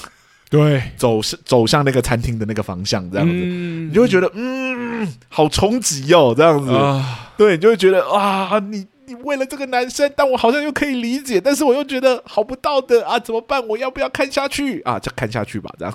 B: 对
A: 走是走向那个餐厅的那个方向，这样子，
B: 嗯
A: 你就会觉得嗯，好冲击哦，这样子，
B: 啊，
A: 对，你就会觉得啊，你你为了这个男生，但我好像又可以理解，但是我又觉得好不道德啊，怎么办？我要不要看下去啊？就看下去吧，这样。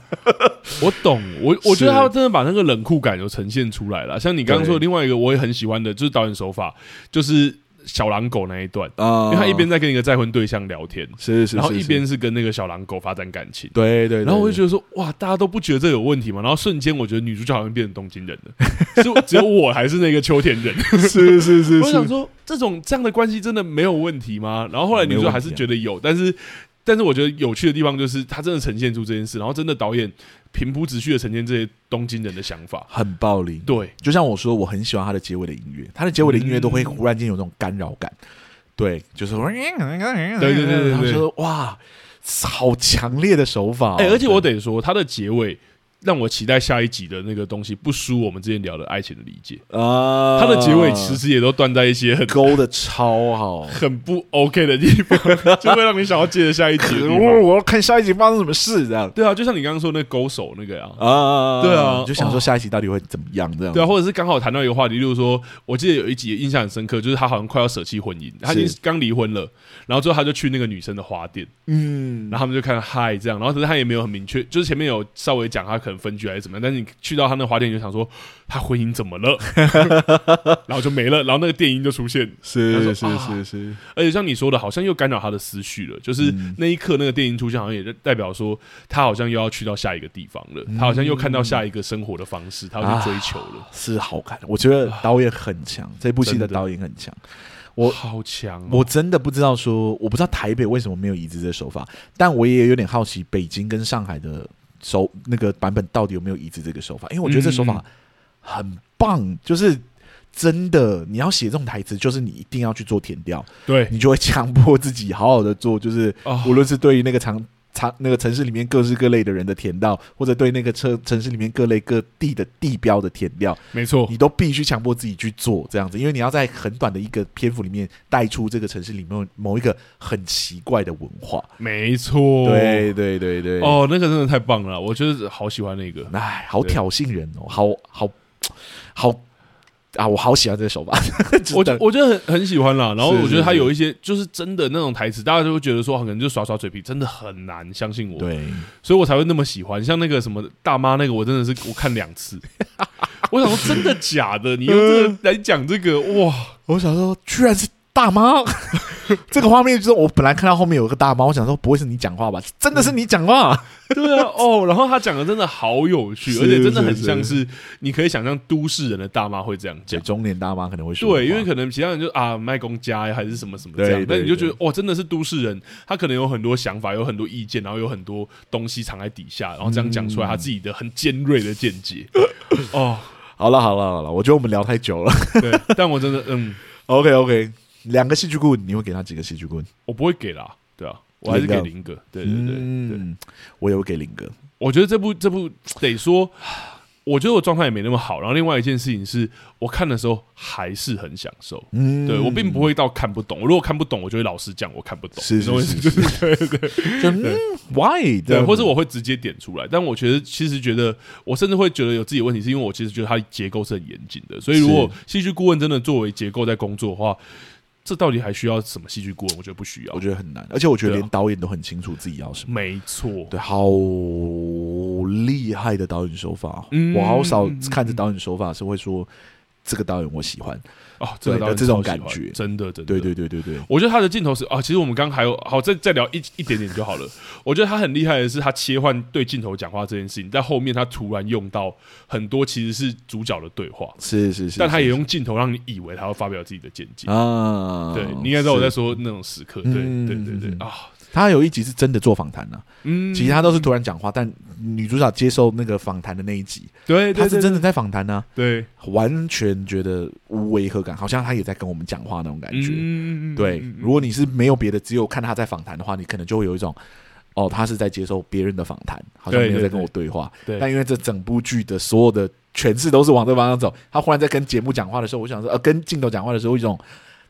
B: 我懂，我我觉得
A: 是
B: 他真的把那个冷酷感有呈现出来了。像你刚刚说的
A: 对
B: 另外一个，我也很喜欢的，就是导演手法，就是小狼狗那一段，
A: 啊
B: 因为他一边在跟一个再婚对象聊天，
A: 是是，
B: 然后
A: 是
B: 一
A: 是
B: 边是跟那个小狼狗发展感情。
A: 对对，
B: 然后我就
A: 就
B: 觉得说，哇，大家都不觉得这有问题嘛？然后瞬间，我觉得女主角好像变成东京人了，就只有我还是那个秋田人。
A: 觉得是是是
B: 我想
A: 是，
B: 说，这种这样的关系真的没有问题吗？然后后来女主角
A: 啊
B: 还是觉得有，但是但是我觉得有趣的地方就是，她真的呈现出这件事，然后真的导演平铺直叙的呈现这些东京人的想法。
A: 很暴力。
B: 对，
A: 就像我说，我很喜欢他的结尾的音乐，他的结尾的音乐都会忽然间有那种干扰感。对，就是对对
B: 对对对
A: 然后
B: 对
A: 就说哇，好强烈的手法哦。
B: 哎、而且我
A: 对
B: 得说，它的结尾让我期待下一集的那个东西不输我们之前聊的爱情的理解。
A: 啊，
B: 它的结尾其实也都断在一些很
A: 勾的超 好。
B: 很不 OK 的地方，就会让你想要接着下一集的
A: 可
B: 地
A: 恶！
B: 方。
A: 我要看下一集发生什么事，这样
B: 对啊，就像你刚刚说那勾手那个啊，
A: 啊
B: 对啊
A: 你就想说下一集到底会怎么样，这样
B: 对啊，或者是刚好谈到一个话题，例如说，我记得有一集印象很深刻，就是他好像快要舍弃婚姻，他已经
A: 是
B: 刚离婚了，然后之后他就去那个女生的花店，
A: 嗯
B: 然后他们就看嗨这样，然后可是他也没有很明确，就是前面有稍微讲他可能分居还是怎么样，但是你去到他那花店你就想说他婚姻怎 么了，然后就没了，然后那个电音就出现，
A: 是
B: 他说
A: 是
B: 啊
A: 是是，
B: 而且像你说的，好像又干扰他的思绪了，就是
A: 嗯
B: 那一刻那个电音出现，好像也代表说他好像又要去到下一个地方了，他好像又看到下一个生活的方式，他要去追求了，
A: 是好看。我觉得导演很强，这部戏
B: 真的
A: 的导演很强。我
B: 好强哦、
A: 嗯我真的不知道说，我不知道台北为什么没有移植这手法，但我也有点好奇北京跟上海的手那个版本到底有没有移植这个手法，因为我觉得这手法很棒，就是。真的，你要写这种台词，就是你一定要去做填调，
B: 对
A: 你就会强迫自己好好的做，就是
B: 啊
A: 无论是对于那个长长那个城市里面各式各类的人的填调，或者对那个车城市里面各类各地的地标的填调，
B: 没错，
A: 你都必须强迫自己去做这样子，因为你要在很短的一个篇幅里面带出这个城市里面某一个很奇怪的文化。
B: 没错，
A: 对对对对，，
B: 哦，那个真的太棒了，我就是好喜欢那个。
A: 哎，好
B: 对
A: 挑衅人哦，好好好啊，我好喜欢这个手法， 真
B: 我
A: 的
B: 我觉得很很喜欢啦，然后
A: 是
B: 我觉得他
A: 是
B: 有一些就是真的那种台词，大家就会觉得说可能就耍耍嘴皮，真的很难相信我，
A: 对，
B: 所以我才会那么喜欢。像那个什么大妈那个，我真的是我看两 次，我想说真的假的？你用这个来讲这个，哇，
A: 我想说，居然是大妈， 这个画面就是我本来看到后面有一个大妈，我想说不会是你讲话吧？真的是你讲话？
B: 对啊，哦，然后他讲的真的好有趣，
A: 是
B: 而且真的很
A: 是
B: 像是你可以想象都市人的大妈会这样讲
A: 对，。中年大妈可能会说的话，
B: 对，因为可能其他人就啊卖公家呀还是什么什么这样
A: 对，
B: 但你
A: 对
B: 就觉得哇，真的是都市人，他可能有很多想法，有很多意见，然后有很多东西藏在底下，然后这样讲出来他自己的很尖锐的见 解。哦，
A: 好了好了好了，我觉得我们聊太久了。
B: 对，但我真的嗯，
A: OK OK，两个戏剧顾问，你会给他几个戏剧顾问？嗯
B: 我不会给啦，对啊，我还是给零个，对对对，
A: 嗯，我也会给零个，
B: 我觉得这部这部得说，我觉得我状态也没那么好。然后另外一件事情是我看的时候还是很享受，
A: 嗯
B: 对我并不会到看不懂。我如果看不懂，我就会老实讲我看不懂，
A: 是
B: 你懂我
A: 是
B: 意思
A: 是是， 就嗯，why 这
B: 对，
A: 样
B: 或
A: 子
B: 者我会直接点出来。但我觉得其实觉得，我甚至会觉得有自己的问题，是因为我其实觉得它结构是很严谨的。所以如果戏剧顾问真的作为结构在工作的话，这到底还需要什么戏剧顾问？我觉得不需要
A: 我。觉得很难，而且我觉得
B: 对啊
A: 连导演都很清楚自己要什么。
B: 没错，
A: 对，好厉害的导演手法哦，
B: 嗯
A: 我好少看着导演手法是会说这个导演我喜欢。
B: 哦，真的
A: 对
B: 导演
A: 这种
B: 超喜欢
A: 感觉
B: 真的真的
A: 对对对对对，
B: 我觉得他的镜头是啊，其实我们刚刚还有好再再聊一一点点就好了。我觉得他很厉害的是他切换对镜头讲话这件事情，在后面他突然用到很多其实是主角的对话，
A: 是是是，
B: 但他
A: 是
B: 也用镜头让你以为他要发表自己的见解。
A: 啊，
B: 对，你应该知道我在
A: 是。
B: 说那种时刻。对
A: 嗯
B: 对对对
A: 嗯
B: 啊，
A: 他有一集是真的做访谈呢，
B: 嗯
A: 其他都是突然讲话，但女主角接受那个访谈的那一集，
B: 对
A: 他
B: 对
A: 是
B: 对
A: 真的在访谈呢，
B: 对，
A: 完全觉得无违和感，好像他也在跟我们讲话那种感觉。
B: 嗯
A: 对，如果你是没有别的，只有看他在访谈的话，你可能就会有一种，哦，他是在接受别人的访谈，好像
B: 对
A: 没有
B: 对
A: 在跟我对话。
B: 对
A: 但因为这整部剧的所有的诠释都是往这方向走，他忽然在跟节目讲话的时候，我想说，呃，跟镜头讲话的时候，有一种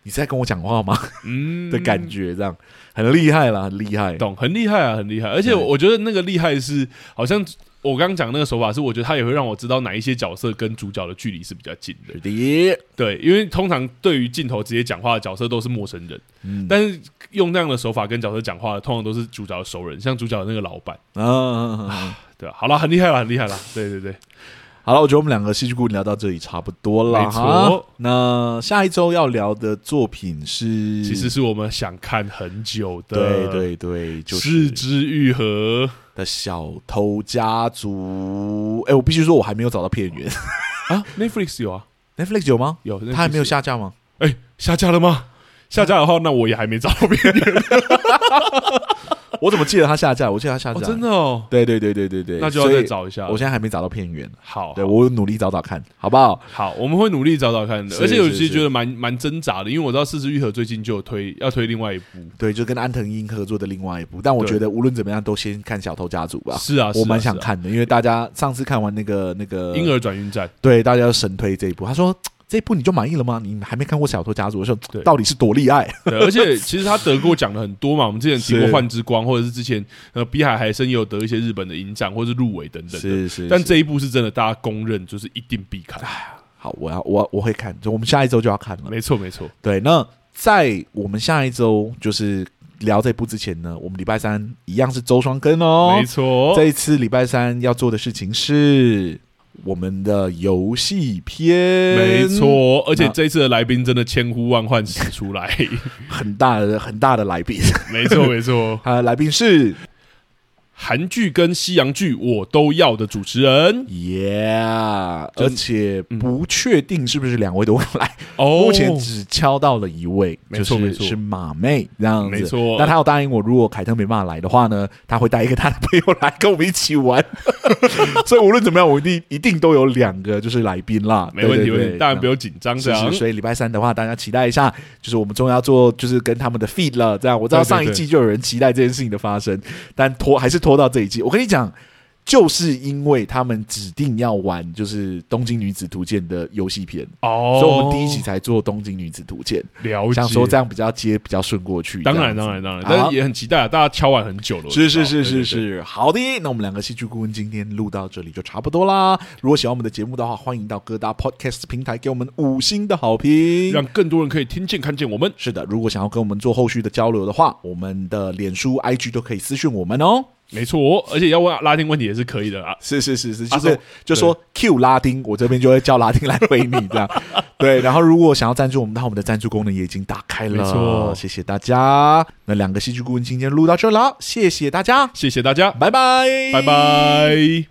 A: 你是在跟我讲话吗
B: 嗯
A: 的感觉，这样很厉害啦，很厉害。
B: 懂，很厉害啊，很厉害。而且我觉得那个厉害是，好像我刚刚讲那个手法是，我觉得他也会让我知道哪一些角色跟主角的距离是比较近的。
A: 是的，
B: 对，因为通常对于镜头直接讲话的角色都是陌生人，
A: 嗯，
B: 但是用那样的手法跟角色讲话的，通常都是主角的熟人，像主角的那个老板。
A: 啊啊啊啊
B: 对啊，好了，很厉害了，很厉害了。对对对，
A: 好了，我觉得我们两个戏剧顾问聊到这里差不多了
B: 没
A: 哈。
B: 错
A: 那下一周要聊的作品是，
B: 其实是我们想看很久
A: 对
B: 的，
A: 对对，就是
B: 之愈合
A: 的小偷家族。哎、我必须说，我还没有找到片源。
B: 啊，Netflix 有啊，
A: Netflix 有吗？
B: 有，
A: 它还没有
B: Netflix
A: 下架吗？
B: 哎、下架了吗？下架的话，那我也还没找到别人、
A: 我怎么记得它下架？我记得它下架、
B: 哦，真的哦，
A: 对对对对对对，
B: 那就要再
A: 所
B: 找一下哦
A: 以。我现在还没找到片源，
B: 好，
A: 对我努力找找看，好不好？
B: 好，我们会努力找找看的。
A: 是
B: 而且我
A: 是
B: 其实
A: 是
B: 觉得蛮蛮挣扎的，因为我知道《四肢愈合》最近就有推要推另外一部，
A: 对，就跟安藤英合作的另外一部，但我
B: 对
A: 觉得无论怎么样，都先看《小偷家族》吧。
B: 是啊，
A: 我蛮
B: 是啊
A: 想
B: 是啊
A: 看的，因为大家上次看完那个那个
B: 婴儿转运站，
A: 对，大家都神推这一部。他说嘖这一部你就满意了吗？你还没看过《小偷家族》的时候，
B: 对
A: 到底是多厉害？
B: 对，而且其实他得过奖的很多嘛，我们之前提过《
A: 是
B: 幻之光》，或者是之前呃《比海海参》也有得一些日本的影展或是入围等等的。
A: 是是啊
B: 但这一部是真的，大家公认就是一定必看。
A: 好，我要我我会看，就我们下一周就要看了。
B: 没错，没错，
A: 对，那在我们下一周就是聊这部之前呢，我们礼拜三一样是周双更哦
B: 没。错。
A: 这一次礼拜三要做的事情是我们的游戏篇，
B: 没，错，而且
A: 那
B: 这一次的来宾真的千呼万唤始出 来，
A: 很大的很大的来宾，
B: 没错没错，
A: 他的来宾是
B: 韩剧跟西洋剧我都要的主持人
A: Yeah，
B: 真
A: 而且不确定是不是两位都会来，
B: 嗯哦，
A: 目前只敲到了一位，
B: 没
A: 就
B: 错没
A: 是
B: 错
A: 是马妹这样子，
B: 没错
A: 那他有答应我，如果凯特没办法来的话呢，他会带一个他的朋友来跟我们一起 玩。所以无论怎么样，我一定一定都有两个就是来宾啦，
B: 没问题，
A: 对对
B: 没
A: 对
B: 问题，当然不用紧张，这
A: 是
B: 样
A: 是，所以礼拜三的话，大家期待一下，就是我们终于要做，就是跟他们的 feed 了。这样，我知道
B: 对对
A: 上一
B: 对
A: 季就有人期待这件事情的发生，但拖还是拖到这一季。我跟你讲，就是因为他们指定要玩就是《东京女子图鉴》的游戏片，
B: 哦，
A: 所以我们第一集才做《东京女子图鉴》，
B: 了解，
A: 想说这样比较接比较顺过去。
B: 当然
A: 这样子
B: 当然当然，
A: 好
B: 但是也很期待啊，大家敲碗很久了，我
A: 是
B: 知道
A: 是是是，
B: 对对对
A: 是，好的。那我们两个戏剧顾问今天录到这里就差不多啦。如果喜欢我们的节目的话，欢迎到各大 podcast 平台给我们五星的好评，
B: 让更多人可以听见看见我们。
A: 是的，如果想要跟我们做后续的交流的话，我们的脸书、IG 都可以私讯我们哦。
B: 没错，而且要问拉丁问题也是可以的啊。
A: 是是是是，就
B: 啊
A: 是、
B: 对
A: 就说 Q 拉丁，我这边就会叫拉丁来回你这样。 对，然后如果想要赞助我们，那我们的赞助功能也已经打开了，
B: 没错
A: 谢谢大家。那两个戏剧顾问今天录到这了，谢谢大家，
B: 谢谢大家，
A: 拜拜，
B: 拜。拜。